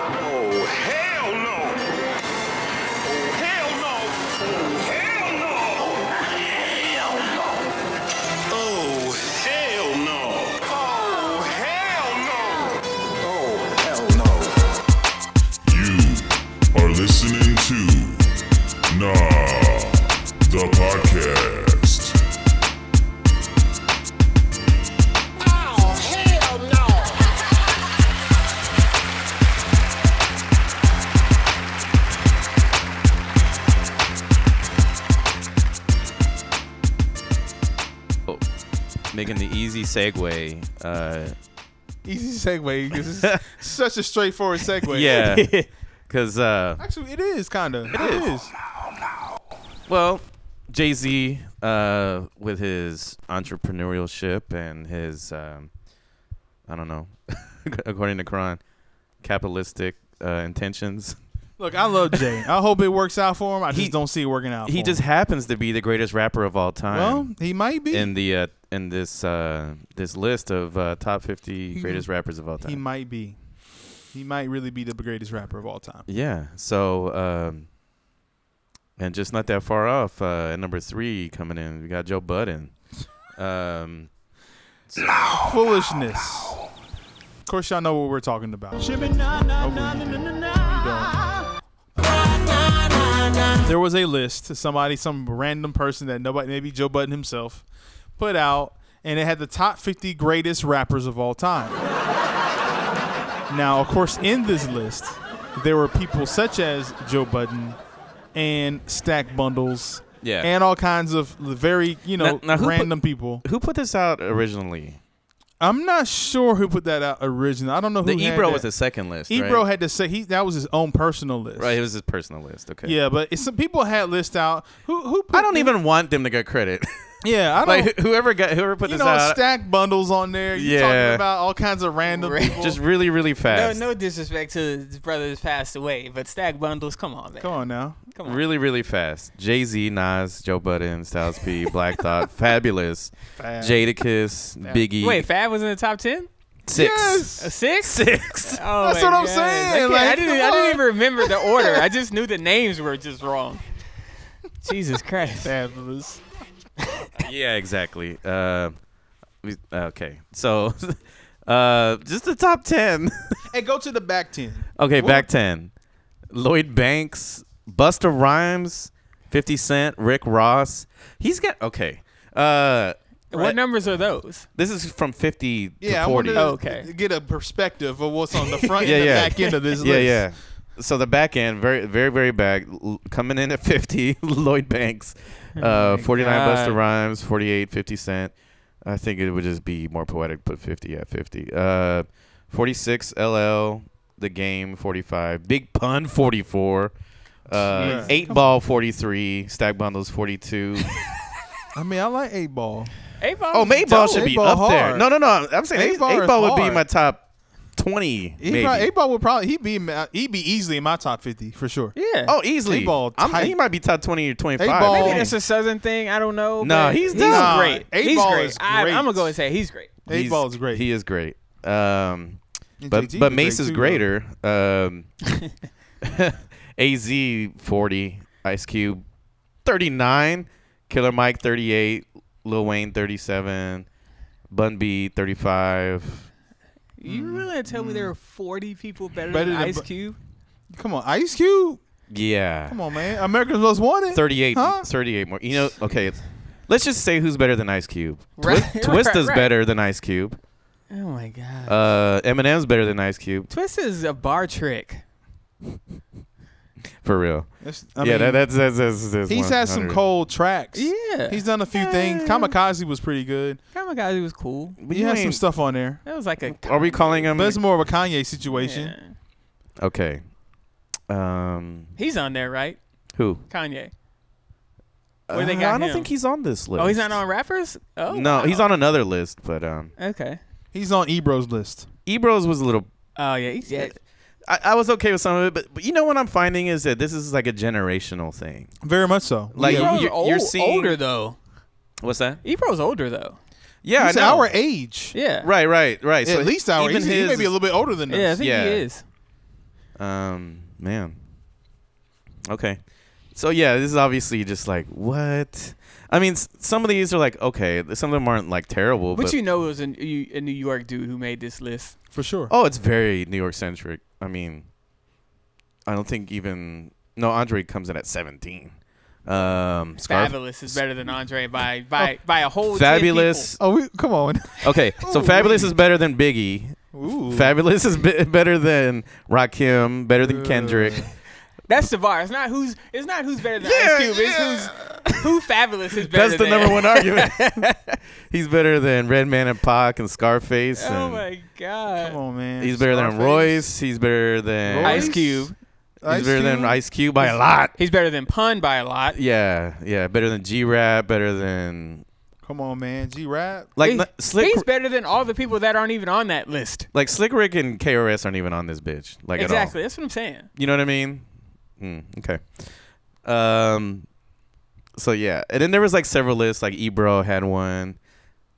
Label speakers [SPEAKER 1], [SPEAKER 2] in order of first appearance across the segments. [SPEAKER 1] Oh, hell no! Oh, hell no! Oh, hell no! Oh, hell no! Oh, hell no! Oh, hell no!
[SPEAKER 2] You are listening to Nah, the podcast.
[SPEAKER 3] Oh, hell no!
[SPEAKER 4] Oh, making the easy segue. Uh,
[SPEAKER 5] Easy segue. 'cause It's such a straightforward segue.
[SPEAKER 4] yeah, because uh,
[SPEAKER 5] Actually, it is kind of. It is.
[SPEAKER 4] well, Jay Z uh, with his entrepreneurship and his um, I don't know, according to Quran, capitalistic uh, intentions.
[SPEAKER 5] Look, I love Jay. I hope it works out for him. I just
[SPEAKER 4] He-
[SPEAKER 5] don't see it working out.
[SPEAKER 4] He
[SPEAKER 5] for
[SPEAKER 4] just
[SPEAKER 5] him.
[SPEAKER 4] happens to be the greatest rapper of all
[SPEAKER 5] well,
[SPEAKER 4] time.
[SPEAKER 5] he might be.
[SPEAKER 4] in the uh, in this uh, this list of uh, top 50 greatest rappers of all time.
[SPEAKER 5] he might be. He might really be the greatest rapper of all time.
[SPEAKER 4] Yeah. So, um, and just not that far off, uh, at number three coming in, we got Joe Budden. Um,
[SPEAKER 5] Foolishness. Of course, y'all know what we're talking about. Hopefully you do. You don't. There was a list. Somebody, some random person that nobody, maybe Joe Budden himself, put out, and it had the top 50 greatest rappers of all time. now, of course, in this list, there were people such as Joe Budden and Stack Bundles.
[SPEAKER 4] Yeah.
[SPEAKER 5] And all kinds of very, you know,
[SPEAKER 4] Now- now who put-
[SPEAKER 5] random people.
[SPEAKER 4] uh, who put this out originally?
[SPEAKER 5] I'm not sure who put that out originally. I don't know who
[SPEAKER 4] The
[SPEAKER 5] had
[SPEAKER 4] Ebro
[SPEAKER 5] that.
[SPEAKER 4] was the second list.
[SPEAKER 5] Ebro
[SPEAKER 4] right?
[SPEAKER 5] had to say he that was his own personal list.
[SPEAKER 4] Right, it was his personal list. Okay.
[SPEAKER 5] Yeah, but it's, some people had list out who who. Put
[SPEAKER 4] I don't even want them to get credit.
[SPEAKER 5] Yeah, I don't.
[SPEAKER 4] like wh- whoever got whoever put
[SPEAKER 5] you
[SPEAKER 4] this
[SPEAKER 5] know,
[SPEAKER 4] out,
[SPEAKER 5] stack bundles on there. You're
[SPEAKER 4] Yeah.
[SPEAKER 5] talking about all kinds of random.
[SPEAKER 3] Right.
[SPEAKER 5] people.
[SPEAKER 4] just really, really
[SPEAKER 6] No,
[SPEAKER 4] fast.
[SPEAKER 6] no disrespect to his brother that's passed away, but stack bundles, come on, man.
[SPEAKER 5] come on now.
[SPEAKER 6] Come on.
[SPEAKER 4] Really, really fast. Jay Z, Nas, Joe Budden, Styles P, Black Thought, Fabulous,
[SPEAKER 5] Fab.
[SPEAKER 4] Jadakiss, Biggie.
[SPEAKER 6] Wait, Fab was in the top ten?
[SPEAKER 4] six.
[SPEAKER 6] A
[SPEAKER 5] Yes.
[SPEAKER 6] six?
[SPEAKER 4] Six.
[SPEAKER 6] Oh
[SPEAKER 5] That's
[SPEAKER 6] my
[SPEAKER 5] what
[SPEAKER 6] God.
[SPEAKER 5] I'm saying,
[SPEAKER 6] I, can't- I
[SPEAKER 5] like,
[SPEAKER 6] didn't.
[SPEAKER 5] come
[SPEAKER 6] I
[SPEAKER 5] on.
[SPEAKER 6] didn't even remember the order. I just knew the names were just wrong. Jesus Christ.
[SPEAKER 5] Fabulous.
[SPEAKER 4] yeah, exactly. Uh, we- okay, so uh, just the top ten.
[SPEAKER 5] Hey, go to the back ten.
[SPEAKER 4] okay, back ten: Lloyd Banks, Buster Rhymes, Fifty Cent, Rick Ross. He's got okay. Uh,
[SPEAKER 6] What numbers are those?
[SPEAKER 4] this is from fifty
[SPEAKER 5] Yeah,
[SPEAKER 4] to
[SPEAKER 5] I
[SPEAKER 4] forty.
[SPEAKER 5] wanted to
[SPEAKER 6] Okay.
[SPEAKER 5] get a perspective of what's on the front
[SPEAKER 4] Yeah,
[SPEAKER 5] and
[SPEAKER 4] yeah.
[SPEAKER 5] the back end of this
[SPEAKER 4] yeah,
[SPEAKER 5] list.
[SPEAKER 4] yeah. So the back end, very, very, very back, l- coming in at 50, Lloyd Banks,
[SPEAKER 5] Oh
[SPEAKER 4] uh, 49
[SPEAKER 6] God.
[SPEAKER 4] Buster Rhymes, 48, 50 Cent. I think it would just be more poetic, put 50 at 50. Uh, 46, LL, The Game, 45, Big Pun, 44. Uh,
[SPEAKER 5] Jeez.
[SPEAKER 4] eight ball 43 stack bundles 42
[SPEAKER 5] I mean, I like eight ball.
[SPEAKER 6] Eight ball.
[SPEAKER 4] oh
[SPEAKER 6] was
[SPEAKER 4] eight ball
[SPEAKER 6] dope.
[SPEAKER 4] should be
[SPEAKER 5] Eight Ball
[SPEAKER 4] up there
[SPEAKER 5] hard.
[SPEAKER 4] no no no i'm I'm saying
[SPEAKER 5] Eight
[SPEAKER 4] eight,
[SPEAKER 5] Ball
[SPEAKER 4] eight
[SPEAKER 5] is
[SPEAKER 4] ball would be
[SPEAKER 5] hard.
[SPEAKER 4] my top 20
[SPEAKER 5] He
[SPEAKER 4] maybe.
[SPEAKER 5] probably, eight ball would probably he would be in my- he'd be easily in my top fifty for sure.
[SPEAKER 6] Yeah.
[SPEAKER 4] Oh, easily.
[SPEAKER 5] Eight ball
[SPEAKER 4] I'm,
[SPEAKER 5] tight.
[SPEAKER 4] he might be top twenty or twenty five.
[SPEAKER 5] ball-
[SPEAKER 6] Maybe that's a southern thing. I don't know.
[SPEAKER 4] No,
[SPEAKER 6] but
[SPEAKER 4] he's
[SPEAKER 6] he's
[SPEAKER 4] dope. Nah,
[SPEAKER 6] great.
[SPEAKER 5] eight
[SPEAKER 6] he's
[SPEAKER 5] ball
[SPEAKER 6] great.
[SPEAKER 5] is
[SPEAKER 6] I,
[SPEAKER 5] great.
[SPEAKER 6] I'm gonna go and say he's great.
[SPEAKER 5] Eight
[SPEAKER 4] He's-
[SPEAKER 5] ball is great.
[SPEAKER 4] He is great. Um,
[SPEAKER 5] And
[SPEAKER 4] but
[SPEAKER 5] JT
[SPEAKER 4] but
[SPEAKER 5] is
[SPEAKER 4] Mace
[SPEAKER 5] great
[SPEAKER 4] is
[SPEAKER 5] too,
[SPEAKER 4] greater. Um, Az forty, Ice Cube thirty nine, Killer Mike thirty eight, Lil Wayne thirty seven, Bun B thirty five.
[SPEAKER 6] You really gonna tell me there are 40 people better,
[SPEAKER 5] Better
[SPEAKER 6] than
[SPEAKER 5] than
[SPEAKER 6] Ice
[SPEAKER 5] Bu-
[SPEAKER 6] Cube?
[SPEAKER 5] though. Come on, Ice Cube.
[SPEAKER 4] Yeah,
[SPEAKER 5] Come on, man. America's Most Wanted.
[SPEAKER 4] 38,
[SPEAKER 5] Huh?
[SPEAKER 4] 38 more. You know, okay. Let's just say who's better than Ice Cube.
[SPEAKER 6] Right,
[SPEAKER 4] Twi- Twista's
[SPEAKER 6] right, right.
[SPEAKER 4] better than Ice Cube.
[SPEAKER 6] Oh my God.
[SPEAKER 4] Uh, Eminem's better than Ice Cube.
[SPEAKER 6] Twist is a bar trick.
[SPEAKER 4] For real.
[SPEAKER 5] That's- I
[SPEAKER 4] yeah,
[SPEAKER 5] mean,
[SPEAKER 4] that, that's, that's, that's, that's
[SPEAKER 5] he's had some
[SPEAKER 4] 100.
[SPEAKER 5] cold tracks.
[SPEAKER 6] Yeah.
[SPEAKER 5] He's done a few things. Kamikaze was pretty good.
[SPEAKER 6] Kamikaze was cool.
[SPEAKER 4] But
[SPEAKER 5] He
[SPEAKER 4] you
[SPEAKER 5] had some
[SPEAKER 4] ain't-
[SPEAKER 5] stuff on there.
[SPEAKER 6] That was like a.
[SPEAKER 4] Are we calling him?
[SPEAKER 5] But it's more of a Kanye situation.
[SPEAKER 6] Yeah.
[SPEAKER 4] okay. Um,
[SPEAKER 6] He's on there, right?
[SPEAKER 4] who?
[SPEAKER 6] Kanye. Where they
[SPEAKER 4] Uh,
[SPEAKER 6] got
[SPEAKER 4] I don't
[SPEAKER 6] him?
[SPEAKER 4] think he's on this list.
[SPEAKER 6] Oh, he's not on rappers. Oh.
[SPEAKER 4] no,
[SPEAKER 6] wow.
[SPEAKER 4] he's on another list. But um,
[SPEAKER 6] Okay.
[SPEAKER 5] He's on Ebro's list.
[SPEAKER 4] Ebro's was a little.
[SPEAKER 6] Oh yeah, he's yeah.
[SPEAKER 4] I, I was okay with some of it, but, but you know what I'm finding is that this is like a generational thing.
[SPEAKER 5] Very much so.
[SPEAKER 4] Like
[SPEAKER 5] yeah.
[SPEAKER 6] Ebro's
[SPEAKER 4] you're, you're
[SPEAKER 6] old-
[SPEAKER 4] seeing
[SPEAKER 6] older though.
[SPEAKER 4] What's that?
[SPEAKER 6] Ebro's older though.
[SPEAKER 4] Yeah,
[SPEAKER 5] he's
[SPEAKER 4] I know.
[SPEAKER 5] our age.
[SPEAKER 6] Yeah.
[SPEAKER 4] Right, right, right.
[SPEAKER 5] At least our age.
[SPEAKER 4] even
[SPEAKER 5] He may
[SPEAKER 4] his-
[SPEAKER 5] be a little bit older than
[SPEAKER 6] Yeah, I
[SPEAKER 5] us.
[SPEAKER 6] think
[SPEAKER 4] Yeah.
[SPEAKER 6] he is.
[SPEAKER 4] Um, man. Okay. So yeah, this is obviously just like what? I mean, s- some of these are like okay, th- some of them aren't like terrible,
[SPEAKER 6] But
[SPEAKER 4] but
[SPEAKER 6] you know, it was a, you- a New York dude who made this list.
[SPEAKER 5] for sure.
[SPEAKER 4] oh, it's very New York centric. I mean, I don't think even no Andre comes in at 17. Um, Scarf-
[SPEAKER 6] Fabulous is better than Andre by by by a whole. 10
[SPEAKER 4] Fabulous.
[SPEAKER 5] Oh, we, come on.
[SPEAKER 4] Okay, so Fabulous is better than Biggie.
[SPEAKER 5] Ooh.
[SPEAKER 4] Fabulous is be- better than Rakim. Better than
[SPEAKER 5] Uh,
[SPEAKER 4] Kendrick.
[SPEAKER 6] people. That's the bar. It's not who's it's not who's better than
[SPEAKER 4] Yeah,
[SPEAKER 6] Ice Cube. It's who's who Fabulous is better.
[SPEAKER 4] That's the
[SPEAKER 6] than.
[SPEAKER 4] number one argument. He's better than Redman and Pac and Scarface.
[SPEAKER 6] Oh
[SPEAKER 4] and
[SPEAKER 6] my god.
[SPEAKER 5] Come on, man.
[SPEAKER 4] He's better than
[SPEAKER 5] Scarface.
[SPEAKER 4] Royce. He's better than
[SPEAKER 5] Royce?
[SPEAKER 6] Ice Cube.
[SPEAKER 4] He's better than Ice Cube by a lot.
[SPEAKER 6] He's better than Pun by a lot.
[SPEAKER 4] Yeah, yeah. Better than G Rap. Better than
[SPEAKER 5] Come on, man. G Rap.
[SPEAKER 4] like
[SPEAKER 6] he's,
[SPEAKER 4] n- Slick.
[SPEAKER 6] he's better than all the people that aren't even on that list.
[SPEAKER 4] like Slick Rick and KRS aren't even on this bitch. Like at all.
[SPEAKER 6] Exactly. That's what I'm saying.
[SPEAKER 4] You know what I mean? Mm, okay. Um. So yeah, and then there was like several lists. Like Ebro had one.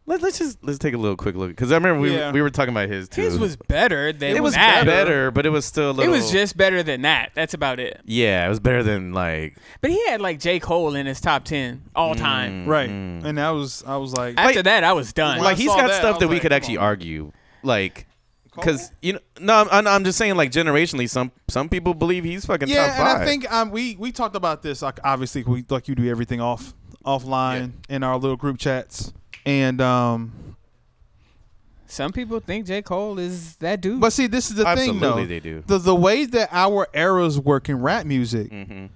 [SPEAKER 4] Let, let's just let's take a little quick look because I remember we
[SPEAKER 5] Yeah.
[SPEAKER 4] we were talking about his too.
[SPEAKER 6] His was better than
[SPEAKER 4] it was
[SPEAKER 6] that.
[SPEAKER 4] better, but it was still a
[SPEAKER 6] It
[SPEAKER 4] little.
[SPEAKER 6] was just better than that. That's about it.
[SPEAKER 4] yeah, it was better than like
[SPEAKER 6] But he had like J. Cole in his top ten
[SPEAKER 4] Mm.
[SPEAKER 6] all time.
[SPEAKER 5] Right. And that was, I was like,
[SPEAKER 6] After that, I was done.
[SPEAKER 4] like he's
[SPEAKER 5] saw
[SPEAKER 4] got
[SPEAKER 5] that, I
[SPEAKER 4] stuff
[SPEAKER 5] was
[SPEAKER 4] that we
[SPEAKER 5] like,
[SPEAKER 4] could
[SPEAKER 5] come
[SPEAKER 4] actually
[SPEAKER 5] on.
[SPEAKER 4] argue like. Because you know, no, I'm- I'm, I'm just saying like generationally, some some people believe he's fucking top
[SPEAKER 5] yeah, and
[SPEAKER 4] five.
[SPEAKER 5] I think um, we we talked about this. Like, obviously, we like you do everything off offline in our little group chats, and um,
[SPEAKER 6] Some people think J. Cole is that dude.
[SPEAKER 5] but see, this is the thing, though.
[SPEAKER 4] Absolutely they do.
[SPEAKER 5] The the way that our eras work in rap music,
[SPEAKER 4] Mm-hmm.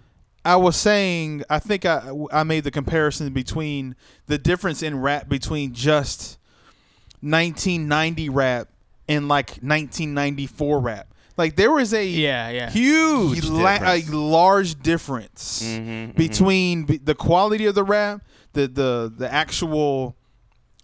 [SPEAKER 5] I was saying, I think I I made the comparison between the difference in rap between just 1990 rap and like 1994 rap. Like there was a
[SPEAKER 6] yeah, yeah.
[SPEAKER 5] huge la- a
[SPEAKER 4] difference. Mm-hmm,
[SPEAKER 5] large difference between b- the quality of the rap the the the actual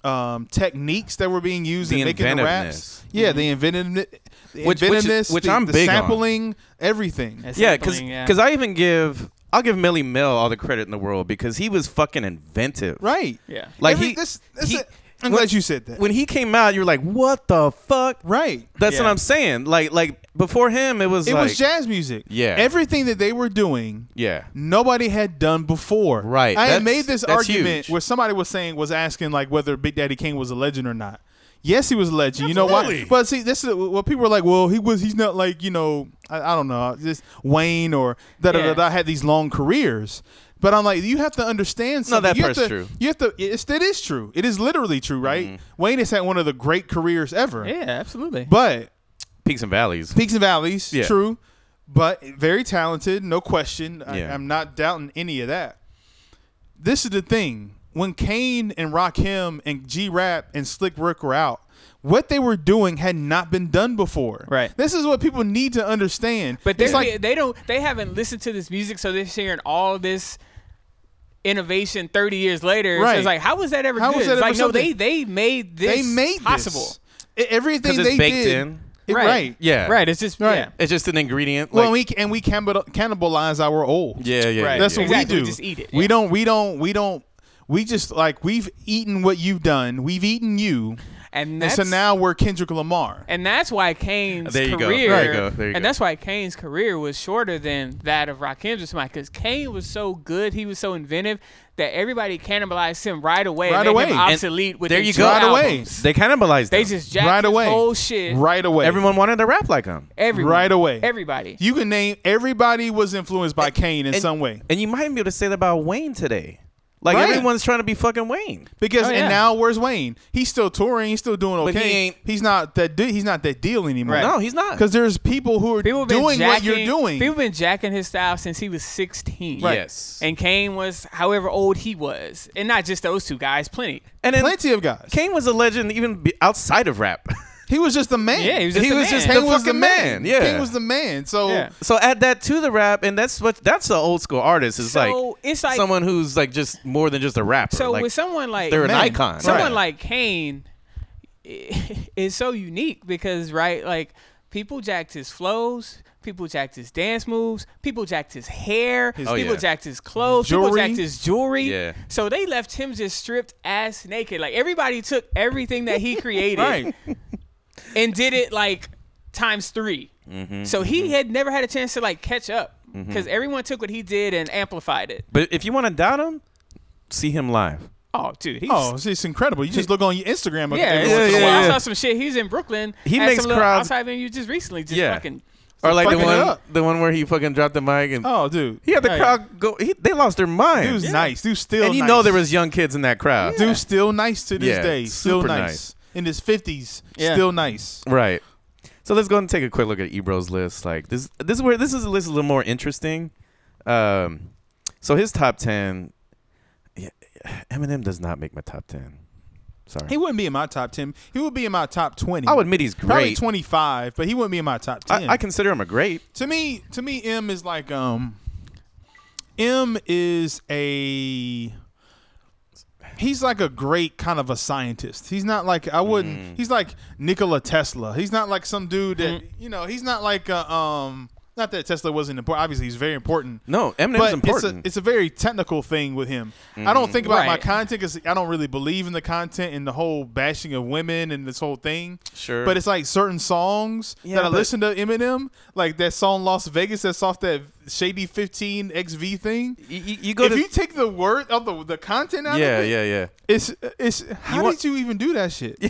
[SPEAKER 5] um, techniques that were being used
[SPEAKER 4] The
[SPEAKER 5] in making the
[SPEAKER 4] inventiveness. Mm-hmm.
[SPEAKER 5] raps yeah the inventiveness the
[SPEAKER 4] Which- which-
[SPEAKER 5] inventiveness
[SPEAKER 4] which
[SPEAKER 5] the,
[SPEAKER 4] I'm
[SPEAKER 5] the
[SPEAKER 4] big on.
[SPEAKER 5] sampling everything
[SPEAKER 6] That's
[SPEAKER 4] Yeah, because
[SPEAKER 6] something,
[SPEAKER 4] I even give I'll give Millie Mill all the credit in the world because he was fucking inventive.
[SPEAKER 5] right
[SPEAKER 6] Yeah.
[SPEAKER 4] Like
[SPEAKER 5] Every-
[SPEAKER 4] he,
[SPEAKER 5] this, this
[SPEAKER 4] he-
[SPEAKER 5] is- i'm
[SPEAKER 4] when-
[SPEAKER 5] glad you said that
[SPEAKER 4] When he came out, you were like, "What the fuck?"
[SPEAKER 5] right
[SPEAKER 4] That's what
[SPEAKER 6] Yeah.
[SPEAKER 4] I'm saying. Like like before him, it was
[SPEAKER 5] it
[SPEAKER 4] like,
[SPEAKER 5] was jazz music
[SPEAKER 4] Yeah.
[SPEAKER 5] everything that they were doing
[SPEAKER 4] yeah.
[SPEAKER 5] nobody had done before.
[SPEAKER 4] Right.
[SPEAKER 5] I
[SPEAKER 4] That's-
[SPEAKER 5] had made this
[SPEAKER 4] that's
[SPEAKER 5] argument
[SPEAKER 4] huge.
[SPEAKER 5] where somebody was saying was asking like whether Big Daddy Kane was a legend or not. Yes, he was a legend. You know why? But see, this is well, people were like, well, he was. He's not like you know, I, I don't know, just Wayne or da da da
[SPEAKER 6] Yeah.
[SPEAKER 5] da. Had these long careers. But I'm like, you have to understand. Something.
[SPEAKER 4] that
[SPEAKER 5] you have
[SPEAKER 4] part's
[SPEAKER 5] to-
[SPEAKER 4] true. Mm-hmm.
[SPEAKER 5] You have to. It's, it is true. It is literally true, right? Wayne has had one of the great careers ever.
[SPEAKER 6] yeah, absolutely.
[SPEAKER 5] But
[SPEAKER 4] Peaks and valleys.
[SPEAKER 5] peaks and valleys,
[SPEAKER 4] Yeah.
[SPEAKER 5] true, but very talented, no question. I,
[SPEAKER 4] Yeah.
[SPEAKER 5] I'm not doubting any of that. This is the thing: when Kane and Rakim and G Rap and Slick Rick were out, what they were doing had not been done before.
[SPEAKER 6] Right.
[SPEAKER 5] This is what people need to understand.
[SPEAKER 6] But they
[SPEAKER 5] it's like
[SPEAKER 6] they don't they haven't listened to this music, so they're sharing all this innovation 30 years later. So
[SPEAKER 5] Right.
[SPEAKER 6] it's like how was that ever
[SPEAKER 5] How
[SPEAKER 6] good?
[SPEAKER 5] was that
[SPEAKER 6] it's
[SPEAKER 5] ever
[SPEAKER 6] like no,
[SPEAKER 5] something?
[SPEAKER 6] they they made this
[SPEAKER 5] they made this.
[SPEAKER 6] possible.
[SPEAKER 5] E- everything
[SPEAKER 4] 'Cause it's
[SPEAKER 5] they
[SPEAKER 4] baked
[SPEAKER 5] did.
[SPEAKER 4] in.
[SPEAKER 5] it- right.
[SPEAKER 6] Right.
[SPEAKER 4] Yeah.
[SPEAKER 6] Right, it's just
[SPEAKER 5] Right.
[SPEAKER 6] yeah.
[SPEAKER 4] It's just an ingredient.
[SPEAKER 5] Well,
[SPEAKER 4] like-
[SPEAKER 5] we and we cannibal- cannibalize our old.
[SPEAKER 4] yeah, yeah.
[SPEAKER 6] Right.
[SPEAKER 4] yeah,
[SPEAKER 5] That's
[SPEAKER 4] yeah.
[SPEAKER 5] what
[SPEAKER 6] Exactly,
[SPEAKER 5] we
[SPEAKER 6] we
[SPEAKER 5] do.
[SPEAKER 6] just eat it,
[SPEAKER 5] We
[SPEAKER 6] yeah.
[SPEAKER 5] don't. We don't. We don't. We just like we've eaten what you've done. We've eaten you,
[SPEAKER 6] And
[SPEAKER 5] and
[SPEAKER 6] that's
[SPEAKER 5] so now we're Kendrick Lamar.
[SPEAKER 6] and that's why Kane's
[SPEAKER 4] There you go.
[SPEAKER 6] career
[SPEAKER 4] There you go. There you
[SPEAKER 6] and
[SPEAKER 4] go.
[SPEAKER 6] that's why Kane's career was shorter than that of Rakim's or somebody because Kane was so good, he was so inventive that everybody cannibalized him right away, and
[SPEAKER 5] Right
[SPEAKER 6] made
[SPEAKER 5] away.
[SPEAKER 6] him
[SPEAKER 5] And
[SPEAKER 6] obsolete with
[SPEAKER 4] there
[SPEAKER 6] their
[SPEAKER 4] you
[SPEAKER 6] two
[SPEAKER 4] go.
[SPEAKER 5] Right away.
[SPEAKER 6] albums.
[SPEAKER 4] They cannibalized.
[SPEAKER 6] They
[SPEAKER 4] him.
[SPEAKER 6] just jacked
[SPEAKER 5] Right
[SPEAKER 6] his
[SPEAKER 5] away.
[SPEAKER 6] whole shit.
[SPEAKER 5] Right away.
[SPEAKER 4] everyone wanted to rap like him.
[SPEAKER 6] Everyone.
[SPEAKER 5] Right away.
[SPEAKER 6] Everybody.
[SPEAKER 5] You can name everybody was influenced by Kane in
[SPEAKER 4] And-
[SPEAKER 5] some way
[SPEAKER 4] And you might be able to say that about Wayne today. Like
[SPEAKER 5] Right.
[SPEAKER 4] everyone's trying to be fucking Wayne.
[SPEAKER 5] because
[SPEAKER 6] Oh,
[SPEAKER 5] and
[SPEAKER 6] yeah.
[SPEAKER 5] now where's Wayne? He's still touring. He's still doing okay.
[SPEAKER 4] But he ain't-
[SPEAKER 5] he's not that. Di- he's not that deal anymore.
[SPEAKER 6] Right.
[SPEAKER 4] No, he's not.
[SPEAKER 5] Because there's people who are
[SPEAKER 6] People been
[SPEAKER 5] doing
[SPEAKER 6] jacking,
[SPEAKER 5] what you're doing.
[SPEAKER 6] People been jacking his style since he was 16.
[SPEAKER 4] Right. Yes.
[SPEAKER 6] And Kane was however old he was, and not just those two guys, plenty.
[SPEAKER 4] and then
[SPEAKER 5] Plenty of guys.
[SPEAKER 4] Kane was a legend even be- outside of rap.
[SPEAKER 5] he was just the man.
[SPEAKER 6] Yeah, he was just
[SPEAKER 4] He
[SPEAKER 6] a
[SPEAKER 4] was
[SPEAKER 6] man.
[SPEAKER 4] just
[SPEAKER 5] Kane
[SPEAKER 4] the
[SPEAKER 5] was the
[SPEAKER 4] fucking
[SPEAKER 5] man.
[SPEAKER 4] man, yeah.
[SPEAKER 5] Kane was the man. So
[SPEAKER 6] Yeah.
[SPEAKER 4] So add that to the rap, and that's what that's the old school artist. It's
[SPEAKER 6] So,
[SPEAKER 4] like
[SPEAKER 6] it's like-
[SPEAKER 4] someone who's like just more than just a rapper.
[SPEAKER 6] So
[SPEAKER 4] like,
[SPEAKER 6] with someone like
[SPEAKER 4] they're an
[SPEAKER 5] Man.
[SPEAKER 4] icon.
[SPEAKER 6] someone
[SPEAKER 5] Right.
[SPEAKER 6] like Kane is so unique because right, like people jacked his flows. People jacked his dance moves. People jacked his hair.
[SPEAKER 4] Oh,
[SPEAKER 6] people
[SPEAKER 4] yeah.
[SPEAKER 6] jacked his clothes. People
[SPEAKER 5] Jewelry.
[SPEAKER 6] jacked his jewelry.
[SPEAKER 4] Yeah.
[SPEAKER 6] So they left him just stripped ass naked. Like everybody took everything that he created
[SPEAKER 5] right.
[SPEAKER 6] and did it like times three.
[SPEAKER 4] Mm-hmm,
[SPEAKER 6] so he had never had a chance to like catch up because everyone took what he did and amplified it.
[SPEAKER 4] But if you want to doubt him, see him live.
[SPEAKER 6] Oh, dude, he's
[SPEAKER 5] Oh, see, it's incredible. You just look on your Instagram.
[SPEAKER 6] yeah,
[SPEAKER 5] every
[SPEAKER 6] it's-
[SPEAKER 5] once in a
[SPEAKER 4] yeah,
[SPEAKER 5] while.
[SPEAKER 6] I
[SPEAKER 4] yeah.
[SPEAKER 6] saw some shit. He's in Brooklyn.
[SPEAKER 4] He
[SPEAKER 6] at
[SPEAKER 4] makes
[SPEAKER 6] some little
[SPEAKER 4] crowds-
[SPEAKER 6] outside venue just recently. Just
[SPEAKER 4] Yeah.
[SPEAKER 6] fucking
[SPEAKER 4] Or like the
[SPEAKER 5] fucking
[SPEAKER 4] one,
[SPEAKER 5] up.
[SPEAKER 4] the one where he fucking dropped the mic and
[SPEAKER 5] Oh, dude.
[SPEAKER 4] he had the
[SPEAKER 6] Yeah,
[SPEAKER 4] crowd go. He, they lost their mind.
[SPEAKER 5] Dude's nice. Dude's still
[SPEAKER 4] and you
[SPEAKER 5] nice.
[SPEAKER 4] know there was young kids in that crowd.
[SPEAKER 5] Dude's still nice to this
[SPEAKER 4] Yeah,
[SPEAKER 5] day. Still
[SPEAKER 4] super
[SPEAKER 5] nice.
[SPEAKER 4] nice.
[SPEAKER 5] In his 50s,
[SPEAKER 6] Yeah.
[SPEAKER 5] still nice.
[SPEAKER 4] Right. So let's go and take a quick look at Ebro's list. Like this, this is where this is a list a little more interesting. Um, so his top ten, yeah, Eminem does not make my top ten. Sorry,
[SPEAKER 5] He wouldn't be in my top 10. He would be in my top 20.
[SPEAKER 4] I'll admit he's
[SPEAKER 5] Probably
[SPEAKER 4] great.
[SPEAKER 5] 25, but he wouldn't be in my top 10.
[SPEAKER 4] I, I consider him a great.
[SPEAKER 5] to me to me m is like um m is a he's like a great kind of a scientist he's not like i wouldn't he's like nikola tesla he's not like some dude that you know he's not like a, um not that tesla wasn't important obviously he's very important
[SPEAKER 4] No, Eminem's
[SPEAKER 5] but it's a,
[SPEAKER 4] important.
[SPEAKER 5] it's a very technical thing with him. I don't think about my
[SPEAKER 6] Right.
[SPEAKER 5] content because I don't really believe in the content and the whole bashing of women and this whole thing.
[SPEAKER 4] Sure.
[SPEAKER 5] But it's like certain songs
[SPEAKER 4] Yeah,
[SPEAKER 5] that I
[SPEAKER 4] but-
[SPEAKER 5] listen to Eminem, like that song Las Vegas that's off that Shady 15 XV thing.
[SPEAKER 4] you, you- you go
[SPEAKER 5] If
[SPEAKER 4] to
[SPEAKER 5] you take the word of the, the content out
[SPEAKER 4] yeah,
[SPEAKER 5] of it,
[SPEAKER 4] yeah, yeah.
[SPEAKER 5] it's it's how
[SPEAKER 4] want-
[SPEAKER 5] did you even do that shit?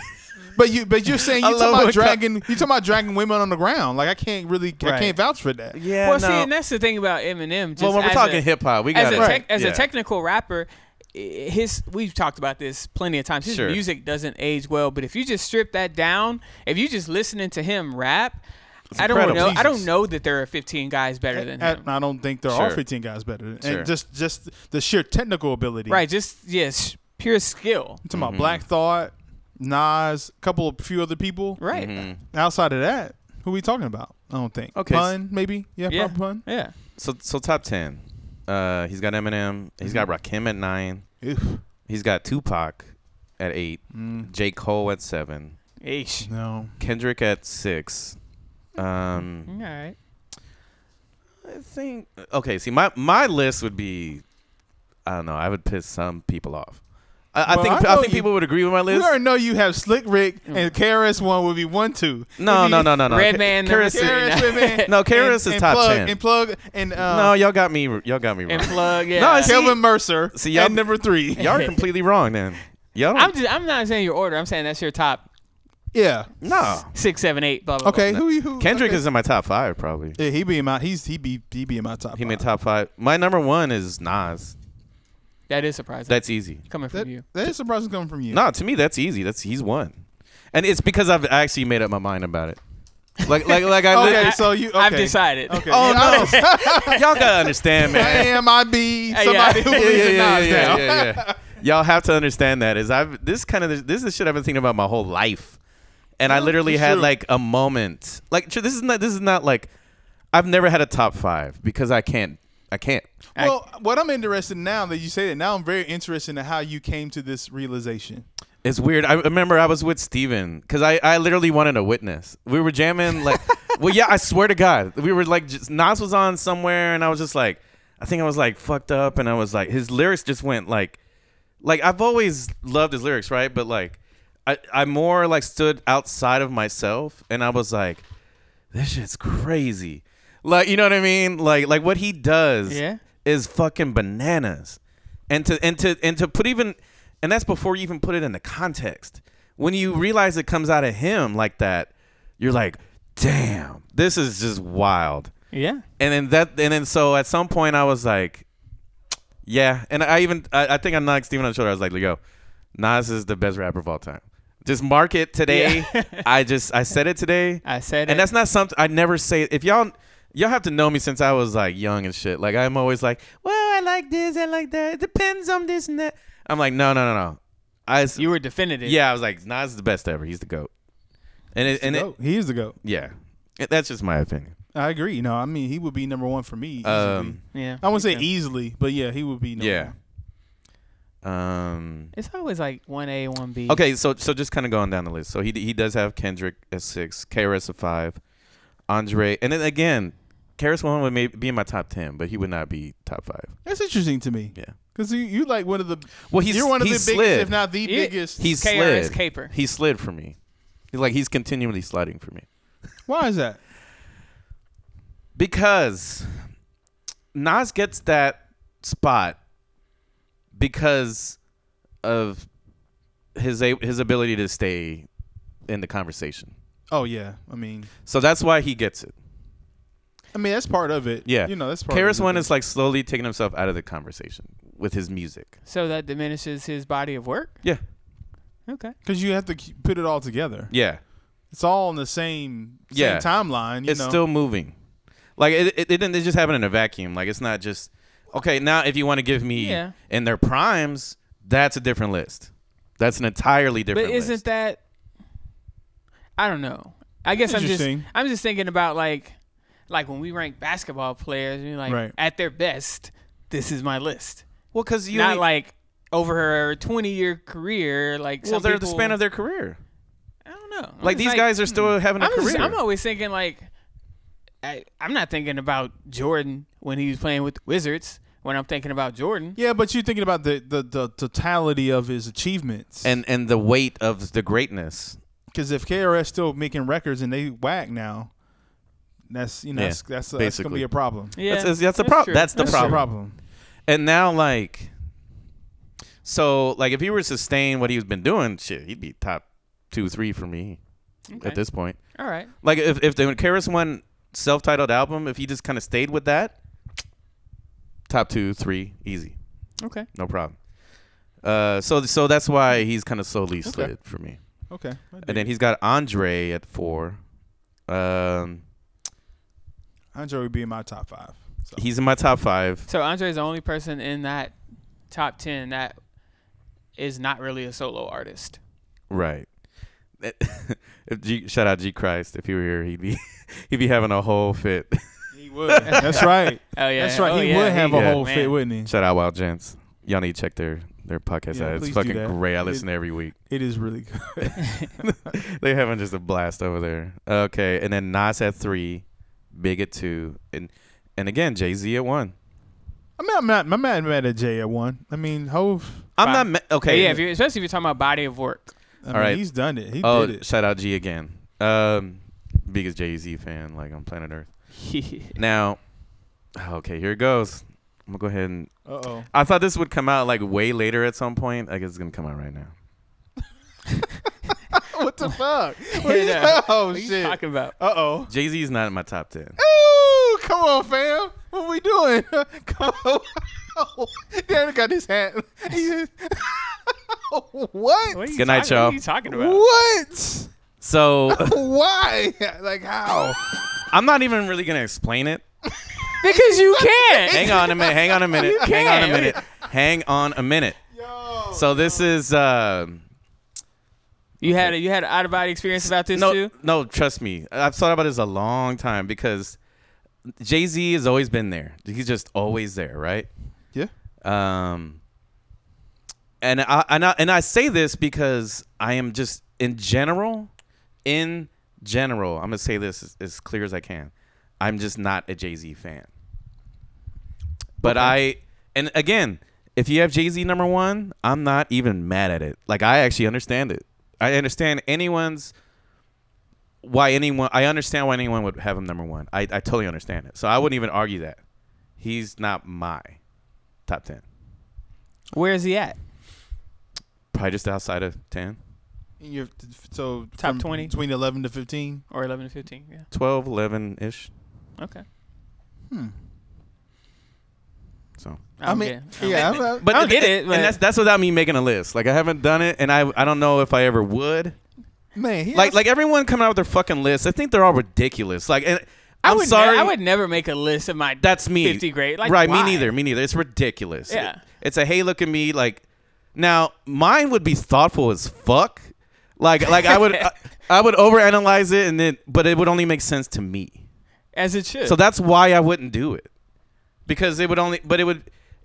[SPEAKER 5] But you, but you're saying
[SPEAKER 4] I
[SPEAKER 5] you
[SPEAKER 4] love
[SPEAKER 5] talking about
[SPEAKER 4] what co-
[SPEAKER 5] dragging, you talking about dragging women on the ground. Like I can't really, I
[SPEAKER 6] Right.
[SPEAKER 5] can't vouch for that.
[SPEAKER 4] Yeah,
[SPEAKER 6] well,
[SPEAKER 4] no.
[SPEAKER 6] see, and that's the thing about Eminem. Just
[SPEAKER 4] well, when we're
[SPEAKER 6] as
[SPEAKER 4] talking
[SPEAKER 6] a-
[SPEAKER 4] hip hop, we
[SPEAKER 6] as
[SPEAKER 4] got
[SPEAKER 6] a
[SPEAKER 5] Right.
[SPEAKER 6] tech as a technical rapper, i- his we've talked about this plenty of times. His
[SPEAKER 4] Sure.
[SPEAKER 6] music doesn't age well, but if you just strip that down, if you just listening to him rap, I don't
[SPEAKER 4] incredible.
[SPEAKER 6] know. I
[SPEAKER 5] Jesus.
[SPEAKER 6] don't know that there are 15 guys better than
[SPEAKER 5] I,
[SPEAKER 6] him.
[SPEAKER 5] I don't think there are
[SPEAKER 4] Sure.
[SPEAKER 5] 15 guys better. than-
[SPEAKER 4] Sure.
[SPEAKER 5] And just just the sheer technical ability.
[SPEAKER 6] Right? Mm-hmm. Just yes, pure skill.
[SPEAKER 5] I'm talking about Black Thought, Nas, a couple of few other people.
[SPEAKER 6] Right.
[SPEAKER 4] Mm-hmm.
[SPEAKER 5] Outside of that, who we talking about? I don't think.
[SPEAKER 4] Okay.
[SPEAKER 5] Pun, maybe? Yeah,
[SPEAKER 6] Yeah.
[SPEAKER 5] probably pun.
[SPEAKER 6] Yeah.
[SPEAKER 4] So so top ten. Uh, he's got Eminem. He's got Rakim at nine.
[SPEAKER 5] Oof.
[SPEAKER 4] He's got Tupac at eight. J Cole at seven.
[SPEAKER 6] Eesh.
[SPEAKER 5] No.
[SPEAKER 4] Kendrick at six.
[SPEAKER 5] Mm-hmm.
[SPEAKER 4] Um,
[SPEAKER 6] All right.
[SPEAKER 4] I think okay. See, my my list would be, I don't know. I would piss some people off. I,
[SPEAKER 5] Well,
[SPEAKER 4] I think
[SPEAKER 5] I
[SPEAKER 4] I,
[SPEAKER 5] know
[SPEAKER 4] think
[SPEAKER 5] you-
[SPEAKER 4] people would agree with my
[SPEAKER 5] We
[SPEAKER 4] list.
[SPEAKER 5] already know you have Slick Rick
[SPEAKER 6] Mm.
[SPEAKER 5] and KRS One would be one two.
[SPEAKER 4] No,
[SPEAKER 5] It'd
[SPEAKER 4] no,
[SPEAKER 5] be
[SPEAKER 4] no, no, no.
[SPEAKER 6] Red
[SPEAKER 4] K-
[SPEAKER 6] Man number
[SPEAKER 4] Karis-
[SPEAKER 6] three.
[SPEAKER 5] KRS One Man.
[SPEAKER 4] No, KRS is
[SPEAKER 5] and, and
[SPEAKER 4] top
[SPEAKER 5] plug,
[SPEAKER 4] 10.
[SPEAKER 5] And plug and um,
[SPEAKER 4] no, y'all got me. Y'all got me
[SPEAKER 6] And
[SPEAKER 4] wrong.
[SPEAKER 6] plug. Yeah.
[SPEAKER 4] I see-
[SPEAKER 5] Kelvin Mercer.
[SPEAKER 4] See,
[SPEAKER 5] See,
[SPEAKER 4] y'all-
[SPEAKER 5] at number three.
[SPEAKER 4] y'all are completely wrong. Then y'all.
[SPEAKER 6] I'm
[SPEAKER 4] Don't,
[SPEAKER 6] just. I'm not saying your order. I'm saying that's your top
[SPEAKER 5] yeah.
[SPEAKER 4] no.
[SPEAKER 6] six, seven, eight. Blah blah.
[SPEAKER 5] Okay. Who? you- Who?
[SPEAKER 4] Kendrick
[SPEAKER 5] okay.
[SPEAKER 4] is in my top five probably.
[SPEAKER 5] Yeah, he be in my. He's he be he be in my top.
[SPEAKER 4] He
[SPEAKER 5] five.
[SPEAKER 4] made top five. My number one is Nas.
[SPEAKER 6] Blah. That is surprising.
[SPEAKER 4] That's easy.
[SPEAKER 6] coming from
[SPEAKER 5] That,
[SPEAKER 6] you.
[SPEAKER 5] that is surprising coming from you.
[SPEAKER 4] No, to me that's easy. That's he's one, and it's because I've actually made up my mind about it. Like like like I.
[SPEAKER 5] Okay,
[SPEAKER 4] lit-
[SPEAKER 5] so you. Okay.
[SPEAKER 6] I've decided.
[SPEAKER 5] Okay.
[SPEAKER 4] Oh
[SPEAKER 5] Yeah,
[SPEAKER 4] no! Y'all gotta understand, man.
[SPEAKER 5] am I be
[SPEAKER 6] Yeah,
[SPEAKER 5] somebody who
[SPEAKER 6] yeah.
[SPEAKER 5] believes in Nas now?
[SPEAKER 4] yeah. Y'all have to understand that is I've this kind of this is shit I've been thinking about my whole life, and I literally
[SPEAKER 5] it's
[SPEAKER 4] had
[SPEAKER 5] true.
[SPEAKER 4] like a moment. Like tr- this is not this is not like I've never had a top five because I can't I can't.
[SPEAKER 5] Well, what I'm interested in now that you say that, now I'm very interested in how you came to this realization.
[SPEAKER 4] It's weird. I remember I was with Steven because I, I literally wanted a witness. We were jamming like, well, yeah, I swear to God, we were like, just, Nas was on somewhere, and I was just like, I think I was like fucked up, and I was like, his lyrics just went like, like I've always loved his lyrics, right? But like, I I more like stood outside of myself, and I was like, this shit's crazy. Like, you know what I mean? Like, like what he does
[SPEAKER 6] Yeah.
[SPEAKER 4] is fucking bananas. And to and to and to put even and that's before you even put it into context. When you realize it comes out of him like that, you're like, damn, this is just wild.
[SPEAKER 6] Yeah.
[SPEAKER 4] And then that and then so at some point I was like, yeah. And I even I, I think I knocked Steven on the shoulder. I was like, yo, Nas is the best rapper of all time. Just mark it today.
[SPEAKER 6] Yeah.
[SPEAKER 4] I just I said it today
[SPEAKER 6] I said
[SPEAKER 4] and
[SPEAKER 6] it.
[SPEAKER 4] that's not something I never say. If y'all y'all have to know me since I was like young and shit. Like I'm always like, well, I like this, I like that. It depends on this and that. I'm like, no, no, no, no. I s-
[SPEAKER 6] You were definitive.
[SPEAKER 4] yeah, I was like, Nas is the best ever. He's the goat. And it, and it,
[SPEAKER 5] oh, he is the goat.
[SPEAKER 4] yeah, It- that's just my opinion.
[SPEAKER 5] I agree. No, I mean he would be number one for me. Easily.
[SPEAKER 4] Um,
[SPEAKER 6] Yeah.
[SPEAKER 5] I wouldn't say easily, but yeah, he would be. Number
[SPEAKER 4] yeah.
[SPEAKER 5] one.
[SPEAKER 4] Um.
[SPEAKER 6] It's always like one A, one B.
[SPEAKER 4] Okay, so so just kind of going down the list. So he he does have Kendrick at six, KRS at five, Andre, and then again, KRS One would may be in my top ten, but he would not be top five.
[SPEAKER 5] that's interesting to me.
[SPEAKER 4] Yeah.
[SPEAKER 5] because you, you like one of the.
[SPEAKER 4] Well, he's-
[SPEAKER 5] you're one of
[SPEAKER 4] he
[SPEAKER 5] the biggest,
[SPEAKER 4] slid.
[SPEAKER 5] if not the
[SPEAKER 6] Yeah.
[SPEAKER 5] biggest.
[SPEAKER 4] He
[SPEAKER 6] KRS
[SPEAKER 4] slid.
[SPEAKER 6] caper.
[SPEAKER 4] He slid for me. He's like he's continually sliding for me.
[SPEAKER 5] Why is that?
[SPEAKER 4] because Nas gets that spot because of his a- his ability to stay in the conversation.
[SPEAKER 5] Oh yeah, I mean,
[SPEAKER 4] So that's why he gets it.
[SPEAKER 5] I mean that's part of it.
[SPEAKER 4] Yeah,
[SPEAKER 5] you know that's part. of
[SPEAKER 4] Karis
[SPEAKER 5] it.
[SPEAKER 4] one is like slowly taking himself out of the conversation with his music.
[SPEAKER 6] So that diminishes his body of work.
[SPEAKER 4] Yeah,
[SPEAKER 6] Okay.
[SPEAKER 5] because you have to keep- put it all together.
[SPEAKER 4] yeah,
[SPEAKER 5] It's all in the same, same
[SPEAKER 4] Yeah.
[SPEAKER 5] timeline. You
[SPEAKER 4] it's
[SPEAKER 5] know,
[SPEAKER 4] still moving. Like it, it, it didn't it just happen in a vacuum. Like it's not just okay. Now, if you want to give me
[SPEAKER 6] Yeah.
[SPEAKER 4] in their primes, that's a different list. That's an entirely different.
[SPEAKER 6] But isn't
[SPEAKER 4] list.
[SPEAKER 6] that? I don't know. I guess I'm just
[SPEAKER 5] Interesting.
[SPEAKER 6] I'm just thinking about like like when we rank basketball players, you're like
[SPEAKER 5] Right.
[SPEAKER 6] at their best, this is my list.
[SPEAKER 4] well because you
[SPEAKER 6] Not like over her 20 year career, like
[SPEAKER 4] well
[SPEAKER 6] some
[SPEAKER 4] they're the
[SPEAKER 6] people-
[SPEAKER 4] span of their career.
[SPEAKER 6] I don't know. I'm
[SPEAKER 4] Like
[SPEAKER 6] just hmm,
[SPEAKER 4] these guys are still having a
[SPEAKER 6] I'm,
[SPEAKER 4] career.
[SPEAKER 6] just- I'm always thinking like, I, I'm not thinking about Jordan when he was playing with the Wizards. When I'm thinking about Jordan,
[SPEAKER 5] yeah, but you're thinking about the, the, the totality of his achievements.
[SPEAKER 4] and and the weight of the greatness.
[SPEAKER 5] because if KRS still making records and they whack now, that's you know
[SPEAKER 4] Yeah,
[SPEAKER 5] that's that's, that's gonna
[SPEAKER 4] basically.
[SPEAKER 5] be a problem.
[SPEAKER 6] yeah,
[SPEAKER 4] that's, that's the problem.
[SPEAKER 6] true.
[SPEAKER 4] That's the
[SPEAKER 5] That's
[SPEAKER 4] problem.
[SPEAKER 5] the problem.
[SPEAKER 4] And now like, so like if he were to sustain what he's been doing, shit, he'd be top two three for me
[SPEAKER 6] Okay.
[SPEAKER 4] at this point.
[SPEAKER 6] All right.
[SPEAKER 4] Like if if the Karis one self titled album, if he just kind of stayed with that, top two three easy,
[SPEAKER 6] Okay.
[SPEAKER 4] no problem. Uh, so so that's why he's kind of slowly slid for me.
[SPEAKER 5] Okay, I dig
[SPEAKER 4] And then
[SPEAKER 5] it.
[SPEAKER 4] he's got Andre at four. Um,
[SPEAKER 5] Andre would be in my top five. So.
[SPEAKER 4] he's in my top five.
[SPEAKER 6] So Andre is the only person in that top ten that is not really a solo artist.
[SPEAKER 4] Right. if G, shout out G Christ. If he were here, he'd be he'd be having a whole fit.
[SPEAKER 5] he would. that's right.
[SPEAKER 6] Oh yeah,
[SPEAKER 5] That's right.
[SPEAKER 6] Oh,
[SPEAKER 5] he
[SPEAKER 6] yeah.
[SPEAKER 5] would have a
[SPEAKER 4] yeah.
[SPEAKER 5] whole
[SPEAKER 6] Man.
[SPEAKER 5] fit, wouldn't
[SPEAKER 4] shout out Wild Gents. Y'all need to check their their podcast
[SPEAKER 5] Yeah,
[SPEAKER 4] out. It's
[SPEAKER 5] please do
[SPEAKER 4] fucking
[SPEAKER 5] that.
[SPEAKER 4] great. I
[SPEAKER 5] It-
[SPEAKER 4] listen every week.
[SPEAKER 5] he? It is really good.
[SPEAKER 4] they having just a blast over there. Okay, and then Nas at three, Big at two, and and again Jay Z at one.
[SPEAKER 5] I mean, I'm not. I'm not mad at Jay at one. I mean, Hove.
[SPEAKER 4] I'm
[SPEAKER 6] Five.
[SPEAKER 4] not ma-
[SPEAKER 6] But
[SPEAKER 4] okay.
[SPEAKER 6] yeah, if you're, especially if you're talking about body of work.
[SPEAKER 5] I mean,
[SPEAKER 4] right.
[SPEAKER 5] he's done it. He
[SPEAKER 4] oh,
[SPEAKER 5] did it.
[SPEAKER 4] shout out G again. Um, biggest Jay Z fan like on planet Earth. Now, okay, here it goes. I'm gonna go ahead and
[SPEAKER 5] Uh oh.
[SPEAKER 4] I thought this would come out like way later at some point. I guess it's gonna come out right now.
[SPEAKER 5] What the fuck?
[SPEAKER 6] Yeah.
[SPEAKER 5] Oh
[SPEAKER 6] what are you
[SPEAKER 5] shit.
[SPEAKER 6] talking about?
[SPEAKER 5] Uh oh.
[SPEAKER 4] Jay Z is not in my top ten.
[SPEAKER 5] Ooh, come on, fam. What we doing? come on. Darren got his hat. He- what?
[SPEAKER 6] What are you
[SPEAKER 4] Good night,
[SPEAKER 6] talking-
[SPEAKER 4] y'all.
[SPEAKER 6] What are you talking about?
[SPEAKER 5] What?
[SPEAKER 4] So
[SPEAKER 5] Why? Like how?
[SPEAKER 4] I'm not even really gonna explain it.
[SPEAKER 6] Because you can't.
[SPEAKER 4] Hang on a minute. Hang on a minute. Hang on a
[SPEAKER 6] can't.
[SPEAKER 4] minute. Hang on a minute.
[SPEAKER 5] Yo.
[SPEAKER 4] So this is uh,
[SPEAKER 6] You had a, you had an out of body experience about this
[SPEAKER 4] no,
[SPEAKER 6] too.
[SPEAKER 4] no. Trust me, I've thought about this a long time because Jay Z has always been there. He's just always there, right?
[SPEAKER 5] Yeah.
[SPEAKER 4] Um, and I and I, and I say this because I am just in general, in general, I'm gonna say this as, as clear as I can. I'm just not a Jay Z fan. But I and again, if you have Jay Z number one, I'm not even mad at it. Like I actually understand it. I understand anyone's why anyone. I understand why anyone would have him number one. I, I totally understand it. So I wouldn't even argue that. He's not my top ten.
[SPEAKER 6] Where is he at?
[SPEAKER 4] Probably just outside of 10,
[SPEAKER 5] And you're, so
[SPEAKER 6] Top
[SPEAKER 5] from
[SPEAKER 6] 20?
[SPEAKER 5] between eleven to fifteen.
[SPEAKER 6] Or eleven to fifteen? Yeah.
[SPEAKER 4] 12, 11 ish.
[SPEAKER 6] Okay.
[SPEAKER 4] So
[SPEAKER 5] I mean, yeah, I'm, I'm-
[SPEAKER 4] but
[SPEAKER 6] I don't get it, but-
[SPEAKER 4] and that's that's without me making a list. Like I haven't done it, and I I don't know if I ever would.
[SPEAKER 5] man, he
[SPEAKER 4] Like
[SPEAKER 5] has-
[SPEAKER 4] like everyone coming out with their fucking list, I think they're all ridiculous. Like and
[SPEAKER 6] I
[SPEAKER 4] I'm
[SPEAKER 6] would. ne-
[SPEAKER 4] sorry,
[SPEAKER 6] I would never make a list of my.
[SPEAKER 4] that's me.
[SPEAKER 6] 50 grade. Like,
[SPEAKER 4] right?
[SPEAKER 6] why?
[SPEAKER 4] Me neither. Me neither. It's ridiculous.
[SPEAKER 6] Yeah.
[SPEAKER 4] It- it's a hey, look at me. Like now, mine would be thoughtful as fuck. Like like I would I, I would overanalyze it, and then but it would only make sense to me.
[SPEAKER 6] as it should.
[SPEAKER 4] So that's why I wouldn't do it. Because it would only, but it would,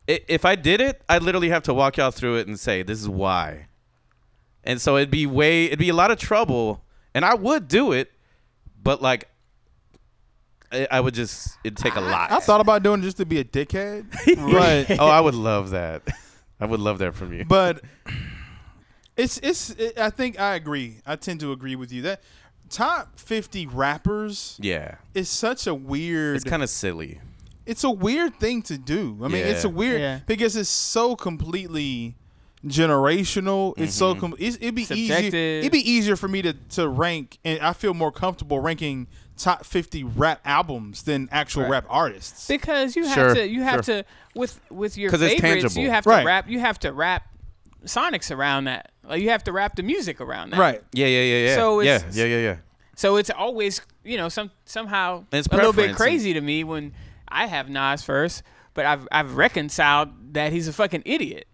[SPEAKER 4] i- if I did it, I'd literally have to walk y'all through it and say, this is why. And so it'd be way, it'd be a lot of trouble. And I would do it, but like, I, I would just, it'd take a lot.
[SPEAKER 5] I thought about doing it just to be a dickhead, but
[SPEAKER 4] oh, I would love that. I would love that from you.
[SPEAKER 5] but It's it's. It, I think I agree. I tend to agree with you that top fifty rappers
[SPEAKER 4] Yeah.
[SPEAKER 5] is such a weird.
[SPEAKER 4] It's kind of silly.
[SPEAKER 5] it's a weird thing to do. I mean, it's a
[SPEAKER 4] Yeah.
[SPEAKER 5] weird
[SPEAKER 6] Yeah.
[SPEAKER 5] because it's so completely generational. It's so com- it's, it'd be easier.
[SPEAKER 6] Subjective.
[SPEAKER 5] It'd be easier for me to to rank, and I feel more comfortable ranking top fifty rap albums than actual
[SPEAKER 6] Right.
[SPEAKER 5] rap artists.
[SPEAKER 6] because you have
[SPEAKER 4] Sure,
[SPEAKER 6] to you have
[SPEAKER 4] sure.
[SPEAKER 6] to with with your
[SPEAKER 4] 'Cause it's
[SPEAKER 6] favorites
[SPEAKER 4] tangible.
[SPEAKER 6] you have to
[SPEAKER 5] Right.
[SPEAKER 6] wrap you have to wrap sonics around that like you have to wrap the music around that
[SPEAKER 5] right.
[SPEAKER 4] Yeah, yeah, yeah, yeah.
[SPEAKER 6] So
[SPEAKER 4] yeah,
[SPEAKER 6] it's-
[SPEAKER 4] yeah, yeah, yeah.
[SPEAKER 6] so it's always you know some somehow
[SPEAKER 4] It's
[SPEAKER 6] a little bit
[SPEAKER 4] preference and-
[SPEAKER 6] crazy to me when I have Nas first but I've I've reconciled that he's a fucking idiot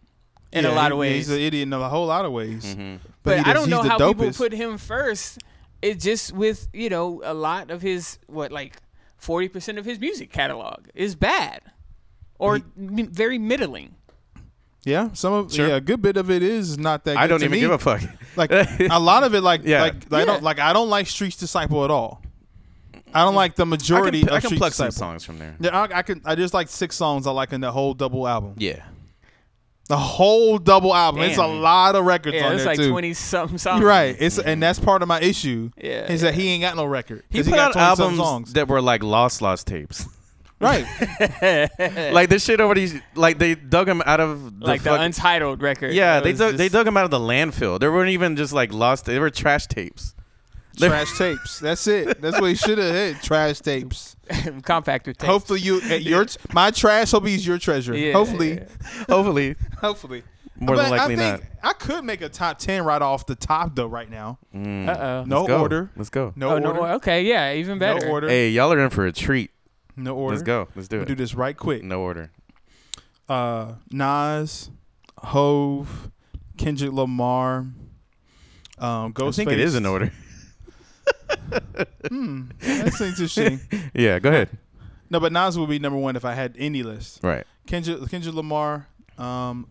[SPEAKER 6] in
[SPEAKER 5] Yeah,
[SPEAKER 6] a lot of
[SPEAKER 5] he- yeah,
[SPEAKER 6] ways
[SPEAKER 5] He's an idiot in a whole lot of ways.
[SPEAKER 6] but
[SPEAKER 5] he
[SPEAKER 6] I
[SPEAKER 5] does-
[SPEAKER 6] don't
[SPEAKER 5] he's
[SPEAKER 6] know
[SPEAKER 5] the
[SPEAKER 6] how people
[SPEAKER 5] dopest.
[SPEAKER 6] put him first it just with you know a lot of his what like 40% of his music catalog is bad or m- very middling
[SPEAKER 5] Yeah, some of
[SPEAKER 4] Sure.
[SPEAKER 5] yeah, a good bit of it is not that.
[SPEAKER 4] I
[SPEAKER 5] good
[SPEAKER 4] don't
[SPEAKER 5] to
[SPEAKER 4] even
[SPEAKER 5] me.
[SPEAKER 4] give a fuck.
[SPEAKER 5] Like a lot of it, like
[SPEAKER 4] Yeah.
[SPEAKER 5] like I
[SPEAKER 6] Yeah.
[SPEAKER 5] don't like I don't like Streets Disciple at all. I don't like the
[SPEAKER 4] I can,
[SPEAKER 5] majority
[SPEAKER 4] I can
[SPEAKER 5] of Streets
[SPEAKER 4] pluck some
[SPEAKER 5] Disciple.
[SPEAKER 4] songs from there.
[SPEAKER 5] Yeah, I, I can. I just like six songs I like in the whole double album.
[SPEAKER 4] Yeah.
[SPEAKER 5] The whole double album. It's a
[SPEAKER 6] Damn.
[SPEAKER 5] lot of records
[SPEAKER 6] yeah
[SPEAKER 5] on
[SPEAKER 6] it's
[SPEAKER 5] there
[SPEAKER 6] like
[SPEAKER 5] too.
[SPEAKER 6] 20 something songs
[SPEAKER 5] You're right. It's and that's part of my issue.
[SPEAKER 6] Yeah,
[SPEAKER 5] is that he ain't got no record.
[SPEAKER 4] He
[SPEAKER 5] 'Cause
[SPEAKER 4] put out
[SPEAKER 5] got 27
[SPEAKER 4] albums
[SPEAKER 5] songs.
[SPEAKER 4] that were like lost, lost tapes.
[SPEAKER 5] right.
[SPEAKER 4] like this shit already, like they dug him out of the
[SPEAKER 6] like the
[SPEAKER 4] fuck-
[SPEAKER 6] untitled record.
[SPEAKER 4] yeah,
[SPEAKER 6] That
[SPEAKER 4] they
[SPEAKER 6] was
[SPEAKER 4] dug they
[SPEAKER 6] just-
[SPEAKER 4] dug him out of the landfill. They weren't even just like lost. They were trash tapes. They-
[SPEAKER 5] trash tapes. That's it. That's what he should have hit. Trash tapes.
[SPEAKER 6] compactor tape.
[SPEAKER 5] Hopefully you at your my trash. Hopefully he's your treasure.
[SPEAKER 6] Yeah,
[SPEAKER 5] hopefully,
[SPEAKER 6] yeah.
[SPEAKER 4] Hopefully,
[SPEAKER 5] hopefully.
[SPEAKER 4] more than
[SPEAKER 5] But
[SPEAKER 4] likely
[SPEAKER 5] I
[SPEAKER 4] not.
[SPEAKER 5] think I could make a top ten right off the top though. Right now,
[SPEAKER 6] Uh oh.
[SPEAKER 5] no
[SPEAKER 4] Go.
[SPEAKER 5] order.
[SPEAKER 4] Let's go.
[SPEAKER 5] No
[SPEAKER 6] Oh
[SPEAKER 5] order.
[SPEAKER 6] no. Okay. Yeah. Even
[SPEAKER 5] no
[SPEAKER 6] better.
[SPEAKER 5] order.
[SPEAKER 4] Hey, y'all are in for a treat.
[SPEAKER 5] No order.
[SPEAKER 4] Let's go. Let's do it.
[SPEAKER 5] Do this right quick.
[SPEAKER 4] No order.
[SPEAKER 5] uh, Nas, Hove, Kendrick Lamar, um, Ghostface.
[SPEAKER 4] I think it is in order.
[SPEAKER 5] That's interesting.
[SPEAKER 4] yeah. Go ahead.
[SPEAKER 5] no, but Nas would be number one if I had any list.
[SPEAKER 4] Right.
[SPEAKER 5] Kendrick, Kendrick Lamar. Um,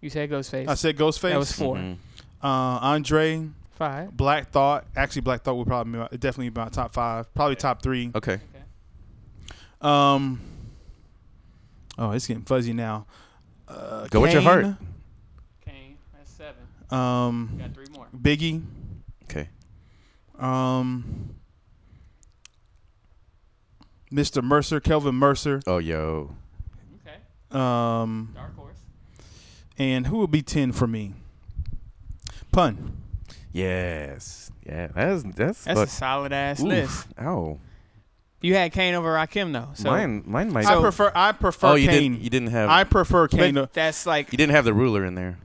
[SPEAKER 6] You said Ghostface.
[SPEAKER 5] I said Ghostface.
[SPEAKER 6] that was 4
[SPEAKER 4] Mhm.
[SPEAKER 5] uh, Andre,
[SPEAKER 6] Five.
[SPEAKER 5] Black Thought. Actually, Black Thought would probably be my, definitely be my top five. Probably top three.
[SPEAKER 4] Okay.
[SPEAKER 5] Um. Oh, it's getting fuzzy now. Uh,
[SPEAKER 4] Go with your
[SPEAKER 5] Kane,
[SPEAKER 6] Kane. That's seven.
[SPEAKER 5] Um,
[SPEAKER 6] three more.
[SPEAKER 5] Biggie.
[SPEAKER 4] Okay.
[SPEAKER 5] Um, Mr. Mercer, Kelvin Mercer,
[SPEAKER 4] Oh yo.
[SPEAKER 6] Okay.
[SPEAKER 5] um,
[SPEAKER 6] Dark horse.
[SPEAKER 5] and who would be ten for me? Pun.
[SPEAKER 4] Yes. Yeah. That's that's.
[SPEAKER 6] That's
[SPEAKER 4] fuck-
[SPEAKER 6] a solid ass
[SPEAKER 4] Oof.
[SPEAKER 6] list.
[SPEAKER 4] Ow.
[SPEAKER 6] You had Kane over Rakim though. So.
[SPEAKER 4] mine. Mine might.
[SPEAKER 5] I prefer. I prefer
[SPEAKER 4] oh, you
[SPEAKER 5] Kane.
[SPEAKER 4] didn't. You didn't have.
[SPEAKER 5] I prefer
[SPEAKER 6] But
[SPEAKER 5] Kane. uh, to-
[SPEAKER 6] that's like.
[SPEAKER 4] you didn't have the ruler in there.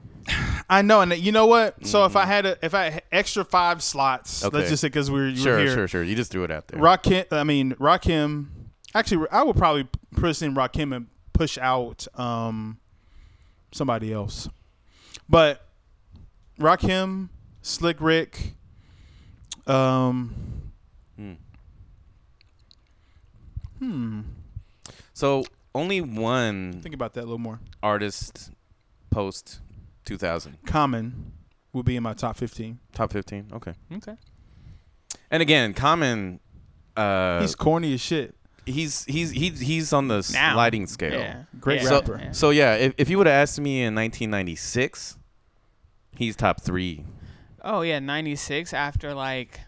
[SPEAKER 5] I know, and you know what? So if I had a, if I had extra five slots,
[SPEAKER 4] Mm-hmm. Okay.
[SPEAKER 5] let's just say because we were you were
[SPEAKER 4] Sure.
[SPEAKER 5] here.
[SPEAKER 4] Sure. Sure. You just threw it out there.
[SPEAKER 5] Rakim. I mean Rakim. Actually, I would probably push in Rakim and push out um, somebody else. But Rakim, Slick Rick, um,
[SPEAKER 4] So only one
[SPEAKER 5] think about that a little more.
[SPEAKER 4] artist post 2000
[SPEAKER 5] Common will be in my top fifteen.
[SPEAKER 4] top 15. Okay.
[SPEAKER 6] Okay.
[SPEAKER 4] And again, Common. Uh,
[SPEAKER 5] He's corny as shit.
[SPEAKER 4] he's he's he's he's on the
[SPEAKER 6] Now.
[SPEAKER 4] sliding scale.
[SPEAKER 6] Yeah.
[SPEAKER 5] Great
[SPEAKER 6] yeah.
[SPEAKER 4] So,
[SPEAKER 5] rapper.
[SPEAKER 4] so yeah, if, if you would have asked me in 1996, he's top three.
[SPEAKER 6] Oh yeah. Ninety six after like.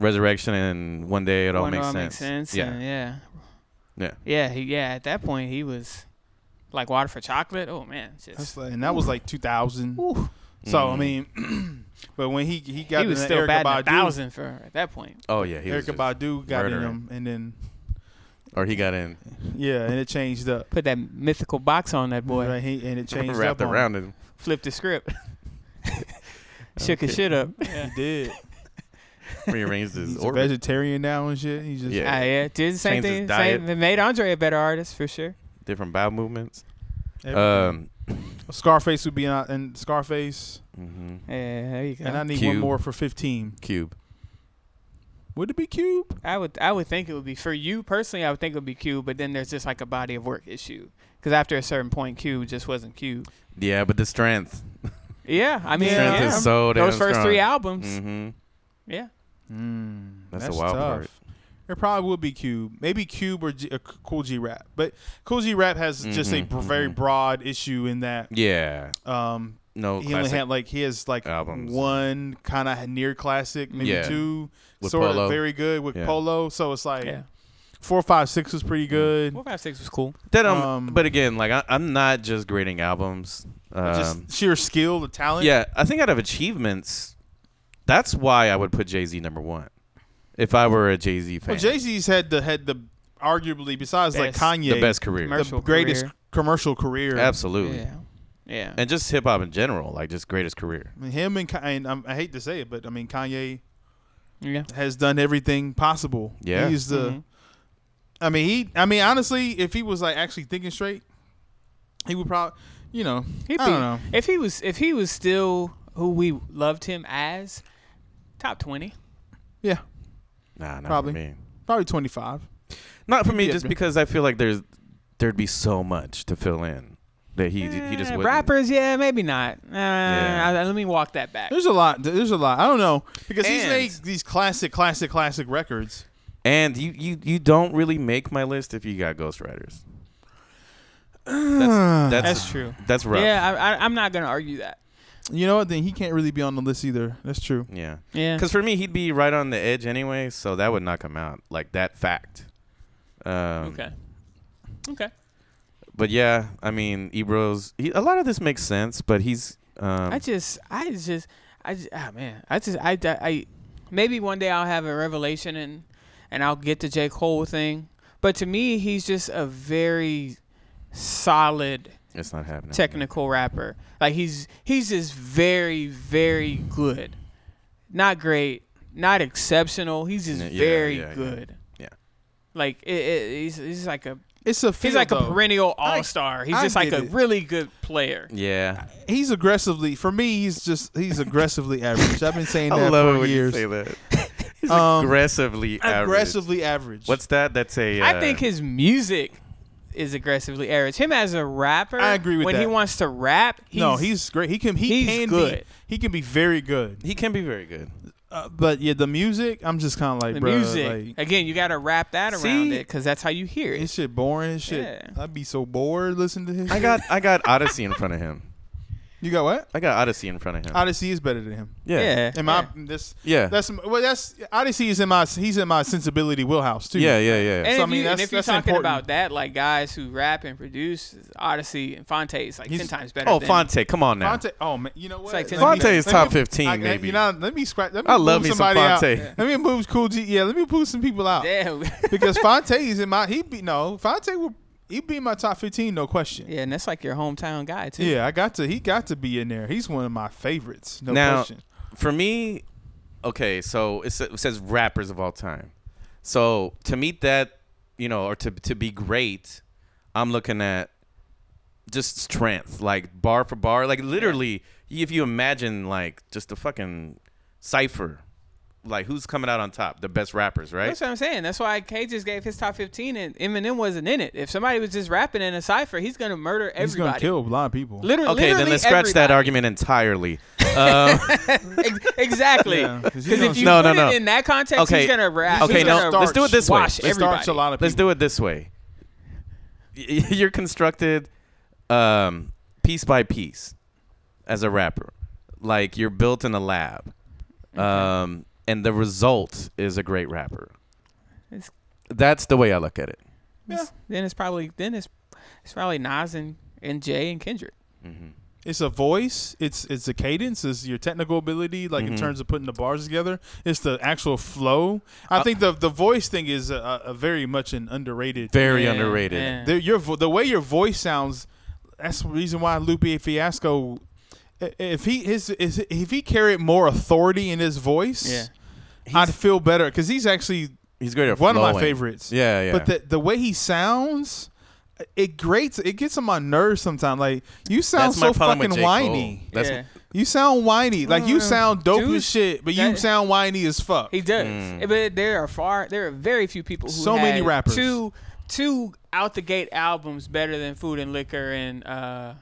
[SPEAKER 4] Resurrection and one day it all
[SPEAKER 6] When
[SPEAKER 4] makes
[SPEAKER 6] It All
[SPEAKER 4] sense.
[SPEAKER 6] Makes Sense.
[SPEAKER 4] Yeah,
[SPEAKER 6] and yeah.
[SPEAKER 4] yeah.
[SPEAKER 6] Yeah. He, yeah. At that point he was. Like water for chocolate. Oh man. Just.
[SPEAKER 5] That's like- and that was like two thousand.
[SPEAKER 6] Oof.
[SPEAKER 5] So
[SPEAKER 4] Mm.
[SPEAKER 5] I mean, but when he he got
[SPEAKER 6] he was
[SPEAKER 5] in the
[SPEAKER 6] still
[SPEAKER 5] Erykah
[SPEAKER 6] batting a
[SPEAKER 5] Badu,
[SPEAKER 6] thousand for at that point.
[SPEAKER 4] Oh yeah, he was
[SPEAKER 5] Erica
[SPEAKER 4] just-
[SPEAKER 5] Badu got in
[SPEAKER 4] murdering.
[SPEAKER 5] him, and then
[SPEAKER 4] or he got in
[SPEAKER 5] yeah, and it changed up.
[SPEAKER 6] Put that mythical box on that boy.
[SPEAKER 5] Right, he, and it changed
[SPEAKER 4] wrapped
[SPEAKER 5] up on
[SPEAKER 4] around him.
[SPEAKER 6] Flipped the script. Shook his shit up.
[SPEAKER 5] Him. He did.
[SPEAKER 4] Rearranged his
[SPEAKER 5] He's a
[SPEAKER 4] orbit.
[SPEAKER 5] vegetarian now and shit. He's just
[SPEAKER 4] Yeah.
[SPEAKER 6] Ah, yeah, did the same
[SPEAKER 4] Changed his
[SPEAKER 6] thing.
[SPEAKER 4] diet.
[SPEAKER 6] Same, they made Andre a better artist for sure.
[SPEAKER 4] different bowel movements.
[SPEAKER 5] everything.
[SPEAKER 4] Um,
[SPEAKER 5] Scarface would be in, in Scarface,
[SPEAKER 4] mhm.
[SPEAKER 6] Yeah, there you go.
[SPEAKER 5] and I need one
[SPEAKER 4] Cube.
[SPEAKER 5] more for fifteen.
[SPEAKER 4] Cube.
[SPEAKER 5] Would it be Cube?
[SPEAKER 6] I would, I would think it would be for you personally. I would think it would be Cube, but then there's just like a body of work issue because after a certain point, Cube just wasn't Cube.
[SPEAKER 4] Yeah, but the strength.
[SPEAKER 6] Yeah, I mean,
[SPEAKER 5] Strength
[SPEAKER 6] yeah,
[SPEAKER 5] is
[SPEAKER 4] so damn
[SPEAKER 6] those first
[SPEAKER 4] strong.
[SPEAKER 6] three albums.
[SPEAKER 4] Mm-hmm.
[SPEAKER 6] Yeah,
[SPEAKER 4] That's, the wild part.
[SPEAKER 5] It probably would be Cube. Maybe Cube or G, uh, Cool G Rap,
[SPEAKER 4] Mm-hmm.
[SPEAKER 5] but Cool G Rap has just a br- very broad issue in that
[SPEAKER 4] Yeah,
[SPEAKER 5] um,
[SPEAKER 4] no Mm-hmm.
[SPEAKER 5] he only
[SPEAKER 4] Oh, classic.
[SPEAKER 5] had like he has like
[SPEAKER 4] albums.
[SPEAKER 5] one kind of near classic, maybe
[SPEAKER 4] Yeah.
[SPEAKER 5] two,
[SPEAKER 4] With
[SPEAKER 5] sort
[SPEAKER 4] Polo.
[SPEAKER 5] of very good with
[SPEAKER 4] Yeah. Mm-hmm.
[SPEAKER 5] Polo. So it's like
[SPEAKER 6] Yeah.
[SPEAKER 5] four, five, six was pretty good.
[SPEAKER 6] Four five six was cool.
[SPEAKER 4] that um,
[SPEAKER 5] um,
[SPEAKER 4] but again, like I, I'm not just grading albums. Um,
[SPEAKER 5] Just sheer skill, the talent.
[SPEAKER 4] yeah, I think out of achievements, that's why I would put Jay Z number one. If I were a Jay Z fan,
[SPEAKER 5] Well, Jay Z's had the had the arguably besides
[SPEAKER 6] Best.
[SPEAKER 5] like Kanye
[SPEAKER 4] the best career,
[SPEAKER 5] the
[SPEAKER 6] Commercial
[SPEAKER 5] greatest
[SPEAKER 6] career.
[SPEAKER 5] commercial career.
[SPEAKER 4] absolutely,
[SPEAKER 6] Yeah. Yeah.
[SPEAKER 4] and just hip hop in general, like just greatest career.
[SPEAKER 5] I mean, him and, Ka- and um, I hate to say it, but I mean Kanye
[SPEAKER 6] yeah.
[SPEAKER 5] has done everything possible.
[SPEAKER 4] Yeah.
[SPEAKER 5] he's the.
[SPEAKER 6] Mhm.
[SPEAKER 5] I mean, he. I mean, honestly, if he was like actually thinking straight, he would probably, you know,
[SPEAKER 6] He'd
[SPEAKER 5] I
[SPEAKER 6] be-
[SPEAKER 5] don't know.
[SPEAKER 6] If he was if he was still who we loved him as, top twenty.
[SPEAKER 5] Yeah,
[SPEAKER 4] Nah, not
[SPEAKER 5] Probably.
[SPEAKER 4] for me.
[SPEAKER 5] probably twenty five.
[SPEAKER 4] Not for me,
[SPEAKER 5] Yeah,
[SPEAKER 4] just
[SPEAKER 5] but-
[SPEAKER 4] because I feel like there's there'd be so much to fill in that he he just
[SPEAKER 6] Eh,
[SPEAKER 4] wouldn't.
[SPEAKER 6] rappers, yeah, maybe not. Uh, I- let me walk that back.
[SPEAKER 5] There's a lot. There's a lot. I don't know because
[SPEAKER 4] And-
[SPEAKER 5] he's made these classic, classic, classic records.
[SPEAKER 4] And you, you you don't really make my list if you got ghostwriters.
[SPEAKER 5] Ah.
[SPEAKER 4] That's, that's,
[SPEAKER 6] That's true.
[SPEAKER 4] That's rough. Yeah.
[SPEAKER 6] Yeah, I, I, I'm not gonna argue that.
[SPEAKER 5] You know what? Then he can't really be on the list either. That's true.
[SPEAKER 4] Yeah.
[SPEAKER 6] Yeah,
[SPEAKER 4] Because for me, he'd be right on the edge anyway, so that would knock him out. Like that fact. Um,
[SPEAKER 6] okay, okay.
[SPEAKER 4] But yeah, I mean, Ebro's. He, a lot of this makes sense, but he's. Um,
[SPEAKER 6] I just, I just, I just, ah man, I just, I, I, I- maybe one day I'll have a revelation and and I'll get the J Cole thing. But to me, he's just a very solid
[SPEAKER 4] it's not happening.
[SPEAKER 6] technical rapper. Like he's he's just very very good, not great, not exceptional. He's just
[SPEAKER 4] Yeah, yeah,
[SPEAKER 6] very
[SPEAKER 4] yeah, yeah.
[SPEAKER 6] good.
[SPEAKER 4] Yeah.
[SPEAKER 6] Like it, it, he's, he's like a
[SPEAKER 5] It's a.
[SPEAKER 6] he's
[SPEAKER 5] feel,
[SPEAKER 6] like a
[SPEAKER 5] though.
[SPEAKER 6] perennial all star. He's
[SPEAKER 5] I
[SPEAKER 6] just like
[SPEAKER 5] get
[SPEAKER 6] a
[SPEAKER 5] it.
[SPEAKER 6] really good player.
[SPEAKER 4] Yeah.
[SPEAKER 5] He's aggressively. For me, he's just he's aggressively average. I've been saying
[SPEAKER 4] I
[SPEAKER 5] that
[SPEAKER 4] love it
[SPEAKER 5] for
[SPEAKER 4] when
[SPEAKER 5] years.
[SPEAKER 4] you say that. he's
[SPEAKER 5] Um,
[SPEAKER 4] aggressively average.
[SPEAKER 5] aggressively average.
[SPEAKER 4] What's that? That's a.
[SPEAKER 6] I
[SPEAKER 4] uh,
[SPEAKER 6] think his music is aggressively average. Him as a rapper,
[SPEAKER 5] I agree with
[SPEAKER 6] when he
[SPEAKER 5] that.
[SPEAKER 6] wants to rap. He's,
[SPEAKER 5] no? He's great. He can he
[SPEAKER 6] he's
[SPEAKER 5] can
[SPEAKER 6] good.
[SPEAKER 5] be he can be very good.
[SPEAKER 4] he can be very good.
[SPEAKER 5] Uh, but yeah, the music, I'm just kind of like
[SPEAKER 6] the
[SPEAKER 5] bruh,
[SPEAKER 6] music
[SPEAKER 5] Like,
[SPEAKER 6] again. You got to wrap that around
[SPEAKER 4] See?
[SPEAKER 6] it because that's how you hear it.
[SPEAKER 5] this shit boring. This shit.
[SPEAKER 6] Yeah.
[SPEAKER 5] I'd be so bored listening to him.
[SPEAKER 4] I got I got Odyssey in front of him.
[SPEAKER 5] you got what?
[SPEAKER 4] I got Odyssey in front of him.
[SPEAKER 5] Odyssey is better than him.
[SPEAKER 4] yeah.
[SPEAKER 6] yeah.
[SPEAKER 5] In my this
[SPEAKER 4] Yeah.
[SPEAKER 5] that's well that's Odyssey is in my he's in my sensibility wheelhouse too.
[SPEAKER 4] Yeah, yeah, yeah.
[SPEAKER 6] And
[SPEAKER 5] So, I
[SPEAKER 6] if,
[SPEAKER 5] mean,
[SPEAKER 6] you, and
[SPEAKER 5] that's-
[SPEAKER 6] if you're
[SPEAKER 5] that's
[SPEAKER 6] talking
[SPEAKER 5] important.
[SPEAKER 6] about that, like guys who rap and produce, Odyssey and Fonte is like
[SPEAKER 5] He's-
[SPEAKER 6] ten times better.
[SPEAKER 4] oh,
[SPEAKER 6] than,
[SPEAKER 4] Fonte, come on now.
[SPEAKER 5] Fonte, oh man, you know what?
[SPEAKER 6] like ten
[SPEAKER 5] Let
[SPEAKER 4] Fonte
[SPEAKER 5] me-
[SPEAKER 4] is
[SPEAKER 5] let
[SPEAKER 4] top
[SPEAKER 5] me-
[SPEAKER 4] 15,
[SPEAKER 5] I- let-
[SPEAKER 4] maybe.
[SPEAKER 5] You know, let me scratch. Let me
[SPEAKER 4] I love
[SPEAKER 5] move
[SPEAKER 4] me some
[SPEAKER 5] somebody out.
[SPEAKER 4] Fonte.
[SPEAKER 5] Let me move cool. G, yeah, let me move some people out.
[SPEAKER 6] Damn.
[SPEAKER 5] because Fonte is in my he be no Fonte would he be in my top fifteen no question.
[SPEAKER 6] yeah, and that's like your hometown guy too.
[SPEAKER 5] Yeah, I got to he got to be in there. He's one of my favorites no
[SPEAKER 4] now,
[SPEAKER 5] question.
[SPEAKER 4] for me, okay, so it, sa- it says rappers of all time. So to meet that, you know, or to to be great, I'm looking at just strength, like bar for bar, like literally. If you imagine like just a fucking cipher, like who's coming out on top? The best rappers, right?
[SPEAKER 6] That's what I'm saying. That's why K just gave his top 15 and Eminem wasn't in it. If somebody was just rapping in a cipher, he's gonna murder everybody.
[SPEAKER 5] He's gonna kill a lot of people.
[SPEAKER 6] Literally,
[SPEAKER 4] Okay, then
[SPEAKER 6] literally
[SPEAKER 4] let's scratch that
[SPEAKER 6] everybody.
[SPEAKER 4] argument entirely. Um,
[SPEAKER 6] Ex- exactly.
[SPEAKER 5] Yeah, 'cause
[SPEAKER 6] Because
[SPEAKER 5] he's
[SPEAKER 6] if
[SPEAKER 5] gonna
[SPEAKER 6] you
[SPEAKER 4] No,
[SPEAKER 6] put
[SPEAKER 4] no, no.
[SPEAKER 6] it in that context,
[SPEAKER 4] Okay.
[SPEAKER 6] he's gonna rap.
[SPEAKER 4] Okay,
[SPEAKER 6] he's
[SPEAKER 4] no,
[SPEAKER 6] gonna
[SPEAKER 4] let's do it this way.
[SPEAKER 6] wash
[SPEAKER 4] Let's
[SPEAKER 6] everybody.
[SPEAKER 5] Starts a lot of people.
[SPEAKER 4] Let's do it this way. Y- You're constructed um, piece by piece as a rapper. Like you're built in a lab. Um, and the result is a great rapper.
[SPEAKER 6] It's-
[SPEAKER 4] That's the way I look at it.
[SPEAKER 6] Then it's probably then it's it's probably Nas and, and Jay and Kendrick.
[SPEAKER 5] It's a voice. It's it's a cadence. It's your technical ability, like
[SPEAKER 4] Mm-hmm.
[SPEAKER 5] in terms of putting the bars together. It's the actual flow.
[SPEAKER 4] Uh,
[SPEAKER 5] I think the the voice thing is a, a very much an underrated.
[SPEAKER 4] Very
[SPEAKER 6] Yeah,
[SPEAKER 4] underrated.
[SPEAKER 6] yeah.
[SPEAKER 5] The, your vo- the way your voice sounds. That's the reason why Lupe Fiasco. i- If he his, is if he carried more authority in his voice,
[SPEAKER 6] Yeah.
[SPEAKER 5] I'd feel better because he's actually
[SPEAKER 4] He's great at
[SPEAKER 5] one of my
[SPEAKER 4] flowing.
[SPEAKER 5] favorites.
[SPEAKER 4] Yeah, yeah.
[SPEAKER 5] But the the way he sounds, it grates. It gets on my nerves sometimes. Like you sound
[SPEAKER 4] That's my
[SPEAKER 5] so
[SPEAKER 4] problem with
[SPEAKER 5] fucking
[SPEAKER 4] J. Cole.
[SPEAKER 5] whiny.
[SPEAKER 4] That's
[SPEAKER 6] Yeah.
[SPEAKER 5] You sound whiny. Like you sound dope
[SPEAKER 6] Dude,
[SPEAKER 5] as shit, but you
[SPEAKER 6] Mm-hmm. that-
[SPEAKER 5] sound whiny as fuck.
[SPEAKER 6] He does, but there are far, there are very few people who
[SPEAKER 5] So many
[SPEAKER 6] had
[SPEAKER 5] rappers.
[SPEAKER 6] Two, two out the gate albums better than Food and Liquor and uh,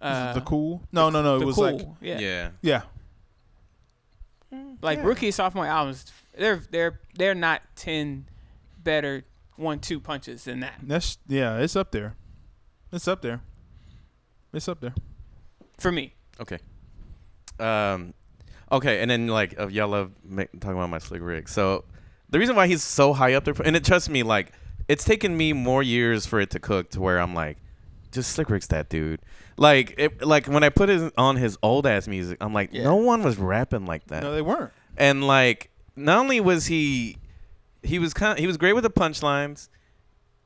[SPEAKER 6] uh,
[SPEAKER 5] the cool? No, no, no. It
[SPEAKER 6] The
[SPEAKER 5] was
[SPEAKER 6] Cool.
[SPEAKER 5] like
[SPEAKER 6] yeah.
[SPEAKER 4] yeah.
[SPEAKER 5] yeah.
[SPEAKER 6] like rookie sophomore albums. They're they're they're not ten better one two punches than that.
[SPEAKER 5] That's yeah. It's up there. It's up there. It's up there.
[SPEAKER 6] for me.
[SPEAKER 4] Okay. Um, okay, and then like of y'all love ma- talking about my slick Rick. So the reason why he's so high up there, and it trust me, like it's taken me more years for it to cook to where I'm like, just slick Rick's that dude. Like it, like when I put it on his old ass music, I'm like, no one was rapping like that.
[SPEAKER 5] No, they weren't.
[SPEAKER 4] and like not only was he he was kind he was great with the punchlines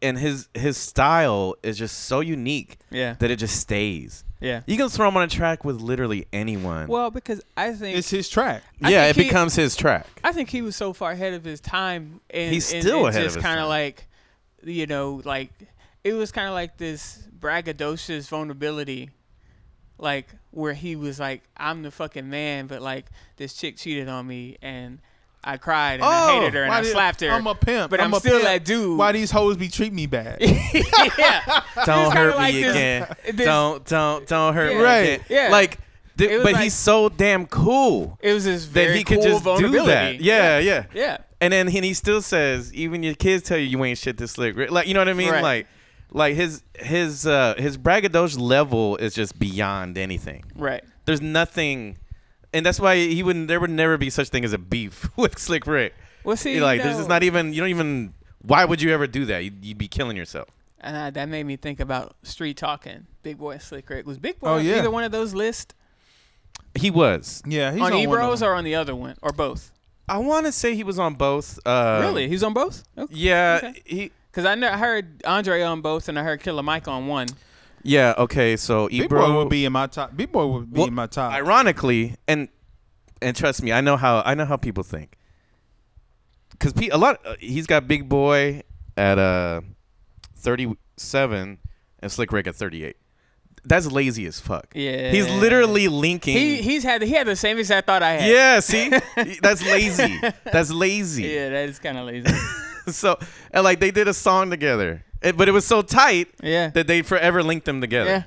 [SPEAKER 4] and his his style is just so unique
[SPEAKER 6] Yeah.
[SPEAKER 4] that it just stays
[SPEAKER 6] Yeah.
[SPEAKER 4] you can throw him on a track with literally anyone
[SPEAKER 6] Well, because I think
[SPEAKER 5] It's his track.
[SPEAKER 6] I
[SPEAKER 4] yeah it
[SPEAKER 6] think he-
[SPEAKER 4] becomes his track
[SPEAKER 6] I think he was so far ahead of his time, and
[SPEAKER 4] He's
[SPEAKER 6] and
[SPEAKER 4] still
[SPEAKER 6] it
[SPEAKER 4] ahead of
[SPEAKER 6] just
[SPEAKER 4] his
[SPEAKER 6] kind
[SPEAKER 4] time.
[SPEAKER 6] of like, you know, like it was kind of like this braggadocious vulnerability, like where he was like, "I'm the fucking man," but like this chick cheated on me, and I cried and I hated her and
[SPEAKER 5] Oh, Why
[SPEAKER 6] I
[SPEAKER 5] did-
[SPEAKER 6] slapped her.
[SPEAKER 5] I'm a pimp.
[SPEAKER 6] but I'm,
[SPEAKER 5] a
[SPEAKER 6] still
[SPEAKER 5] pimp.
[SPEAKER 6] that dude.
[SPEAKER 5] Why these hoes be treating me bad?
[SPEAKER 6] yeah, kinda
[SPEAKER 4] don't hurt me
[SPEAKER 6] like this-
[SPEAKER 4] again
[SPEAKER 6] this-
[SPEAKER 4] don't don't don't hurt me
[SPEAKER 5] Right.
[SPEAKER 4] again
[SPEAKER 6] Yeah.
[SPEAKER 4] like th-
[SPEAKER 6] It was
[SPEAKER 4] but
[SPEAKER 6] like-
[SPEAKER 4] he's so damn cool
[SPEAKER 6] it was this
[SPEAKER 4] that
[SPEAKER 6] very
[SPEAKER 4] he could
[SPEAKER 6] cool
[SPEAKER 4] just do
[SPEAKER 6] vulnerability.
[SPEAKER 4] that yeah yeah
[SPEAKER 6] yeah,
[SPEAKER 4] And then and he still says, even your kids tell you you ain't shit this slick. Rick. Like you know what I mean?
[SPEAKER 6] Right.
[SPEAKER 4] Like like his his uh his braggadocio level is just beyond anything.
[SPEAKER 6] right.
[SPEAKER 4] There's nothing and that's why he wouldn't there would never be such thing as a beef with Slick Rick.
[SPEAKER 6] Well, see,
[SPEAKER 4] like
[SPEAKER 6] no.
[SPEAKER 4] there's just not even you don't even why would you ever do that? You'd, you'd be killing yourself.
[SPEAKER 6] And I, that made me think about street talking. Big Boy and Slick Rick was Big Boy.
[SPEAKER 5] Oh,
[SPEAKER 6] on
[SPEAKER 5] yeah.
[SPEAKER 6] either one of those lists
[SPEAKER 4] He was.
[SPEAKER 5] yeah, he's
[SPEAKER 6] on
[SPEAKER 5] on,
[SPEAKER 6] Ebros or on the other one or both.
[SPEAKER 4] I want to say he was on both. Uh,
[SPEAKER 6] really, he's on both. Okay.
[SPEAKER 4] Yeah.
[SPEAKER 6] Okay.
[SPEAKER 4] He.
[SPEAKER 6] Because Um, I, know, I heard Andre on both, and I heard Killer Mike on one.
[SPEAKER 4] Yeah. Okay. So
[SPEAKER 5] Big boy would be in my top. Big boy would be
[SPEAKER 4] Well,
[SPEAKER 5] in my top.
[SPEAKER 4] Ironically, and and trust me, I know how I know how people think. Because a lot, uh, he's got Big Boy at uh, thirty-seven and Slick Rick at thirty-eight. That's lazy as fuck.
[SPEAKER 6] Yeah.
[SPEAKER 4] he's literally linking.
[SPEAKER 5] Mm.
[SPEAKER 6] He he's had he had the same exact thought I had.
[SPEAKER 4] yeah, see, that's lazy. That's lazy.
[SPEAKER 6] Yeah, that is kind of lazy.
[SPEAKER 4] So and like they did a song together, It- but it was so tight
[SPEAKER 6] Yeah.
[SPEAKER 4] that they forever linked them together.
[SPEAKER 6] yeah.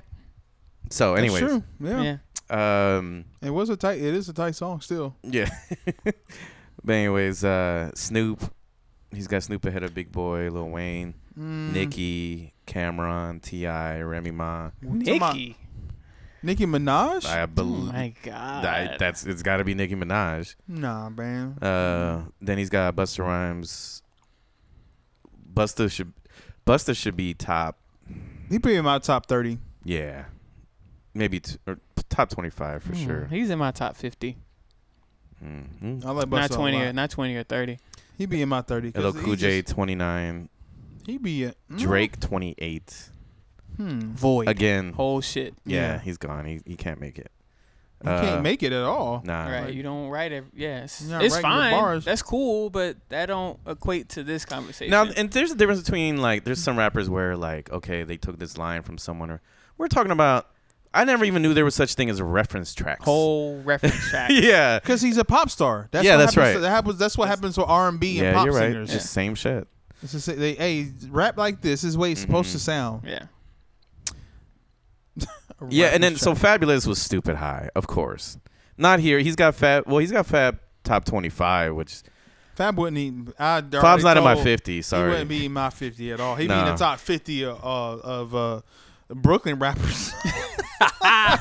[SPEAKER 4] So,
[SPEAKER 5] That's
[SPEAKER 4] anyways,
[SPEAKER 5] true. Yeah.
[SPEAKER 6] Yeah.
[SPEAKER 4] um.
[SPEAKER 5] it was a tight. It is a tight song still.
[SPEAKER 4] Yeah. but anyways, uh, Snoop, he's got Snoop ahead of Big Boy, Lil Wayne,
[SPEAKER 5] Mm.
[SPEAKER 4] Nicki, Cameron, Ti, Remy Ma.
[SPEAKER 5] Talking about
[SPEAKER 6] Nicki.
[SPEAKER 5] Nicki Minaj.
[SPEAKER 4] I believe
[SPEAKER 6] My God.
[SPEAKER 4] that's it's got to be Nicki Minaj.
[SPEAKER 5] nah, man. Mm-hmm.
[SPEAKER 4] Uh, then he's got Busta Rhymes. Busta should Busta should be top.
[SPEAKER 5] He be in my top thirty.
[SPEAKER 4] Yeah, maybe t- or top twenty five for
[SPEAKER 5] Mm,
[SPEAKER 4] sure.
[SPEAKER 6] Mm, He's in my top fifty.
[SPEAKER 4] Mm-hmm.
[SPEAKER 5] I like Busta
[SPEAKER 6] Not twenty.
[SPEAKER 5] A
[SPEAKER 6] Or,
[SPEAKER 5] lot.
[SPEAKER 6] not twenty or thirty.
[SPEAKER 5] He be in my thirty. 'cause
[SPEAKER 4] Hello,
[SPEAKER 5] he
[SPEAKER 4] Cool J
[SPEAKER 5] just-
[SPEAKER 4] twenty nine,
[SPEAKER 5] He be a mm,
[SPEAKER 4] Drake twenty eight.
[SPEAKER 5] Hmm.
[SPEAKER 6] Void.
[SPEAKER 4] Again,
[SPEAKER 6] Whole shit.
[SPEAKER 4] yeah,
[SPEAKER 5] yeah.
[SPEAKER 4] he's gone. He he can't make it.
[SPEAKER 5] You
[SPEAKER 4] Uh,
[SPEAKER 5] can't make it at all.
[SPEAKER 4] Nah.
[SPEAKER 6] Right. you don't write it. Yes.
[SPEAKER 5] You're not
[SPEAKER 6] it's
[SPEAKER 5] writing your
[SPEAKER 6] fine.
[SPEAKER 5] bars.
[SPEAKER 6] That's cool, but that don't equate to this conversation.
[SPEAKER 4] Now, and there's a difference between like there's some rappers where like okay they took this line from someone or we're talking about I never even knew there was such thing as reference tracks.
[SPEAKER 6] whole reference track.
[SPEAKER 4] yeah.
[SPEAKER 5] Because he's a pop star. That's
[SPEAKER 4] Yeah,
[SPEAKER 5] what
[SPEAKER 4] that's
[SPEAKER 5] happens
[SPEAKER 4] right.
[SPEAKER 5] that happens. That's what happens with R and B and
[SPEAKER 4] Yeah,
[SPEAKER 5] pop
[SPEAKER 4] you're right.
[SPEAKER 5] singers.
[SPEAKER 4] It's just same shit.
[SPEAKER 5] It's just that they hey rap like this is the way it's supposed to sound.
[SPEAKER 6] Yeah.
[SPEAKER 5] A
[SPEAKER 4] Yeah,
[SPEAKER 5] rap
[SPEAKER 4] and then
[SPEAKER 5] is
[SPEAKER 4] so
[SPEAKER 5] trash.
[SPEAKER 4] Fabulous was stupid high, of course. Not here. He's got Fab. Well, he's got Fab top 25, which
[SPEAKER 5] Fab wouldn't even. I already
[SPEAKER 4] Fab's not in my
[SPEAKER 5] told-
[SPEAKER 4] 50.
[SPEAKER 5] He
[SPEAKER 4] Sorry.
[SPEAKER 5] wouldn't be in my fifty at all. He'd be in
[SPEAKER 4] Nah.
[SPEAKER 5] the top fifty of, uh, of uh, Brooklyn rappers.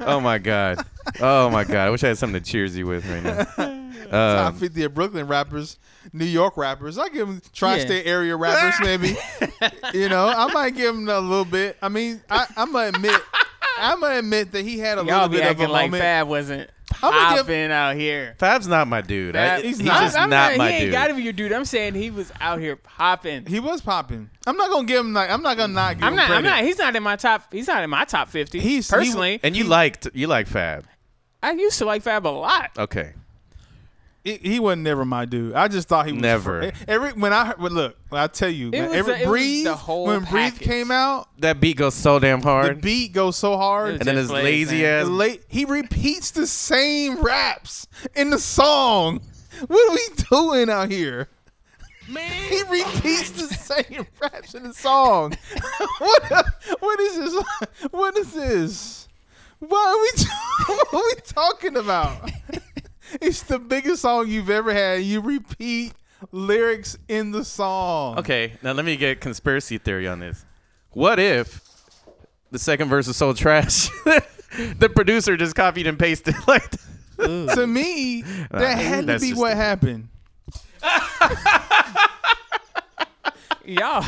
[SPEAKER 4] oh my god. Oh my god. I wish I had something to cheers you with right now.
[SPEAKER 5] top
[SPEAKER 4] Um,
[SPEAKER 5] fifty of Brooklyn rappers, New York rappers. I give him tri-state area rappers maybe. you know, I might give him a little bit. I mean, I, I'm gonna admit, I'm gonna admit that he had a
[SPEAKER 6] Y'all
[SPEAKER 5] little
[SPEAKER 6] be
[SPEAKER 5] bit of a
[SPEAKER 6] acting like
[SPEAKER 5] moment.
[SPEAKER 6] Fab wasn't
[SPEAKER 5] I'ma give-
[SPEAKER 6] popping out here.
[SPEAKER 4] Fab's not my dude. I-
[SPEAKER 6] Fab-
[SPEAKER 4] he's
[SPEAKER 5] not.
[SPEAKER 4] just
[SPEAKER 6] I'm
[SPEAKER 4] not, my
[SPEAKER 6] he
[SPEAKER 4] dude.
[SPEAKER 6] ain't gotta be your dude. I'm saying he was out here popping.
[SPEAKER 5] He was popping. I'm not gonna give him like I'm not gonna
[SPEAKER 4] Mm.
[SPEAKER 5] not give
[SPEAKER 6] I'm
[SPEAKER 5] him
[SPEAKER 6] not. I'm
[SPEAKER 5] credit.
[SPEAKER 6] not. He's not in my top. He's not in my top fifty.
[SPEAKER 5] He's- he-
[SPEAKER 6] personally.
[SPEAKER 4] and you liked you like Fab.
[SPEAKER 6] I used to like Fab a lot.
[SPEAKER 4] Okay.
[SPEAKER 5] He, he was never my dude. I just thought he was e,
[SPEAKER 4] Never.
[SPEAKER 5] Every when I heard- well, look, when I tell you, man,
[SPEAKER 6] was
[SPEAKER 5] every
[SPEAKER 6] the- it was
[SPEAKER 5] breathe
[SPEAKER 6] the whole
[SPEAKER 5] when breathe
[SPEAKER 6] package.
[SPEAKER 5] came out,
[SPEAKER 4] That beat goes so damn
[SPEAKER 5] the
[SPEAKER 4] hard.
[SPEAKER 5] beat goes so hard.
[SPEAKER 4] and then his
[SPEAKER 6] Just plays,
[SPEAKER 4] lazy
[SPEAKER 6] man.
[SPEAKER 4] ass.
[SPEAKER 5] And late, he repeats the same raps in the song. What are we doing out here? He repeats the same raps in the song. what? What is this? What is this? What are we? what are we talking about? it's the biggest song you've ever had. You repeat lyrics in the song.
[SPEAKER 4] Okay, now let me get conspiracy theory on this. What if the second verse is so trash the producer just copied and pasted like that.
[SPEAKER 5] to me, that had to
[SPEAKER 4] that's
[SPEAKER 5] be
[SPEAKER 4] just
[SPEAKER 5] what
[SPEAKER 4] stupid.
[SPEAKER 5] happened.
[SPEAKER 6] y'all,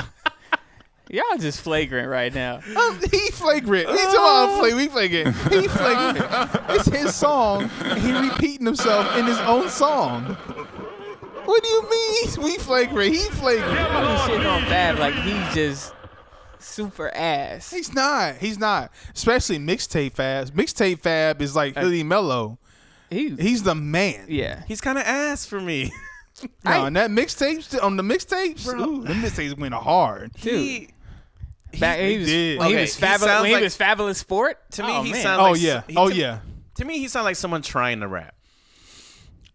[SPEAKER 6] y'all just flagrant right now.
[SPEAKER 5] Um, he flagrant. He's
[SPEAKER 4] Oh.
[SPEAKER 5] all flagrant. We flagrant. He flagrant. it's his song. And he repeating himself in his own song. What do you mean? We flagrant. He flagrant.
[SPEAKER 6] I'm just shitting on Fab like he just super ass.
[SPEAKER 5] He's not. He's not. Especially mixtape Fab. Mixtape Fab is like Hoodie Mello.
[SPEAKER 6] He,
[SPEAKER 5] He's the man.
[SPEAKER 6] yeah.
[SPEAKER 4] He's kind of ass for me.
[SPEAKER 5] No, and that mixtapes on the mixtapes.
[SPEAKER 4] Bro.
[SPEAKER 5] Ooh, them mixtapes went hard.
[SPEAKER 6] Dude.
[SPEAKER 4] He-
[SPEAKER 6] Back, he,
[SPEAKER 5] he
[SPEAKER 6] was,
[SPEAKER 5] did.
[SPEAKER 6] when he
[SPEAKER 4] Okay,
[SPEAKER 6] was
[SPEAKER 4] he
[SPEAKER 6] fabulous.
[SPEAKER 4] sounds
[SPEAKER 6] when he
[SPEAKER 4] like-
[SPEAKER 6] was fabulous sport.
[SPEAKER 4] to me,
[SPEAKER 6] oh,
[SPEAKER 4] he
[SPEAKER 6] man.
[SPEAKER 4] sounds
[SPEAKER 5] Oh
[SPEAKER 4] like
[SPEAKER 5] yeah.
[SPEAKER 4] he-
[SPEAKER 5] Oh
[SPEAKER 4] to-
[SPEAKER 5] yeah.
[SPEAKER 4] To me, he sounds like someone trying to rap.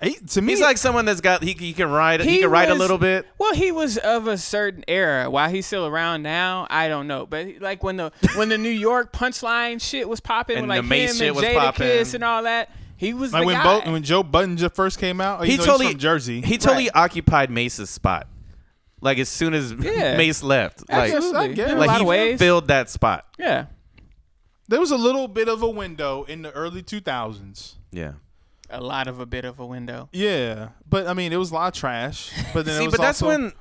[SPEAKER 5] He, to me,
[SPEAKER 4] He's like someone that's got he, he can ride he,
[SPEAKER 6] He
[SPEAKER 4] can ride a
[SPEAKER 6] was-
[SPEAKER 4] little bit.
[SPEAKER 6] Well, he was of a certain era. Why he's still around now, I don't know. But like when the when the New York punchline shit was popping,
[SPEAKER 4] And
[SPEAKER 6] with like
[SPEAKER 4] the Mace
[SPEAKER 6] him
[SPEAKER 4] shit
[SPEAKER 6] and
[SPEAKER 4] was
[SPEAKER 6] Jada
[SPEAKER 4] popping.
[SPEAKER 6] Kiss and all that, he was
[SPEAKER 5] like
[SPEAKER 6] the
[SPEAKER 5] when
[SPEAKER 6] guy.
[SPEAKER 5] Bo- when Joe Button just first came out.
[SPEAKER 4] He
[SPEAKER 5] even though
[SPEAKER 4] totally
[SPEAKER 5] he's from Jersey.
[SPEAKER 4] He totally
[SPEAKER 6] Right.
[SPEAKER 4] occupied Mace's spot. Like as soon as
[SPEAKER 6] Yeah.
[SPEAKER 4] Mace left, like
[SPEAKER 5] Absolutely. I guess.
[SPEAKER 6] in a
[SPEAKER 4] like
[SPEAKER 6] lot
[SPEAKER 4] he
[SPEAKER 6] of ways.
[SPEAKER 4] filled that spot.
[SPEAKER 6] yeah,
[SPEAKER 5] there was a little bit of a window in the early 2000s.
[SPEAKER 4] Yeah.
[SPEAKER 6] a lot of a bit of a window.
[SPEAKER 5] Yeah, but I mean, it was a lot of trash. But then it
[SPEAKER 4] See,
[SPEAKER 5] was
[SPEAKER 4] but that's
[SPEAKER 5] also-
[SPEAKER 4] when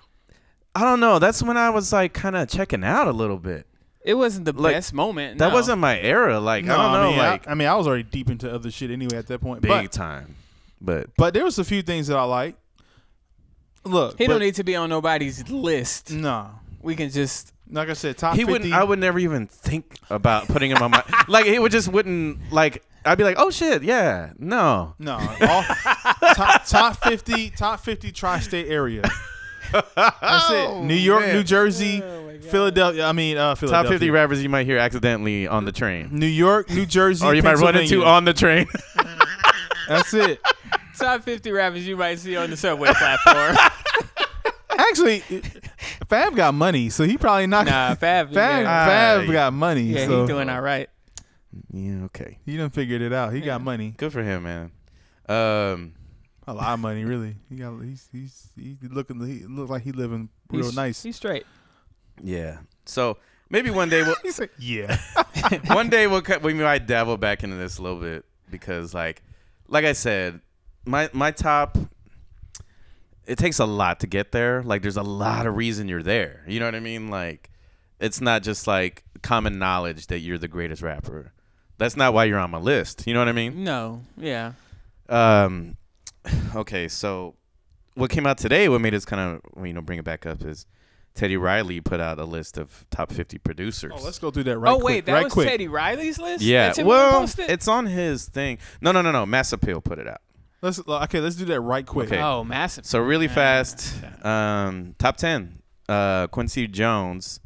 [SPEAKER 4] I don't know. That's when I was like kind of checking out a little bit.
[SPEAKER 6] It wasn't the
[SPEAKER 4] Like,
[SPEAKER 6] best moment.
[SPEAKER 4] That
[SPEAKER 6] no.
[SPEAKER 4] wasn't my era. Like
[SPEAKER 5] No,
[SPEAKER 4] I don't know,
[SPEAKER 5] mean,
[SPEAKER 4] like
[SPEAKER 5] I, mean, I was already deep into other shit anyway at that point.
[SPEAKER 4] big
[SPEAKER 5] But
[SPEAKER 4] time. But
[SPEAKER 5] but there was a few things that I liked. Look,
[SPEAKER 6] He
[SPEAKER 5] but,
[SPEAKER 6] don't need to be on nobody's list.
[SPEAKER 5] Nah,
[SPEAKER 6] We can just
[SPEAKER 5] like I said, top
[SPEAKER 4] he
[SPEAKER 5] 50.
[SPEAKER 4] wouldn't. I would never even think about putting him on my. like he would just wouldn't. Like I'd be like, oh shit, yeah, no.
[SPEAKER 5] No, all, top, top 50, top 50 tri-state area. That's it. New York,
[SPEAKER 4] Oh, man. Oh,
[SPEAKER 5] New Jersey, Philadelphia. I mean, uh,
[SPEAKER 4] Top
[SPEAKER 5] Philadelphia.
[SPEAKER 4] 50 rappers you might hear accidentally on the train,
[SPEAKER 5] New York, New Jersey,
[SPEAKER 4] or you might run into
[SPEAKER 5] Pennsylvania.
[SPEAKER 4] on the train.
[SPEAKER 5] That's it.
[SPEAKER 6] top fifty rappers you might see on the subway platform.
[SPEAKER 5] Actually, Fab got money, so he probably not.
[SPEAKER 6] nah, Fab.
[SPEAKER 5] Fab,
[SPEAKER 6] yeah,
[SPEAKER 5] Fab
[SPEAKER 4] Ah,
[SPEAKER 5] got money,
[SPEAKER 6] yeah
[SPEAKER 5] so
[SPEAKER 6] he's doing all right.
[SPEAKER 4] yeah, okay.
[SPEAKER 5] he done figured it out. He got money,
[SPEAKER 4] Good for him, man. Um,
[SPEAKER 5] a lot of money, really. He got he's he's, he's looking he look like he living real
[SPEAKER 6] He's-
[SPEAKER 5] nice.
[SPEAKER 6] He's straight.
[SPEAKER 4] yeah. So maybe one day we'll
[SPEAKER 5] He said, "Yeah,
[SPEAKER 4] one day we'll cut, we might dabble back into this a little bit because like like I said, my my top it takes a lot to get there. Like there's a lot of reason you're there. You know what I mean? Like it's not just like common knowledge that you're the greatest rapper. That's not why you're on my list. You know what I mean?
[SPEAKER 6] No. Yeah.
[SPEAKER 4] Um, okay, so what came out today? What made us kind of you know bring it back up is Teddy Riley put out a list of top 50 producers.
[SPEAKER 5] oh, let's go through that right.
[SPEAKER 6] oh wait,
[SPEAKER 5] quick,
[SPEAKER 6] that
[SPEAKER 5] right
[SPEAKER 6] was
[SPEAKER 5] quick.
[SPEAKER 6] Teddy Riley's list.
[SPEAKER 4] yeah,
[SPEAKER 6] That Timbaland
[SPEAKER 4] well,
[SPEAKER 6] posted?
[SPEAKER 4] it's on his thing. No, no, no, no. Mass Appeal put it out.
[SPEAKER 5] Let's uh, okay, let's do that right quick. Uh,
[SPEAKER 4] Okay.
[SPEAKER 6] oh massive.
[SPEAKER 4] So really
[SPEAKER 5] Ah,
[SPEAKER 4] fast, um, top 10. Uh, Quincy Jones.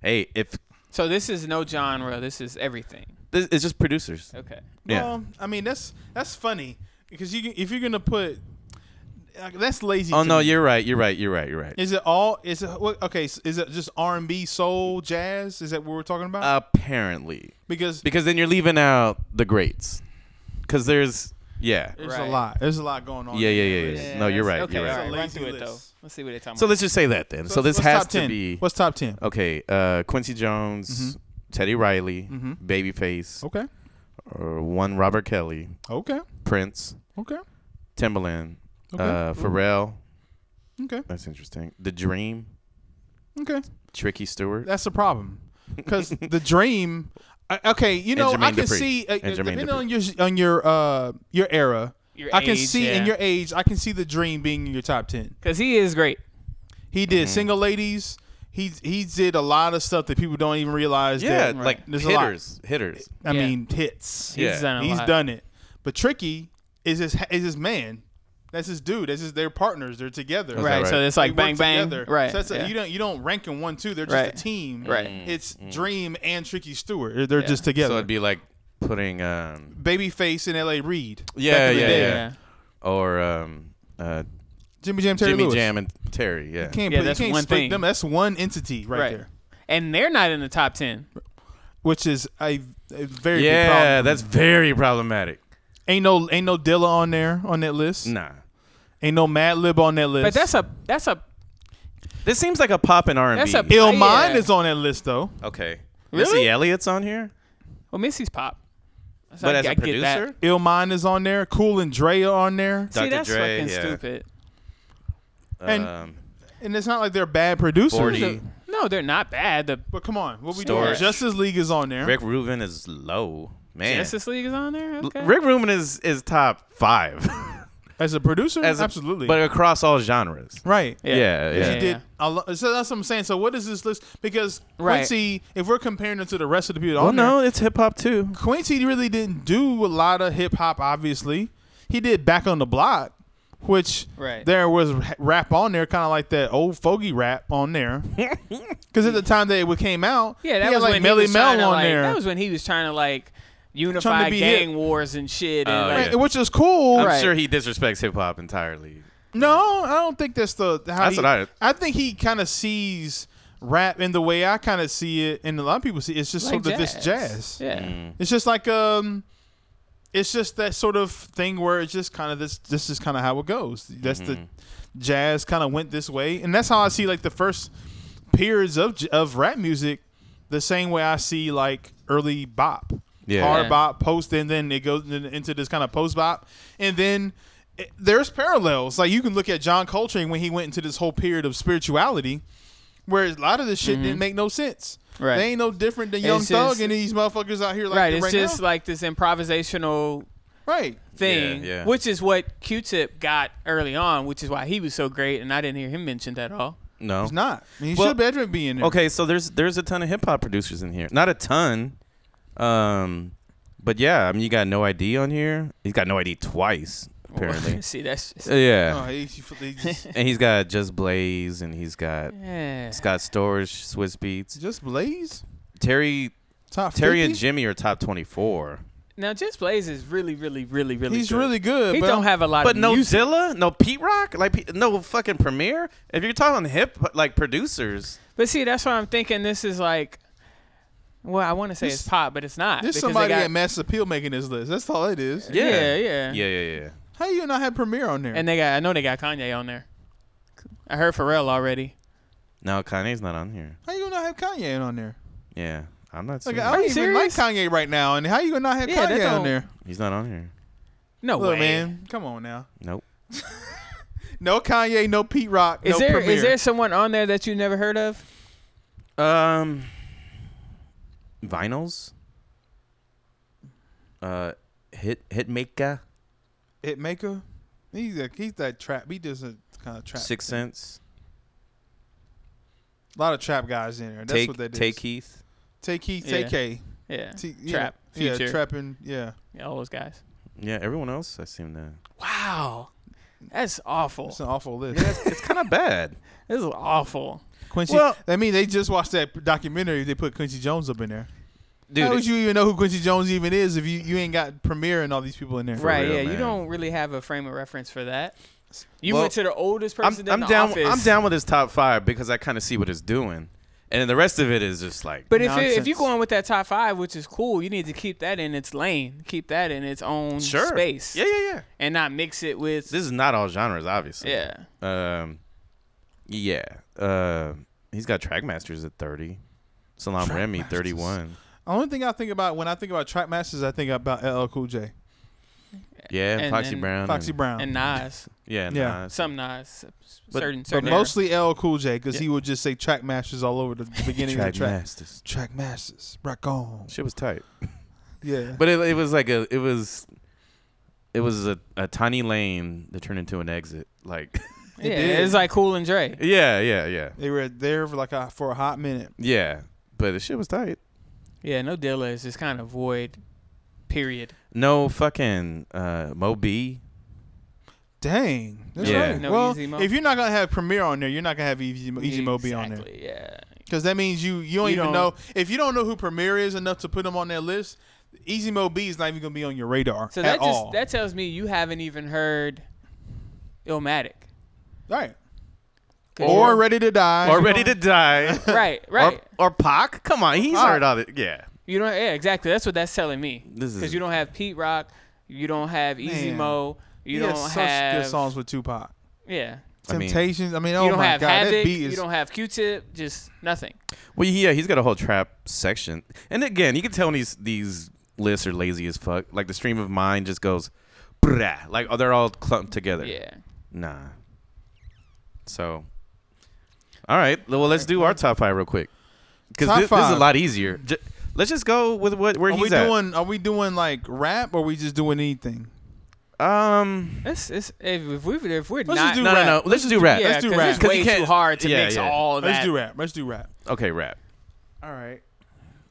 [SPEAKER 4] Hey, if
[SPEAKER 6] So this is no genre. This is everything.
[SPEAKER 4] this it's just producers.
[SPEAKER 6] Okay.
[SPEAKER 4] Yeah.
[SPEAKER 5] Well, I mean that's that's funny because you can- if you're gonna put uh, that's lazy.
[SPEAKER 4] Oh
[SPEAKER 5] to
[SPEAKER 4] no,
[SPEAKER 5] me.
[SPEAKER 4] you're right. You're right. You're right. You're right.
[SPEAKER 5] Is it all? Is it what- okay? s- Is it just R and B, soul, jazz? Is that what we're talking about?
[SPEAKER 4] Apparently,
[SPEAKER 5] because
[SPEAKER 4] because then you're leaving out the greats. Because there's yeah.
[SPEAKER 5] there's
[SPEAKER 6] Right.
[SPEAKER 5] a lot. There's a lot going on.
[SPEAKER 4] Yeah,
[SPEAKER 5] in
[SPEAKER 4] yeah,
[SPEAKER 5] that
[SPEAKER 4] yeah,
[SPEAKER 5] list.
[SPEAKER 4] yeah. No, you're right.
[SPEAKER 6] Okay.
[SPEAKER 4] you're right.
[SPEAKER 6] all Run
[SPEAKER 5] Lazy
[SPEAKER 6] through it though.
[SPEAKER 5] list.
[SPEAKER 6] Let's see what they're talking
[SPEAKER 4] So
[SPEAKER 6] about.
[SPEAKER 4] let's just say that then. So, this
[SPEAKER 5] what's
[SPEAKER 4] has
[SPEAKER 5] top
[SPEAKER 4] to
[SPEAKER 5] 10?
[SPEAKER 4] be
[SPEAKER 5] What's Mm-hmm. top ten?
[SPEAKER 4] okay. Uh, Quincy Jones, Teddy Riley, Babyface,
[SPEAKER 5] Mm-hmm. Okay,
[SPEAKER 4] or one Robert Kelly,
[SPEAKER 5] okay,
[SPEAKER 4] Prince,
[SPEAKER 5] okay,
[SPEAKER 4] Timbaland,
[SPEAKER 5] Okay.
[SPEAKER 4] uh, Pharrell.
[SPEAKER 5] okay,
[SPEAKER 4] That's interesting. The Dream,
[SPEAKER 5] okay.
[SPEAKER 4] Tricky Stewart.
[SPEAKER 5] That's the problem because the dream. I- Okay, you know
[SPEAKER 4] Jermaine
[SPEAKER 5] I can
[SPEAKER 4] Dupri.
[SPEAKER 5] see uh,
[SPEAKER 4] And Jermaine
[SPEAKER 5] depending
[SPEAKER 4] Dupri.
[SPEAKER 5] on your on your uh your era.
[SPEAKER 6] Your
[SPEAKER 5] I can
[SPEAKER 6] age,
[SPEAKER 5] see in
[SPEAKER 6] yeah.
[SPEAKER 5] your age. I can see the dream being in your top ten.
[SPEAKER 6] Because he is great.
[SPEAKER 5] He did
[SPEAKER 4] Mm-hmm.
[SPEAKER 5] single ladies. He he did a lot of stuff that people don't even realize.
[SPEAKER 4] yeah,
[SPEAKER 5] that,
[SPEAKER 4] like
[SPEAKER 5] There's a lot.
[SPEAKER 4] hitters, hitters.
[SPEAKER 5] I
[SPEAKER 6] Yeah.
[SPEAKER 5] mean hits.
[SPEAKER 6] He's
[SPEAKER 4] Yeah.
[SPEAKER 6] done a
[SPEAKER 5] He's
[SPEAKER 6] lot.
[SPEAKER 5] done it. But Tricky is his is his man. That's his dude. That's his. They're partners. They're together.
[SPEAKER 4] that
[SPEAKER 6] Right.
[SPEAKER 4] right?
[SPEAKER 6] So it's
[SPEAKER 5] They
[SPEAKER 6] like
[SPEAKER 5] work
[SPEAKER 6] bang bang.
[SPEAKER 5] together.
[SPEAKER 6] Right.
[SPEAKER 5] So that's a-
[SPEAKER 6] yeah.
[SPEAKER 5] you don't you don't rank in one two. They're just
[SPEAKER 6] Right.
[SPEAKER 5] a team.
[SPEAKER 6] Right.
[SPEAKER 5] It's Dream and Tricky Stewart. They're- They're just together.
[SPEAKER 4] So it'd be like putting um
[SPEAKER 5] Babyface and L.A. Reid.
[SPEAKER 4] yeah
[SPEAKER 5] in the
[SPEAKER 4] yeah,
[SPEAKER 5] day.
[SPEAKER 4] yeah. or um uh,
[SPEAKER 5] Jimmy Jam. Terry
[SPEAKER 4] Jimmy
[SPEAKER 5] Lewis.
[SPEAKER 4] Jam and Terry. Yeah.
[SPEAKER 5] Can't
[SPEAKER 6] Yeah,
[SPEAKER 5] put, you
[SPEAKER 6] that's
[SPEAKER 5] can't
[SPEAKER 6] one
[SPEAKER 5] split
[SPEAKER 6] thing.
[SPEAKER 5] Them. That's one entity right,
[SPEAKER 6] Right.
[SPEAKER 5] there,
[SPEAKER 6] And they're not in the top ten.
[SPEAKER 5] which is a, a very big
[SPEAKER 4] Yeah,
[SPEAKER 5] problem.
[SPEAKER 4] that's very problematic.
[SPEAKER 5] ain't no ain't no Dilla on there on that list.
[SPEAKER 4] Nah.
[SPEAKER 5] Ain't no Mad Lib on that list.
[SPEAKER 6] But that's a that's a
[SPEAKER 4] This seems like a pop and R&B.
[SPEAKER 6] That's a-
[SPEAKER 5] Ill Mind
[SPEAKER 6] Yeah.
[SPEAKER 5] is on that list though.
[SPEAKER 4] okay.
[SPEAKER 6] Really?
[SPEAKER 4] Missy Elliott's on here?
[SPEAKER 6] well Missy's pop. So
[SPEAKER 4] But
[SPEAKER 6] I-
[SPEAKER 4] as
[SPEAKER 6] I
[SPEAKER 4] a
[SPEAKER 6] get that.
[SPEAKER 4] producer,
[SPEAKER 5] Ill Mind is on there. Cool and Dre are on there.
[SPEAKER 6] See,
[SPEAKER 4] Dr.
[SPEAKER 6] that's
[SPEAKER 4] Dre,
[SPEAKER 6] fucking
[SPEAKER 4] yeah.
[SPEAKER 6] stupid.
[SPEAKER 5] And-
[SPEAKER 4] um,
[SPEAKER 5] And it's not like they're bad producers.
[SPEAKER 4] 40.
[SPEAKER 6] No, they're not bad. The
[SPEAKER 5] But come on, what we doing?
[SPEAKER 4] Storage.
[SPEAKER 5] Justice League is on there.
[SPEAKER 4] Rick Rubin is low, man.
[SPEAKER 6] Justice League is on there.
[SPEAKER 4] L-
[SPEAKER 6] Okay.
[SPEAKER 4] Rick Rubin is is top five,
[SPEAKER 5] As a producer,
[SPEAKER 4] As a-
[SPEAKER 5] absolutely.
[SPEAKER 4] but across all genres.
[SPEAKER 5] right.
[SPEAKER 4] Yeah, yeah.
[SPEAKER 5] He did. A lo- so that's what I'm saying. So what is this list? Because
[SPEAKER 6] Right.
[SPEAKER 5] Quincy, if we're comparing it to the rest of the people,
[SPEAKER 4] Oh
[SPEAKER 5] on there,
[SPEAKER 4] no, it's hip hop too.
[SPEAKER 5] Quincy really didn't do a lot of hip hop. Obviously, he did back on the block, which
[SPEAKER 6] Right.
[SPEAKER 5] there was ra- rap on there, kind of like that old fogey rap on there. Because at the time that it came out,
[SPEAKER 6] Yeah,
[SPEAKER 5] he
[SPEAKER 6] that
[SPEAKER 5] had
[SPEAKER 6] was
[SPEAKER 5] like
[SPEAKER 6] when
[SPEAKER 5] Melly
[SPEAKER 6] he was
[SPEAKER 5] Mel
[SPEAKER 6] trying to,
[SPEAKER 5] on
[SPEAKER 6] like,
[SPEAKER 5] there,
[SPEAKER 6] That was when he was trying to like unify
[SPEAKER 5] be
[SPEAKER 6] gang
[SPEAKER 5] hip.
[SPEAKER 6] wars and shit.
[SPEAKER 4] Oh,
[SPEAKER 6] And, like,
[SPEAKER 4] yeah.
[SPEAKER 5] Right, which is cool.
[SPEAKER 4] I'm
[SPEAKER 6] Right.
[SPEAKER 4] sure he disrespects hip hop entirely.
[SPEAKER 5] No, I don't think that's the how
[SPEAKER 4] That's
[SPEAKER 5] he-
[SPEAKER 4] what I-
[SPEAKER 5] think he kind of sees rap in the way I kind of see it, and a lot of people see it. It's just
[SPEAKER 6] like
[SPEAKER 5] sort of this jazz.
[SPEAKER 6] Yeah.
[SPEAKER 4] Mm.
[SPEAKER 5] It's just like um, it's just that sort of thing where it's just kind of this. This is kind of how it goes. That's
[SPEAKER 6] Mm-hmm.
[SPEAKER 5] the jazz kind of went this way, and that's how I see like the first periods of j- of rap music, the same way I see like early bop,
[SPEAKER 4] Yeah.
[SPEAKER 5] hard
[SPEAKER 6] Yeah.
[SPEAKER 5] bop, post, and then it goes in- into this kind of post bop, and then. it- There's parallels. Like you can look at John Coltrane when he went into this whole period of spirituality, where a lot of this shit didn't make no sense.
[SPEAKER 6] Mm-hmm. Right.
[SPEAKER 5] They ain't no different than Young
[SPEAKER 6] It's
[SPEAKER 5] Thug
[SPEAKER 6] just-
[SPEAKER 5] and these motherfuckers out here like
[SPEAKER 6] right.
[SPEAKER 5] that
[SPEAKER 6] It's
[SPEAKER 5] right
[SPEAKER 6] just
[SPEAKER 5] now.
[SPEAKER 6] like this improvisational
[SPEAKER 5] right.
[SPEAKER 6] thing,
[SPEAKER 4] yeah.
[SPEAKER 6] which is what Q-Tip got early on, which is why he was so great, and I didn't hear him mentioned at all.
[SPEAKER 4] No,
[SPEAKER 5] It's not. I mean, you
[SPEAKER 4] Well-
[SPEAKER 5] should better be in there.
[SPEAKER 4] Okay, so there's there's a ton of hip hop producers in here. Not a ton, um, but yeah. I mean, you got no ID on here. He's got no ID twice apparently.
[SPEAKER 6] See, that's just,
[SPEAKER 4] Uh, yeah,
[SPEAKER 5] Oh, he- he- he just,
[SPEAKER 4] and he's got just Blaze, and he's got
[SPEAKER 6] yeah.
[SPEAKER 4] Scott Storage, Swiss Beats,
[SPEAKER 5] just Blaze
[SPEAKER 4] Terry
[SPEAKER 5] top
[SPEAKER 4] Terry
[SPEAKER 5] 50?
[SPEAKER 4] and Jimmy are top twenty four.
[SPEAKER 6] Now, Just Blaze is really, really, really, really.
[SPEAKER 5] He's
[SPEAKER 6] good.
[SPEAKER 5] really good.
[SPEAKER 6] He
[SPEAKER 5] but
[SPEAKER 6] don't have a lot
[SPEAKER 4] But
[SPEAKER 6] of
[SPEAKER 4] no
[SPEAKER 6] music.
[SPEAKER 4] Dilla, no Pete Rock, like Pete- no fucking Premier. If you're talking hip like producers,
[SPEAKER 6] But see, that's why I'm thinking this is like. Well, I want to say
[SPEAKER 5] This-
[SPEAKER 6] it's pop, but it's not.
[SPEAKER 5] There's
[SPEAKER 6] because they
[SPEAKER 5] somebody
[SPEAKER 6] got-
[SPEAKER 5] at Mass Appeal making this list. That's all it is.
[SPEAKER 4] Yeah.
[SPEAKER 6] yeah, yeah,
[SPEAKER 4] yeah, yeah, yeah.
[SPEAKER 5] How you not have Premiere on there?
[SPEAKER 6] And they got. I know they got Kanye on there. I heard Pharrell already.
[SPEAKER 4] No, Kanye's not on here.
[SPEAKER 5] how you not have Kanye on there?
[SPEAKER 4] Yeah, I'm not.
[SPEAKER 5] Like,
[SPEAKER 4] seeing
[SPEAKER 5] I
[SPEAKER 4] it.
[SPEAKER 5] don't even
[SPEAKER 6] you
[SPEAKER 5] like
[SPEAKER 6] serious?
[SPEAKER 5] Kanye right now, and how you gonna not have
[SPEAKER 6] Yeah, that
[SPEAKER 5] Kanye on
[SPEAKER 6] don't-
[SPEAKER 5] there?
[SPEAKER 4] He's not on here.
[SPEAKER 6] No
[SPEAKER 5] Look,
[SPEAKER 6] way,
[SPEAKER 5] man, come on now.
[SPEAKER 4] Nope.
[SPEAKER 5] No Kanye, no Pete Rock,
[SPEAKER 6] Is
[SPEAKER 5] no
[SPEAKER 6] there is
[SPEAKER 5] Premiere.
[SPEAKER 6] there someone on there that you never heard of?
[SPEAKER 4] Um, vinyls. Uh, hit hitmaker,
[SPEAKER 5] Hitmaker? He's a, he's that trap. He does a kind of trap.
[SPEAKER 4] Six
[SPEAKER 5] thing.
[SPEAKER 4] Sense,
[SPEAKER 5] A lot of trap guys in there. That's
[SPEAKER 4] take
[SPEAKER 5] what that is.
[SPEAKER 4] take Heath.
[SPEAKER 5] Take Heath,
[SPEAKER 6] Yeah.
[SPEAKER 5] take K.
[SPEAKER 6] Yeah,
[SPEAKER 5] T- yeah,
[SPEAKER 6] Trap,
[SPEAKER 5] Yeah,
[SPEAKER 6] Future,
[SPEAKER 5] trapping. Yeah.
[SPEAKER 6] yeah, all those guys.
[SPEAKER 4] Yeah, everyone else I seem to.
[SPEAKER 6] Wow, that's awful.
[SPEAKER 5] It's an awful list.
[SPEAKER 4] It's kind of bad.
[SPEAKER 6] This is awful.
[SPEAKER 5] Quincy.
[SPEAKER 4] Well-
[SPEAKER 5] I mean, they just watched that documentary. They put Quincy Jones up in there.
[SPEAKER 4] Dude,
[SPEAKER 5] How would you even know who Quincy Jones even is if you, you ain't got Premiere and all these people in there?
[SPEAKER 6] right?
[SPEAKER 4] real,
[SPEAKER 6] yeah, you
[SPEAKER 4] man.
[SPEAKER 6] don't really have a frame of reference for that. You
[SPEAKER 4] Well,
[SPEAKER 6] went to the oldest
[SPEAKER 4] I'm,
[SPEAKER 6] person in
[SPEAKER 4] I'm
[SPEAKER 6] the
[SPEAKER 4] down.
[SPEAKER 6] office.
[SPEAKER 4] I'm down with his top five because I kind of see what it's doing, and then the rest of it is just like.
[SPEAKER 6] But if it, if
[SPEAKER 5] Nonsense.
[SPEAKER 6] you're going with that top five, which is cool, you need to keep that in its lane, keep that in its own
[SPEAKER 4] sure.
[SPEAKER 6] space,
[SPEAKER 4] Yeah, yeah, yeah.
[SPEAKER 6] and not mix it with
[SPEAKER 4] This is not all genres, obviously.
[SPEAKER 6] yeah.
[SPEAKER 4] Um, yeah. Uh, he's got Trackmasters at 30. Salam Remy, 31.
[SPEAKER 5] The only thing I think about when I think about Trap Masters, I think about LL Cool J,
[SPEAKER 4] Yeah, and
[SPEAKER 6] And-
[SPEAKER 4] Foxy
[SPEAKER 6] and
[SPEAKER 4] Brown.
[SPEAKER 5] Foxy
[SPEAKER 4] and-
[SPEAKER 5] Brown.
[SPEAKER 6] And Nas,
[SPEAKER 4] Yeah, and
[SPEAKER 5] Yeah.
[SPEAKER 4] Nas.
[SPEAKER 6] some Nas,
[SPEAKER 4] But-
[SPEAKER 6] certain
[SPEAKER 5] but
[SPEAKER 6] certain. era.
[SPEAKER 5] mostly LL Cool J because
[SPEAKER 4] Yeah.
[SPEAKER 5] he would just say Track Masters all over the beginning of the track.
[SPEAKER 4] Trackmasters.
[SPEAKER 5] Track Masters, rock on.
[SPEAKER 4] Shit was tight.
[SPEAKER 5] Yeah.
[SPEAKER 4] But it, it was like a, it was, it was a, a tiny lane that turned into an exit. Like,
[SPEAKER 6] yeah,
[SPEAKER 5] did.
[SPEAKER 6] it's like Cool and Dre.
[SPEAKER 4] yeah, yeah, yeah.
[SPEAKER 5] they were there for like a, for a hot minute.
[SPEAKER 4] Yeah. But the shit was tight.
[SPEAKER 6] Yeah, no Dilla is just kind of void. Period.
[SPEAKER 4] No fucking uh, Mo B.
[SPEAKER 5] Dang. That's
[SPEAKER 4] Yeah.
[SPEAKER 5] right.
[SPEAKER 6] No
[SPEAKER 5] well,
[SPEAKER 6] Easy Mo.
[SPEAKER 5] if you're not gonna have Premiere on there, you're not gonna have Easy Mo, Easy Mo be on there.
[SPEAKER 6] Exactly, Yeah.
[SPEAKER 5] Because that means you you don't
[SPEAKER 6] You
[SPEAKER 5] even
[SPEAKER 6] don't-
[SPEAKER 5] know if you don't know who Premier is enough to put them on that list. Easy Mo B is not even gonna be on your radar
[SPEAKER 6] So
[SPEAKER 5] at
[SPEAKER 6] that just
[SPEAKER 5] all.
[SPEAKER 6] that tells me you haven't even heard Illmatic.
[SPEAKER 5] right.
[SPEAKER 6] 'Cause
[SPEAKER 5] Or
[SPEAKER 6] you're-
[SPEAKER 5] ready to die.
[SPEAKER 4] Or Ready to Die.
[SPEAKER 6] right, right.
[SPEAKER 4] Or, or Pac. Come on. He's
[SPEAKER 5] Pac.
[SPEAKER 4] heard all it. Yeah.
[SPEAKER 6] You don't. Yeah, exactly. That's what that's telling me.
[SPEAKER 4] This is-
[SPEAKER 6] Because you don't have Pete Rock, you don't have Easy
[SPEAKER 5] Man.
[SPEAKER 6] Mo, you
[SPEAKER 5] He has
[SPEAKER 6] don't
[SPEAKER 5] such
[SPEAKER 6] have
[SPEAKER 5] good songs with Tupac.
[SPEAKER 6] yeah.
[SPEAKER 4] I mean-
[SPEAKER 5] Temptations. I mean, oh
[SPEAKER 6] you don't
[SPEAKER 5] my
[SPEAKER 6] have
[SPEAKER 5] god, that
[SPEAKER 6] Havoc.
[SPEAKER 5] beat is.
[SPEAKER 6] You don't have Q-Tip. Just nothing.
[SPEAKER 4] Well, yeah, he's got a whole trap section, and again, you can tell when these these lists are lazy as fuck. Like the stream of mind just goes, brah. like oh, they're all clumped together.
[SPEAKER 6] Yeah.
[SPEAKER 4] Nah. So. All right. Well, let's do our top five real quick because
[SPEAKER 5] Top
[SPEAKER 4] this, is a
[SPEAKER 5] five.
[SPEAKER 4] lot easier. J- let's just go with what where
[SPEAKER 5] Are we
[SPEAKER 4] he's at.
[SPEAKER 5] doing? Are we doing like rap, or we just doing anything?
[SPEAKER 4] um.
[SPEAKER 6] It's, it's, if, if we if we're
[SPEAKER 5] Let's
[SPEAKER 6] not
[SPEAKER 5] just do
[SPEAKER 4] No, no,
[SPEAKER 5] rap.
[SPEAKER 4] no. Let's just do rap.
[SPEAKER 6] yeah,
[SPEAKER 5] let's do
[SPEAKER 6] 'cause
[SPEAKER 5] rap.
[SPEAKER 6] It's
[SPEAKER 4] 'Cause you
[SPEAKER 6] way too
[SPEAKER 4] can't-
[SPEAKER 6] hard to
[SPEAKER 4] yeah,
[SPEAKER 6] mix
[SPEAKER 4] yeah.
[SPEAKER 6] all of that.
[SPEAKER 5] Let's do rap. Let's do rap.
[SPEAKER 4] Okay, rap.
[SPEAKER 5] All right.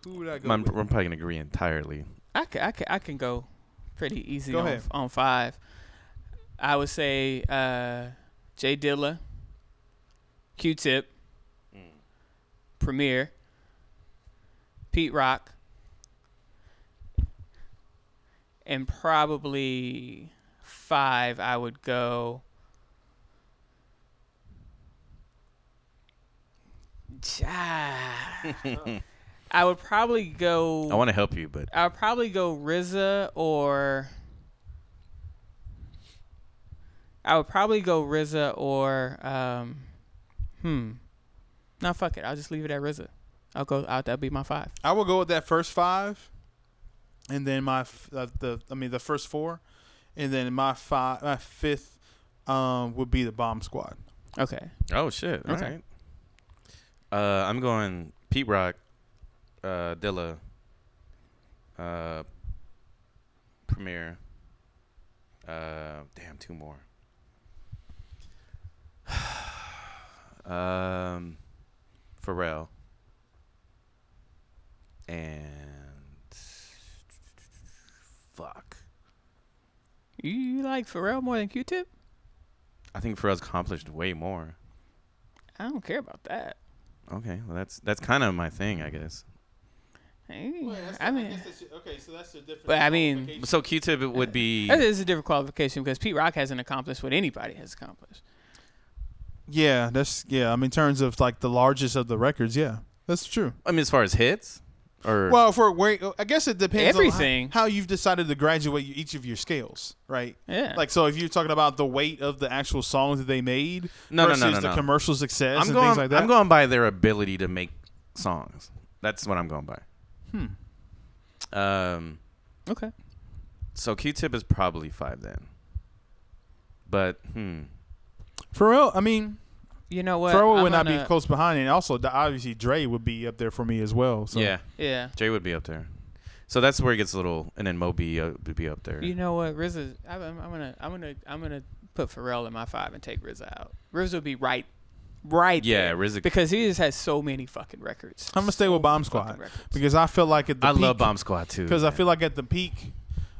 [SPEAKER 5] Who would I go
[SPEAKER 4] I'm, I'm
[SPEAKER 5] with?
[SPEAKER 4] probably gonna agree entirely.
[SPEAKER 6] I can, I can, I can go pretty easy
[SPEAKER 5] Go
[SPEAKER 6] on,
[SPEAKER 5] ahead.
[SPEAKER 6] on five. I would say uh, Jay Dilla, Q Tip, Premier, Pete Rock, and probably five, I would go. Ja- I would probably go.
[SPEAKER 4] I want to help you, but
[SPEAKER 6] I'll probably go RZA or I would probably go RZA or um hmm. No, fuck it. I'll just leave it at RZA. I'll go out. That'll be my five.
[SPEAKER 5] I will go with that first five, and then my f- uh, the I mean the first four, and then my five my fifth um would be the Bomb Squad.
[SPEAKER 6] Okay.
[SPEAKER 4] oh shit. All
[SPEAKER 6] Okay.
[SPEAKER 4] right. Uh, I'm going Pete Rock, uh, Dilla, uh, Premier. Uh, damn, two more. um, Pharrell. And fuck.
[SPEAKER 6] You, you like Pharrell more than Q-Tip?
[SPEAKER 4] I think Pharrell's accomplished way more.
[SPEAKER 6] I don't care about that.
[SPEAKER 4] Okay, well that's that's kind of my thing, I guess.
[SPEAKER 6] Eh, I mean,
[SPEAKER 5] okay, so that's the difference.
[SPEAKER 6] But I mean-
[SPEAKER 4] So Q-Tip it would be
[SPEAKER 6] that is a different qualification because Pete Rock hasn't accomplished what anybody has accomplished.
[SPEAKER 5] yeah, that's yeah. I mean, in terms of like the largest of the records, yeah, that's true.
[SPEAKER 4] I mean as far as hits or
[SPEAKER 5] Well, for where I guess it depends on how-
[SPEAKER 6] Everything.
[SPEAKER 5] how, you've decided to graduate each of your scales, right?
[SPEAKER 6] Yeah.
[SPEAKER 5] Like so, if you're talking about the weight of the actual songs that they made
[SPEAKER 4] No, no, no,
[SPEAKER 5] versus
[SPEAKER 4] no,
[SPEAKER 5] the
[SPEAKER 4] no.
[SPEAKER 5] commercial success
[SPEAKER 4] I'm
[SPEAKER 5] and
[SPEAKER 4] going
[SPEAKER 5] things like that.
[SPEAKER 4] I'm going by their ability to make songs. That's what I'm going by. Hmm. Um
[SPEAKER 6] Okay.
[SPEAKER 4] so Q-Tip is probably 5 then. But hmm.
[SPEAKER 5] for real. I mean,
[SPEAKER 6] You know what?
[SPEAKER 5] Pharrell
[SPEAKER 6] I'm
[SPEAKER 5] would not be
[SPEAKER 6] gonna-
[SPEAKER 5] close behind, and also the- obviously Dre would be up there for me as well. So
[SPEAKER 4] Yeah.
[SPEAKER 6] Yeah.
[SPEAKER 4] Jay would be up there. So that's where it gets a little and then Moby uh, would be up there.
[SPEAKER 6] You know what, RZA? I'm, I'm I'm gonna, I'm gonna, I'm gonna put Pharrell in my five and take RZA out. RZA will be right, right.
[SPEAKER 4] Yeah,
[SPEAKER 6] there,
[SPEAKER 4] RZA
[SPEAKER 6] because he just has so many fucking records.
[SPEAKER 5] I'm gonna stay with Bomb Squad
[SPEAKER 6] records.
[SPEAKER 5] because I feel like at the
[SPEAKER 4] I
[SPEAKER 5] peak,
[SPEAKER 4] love Bomb Squad too.
[SPEAKER 5] because I
[SPEAKER 4] man.
[SPEAKER 5] feel like at the peak,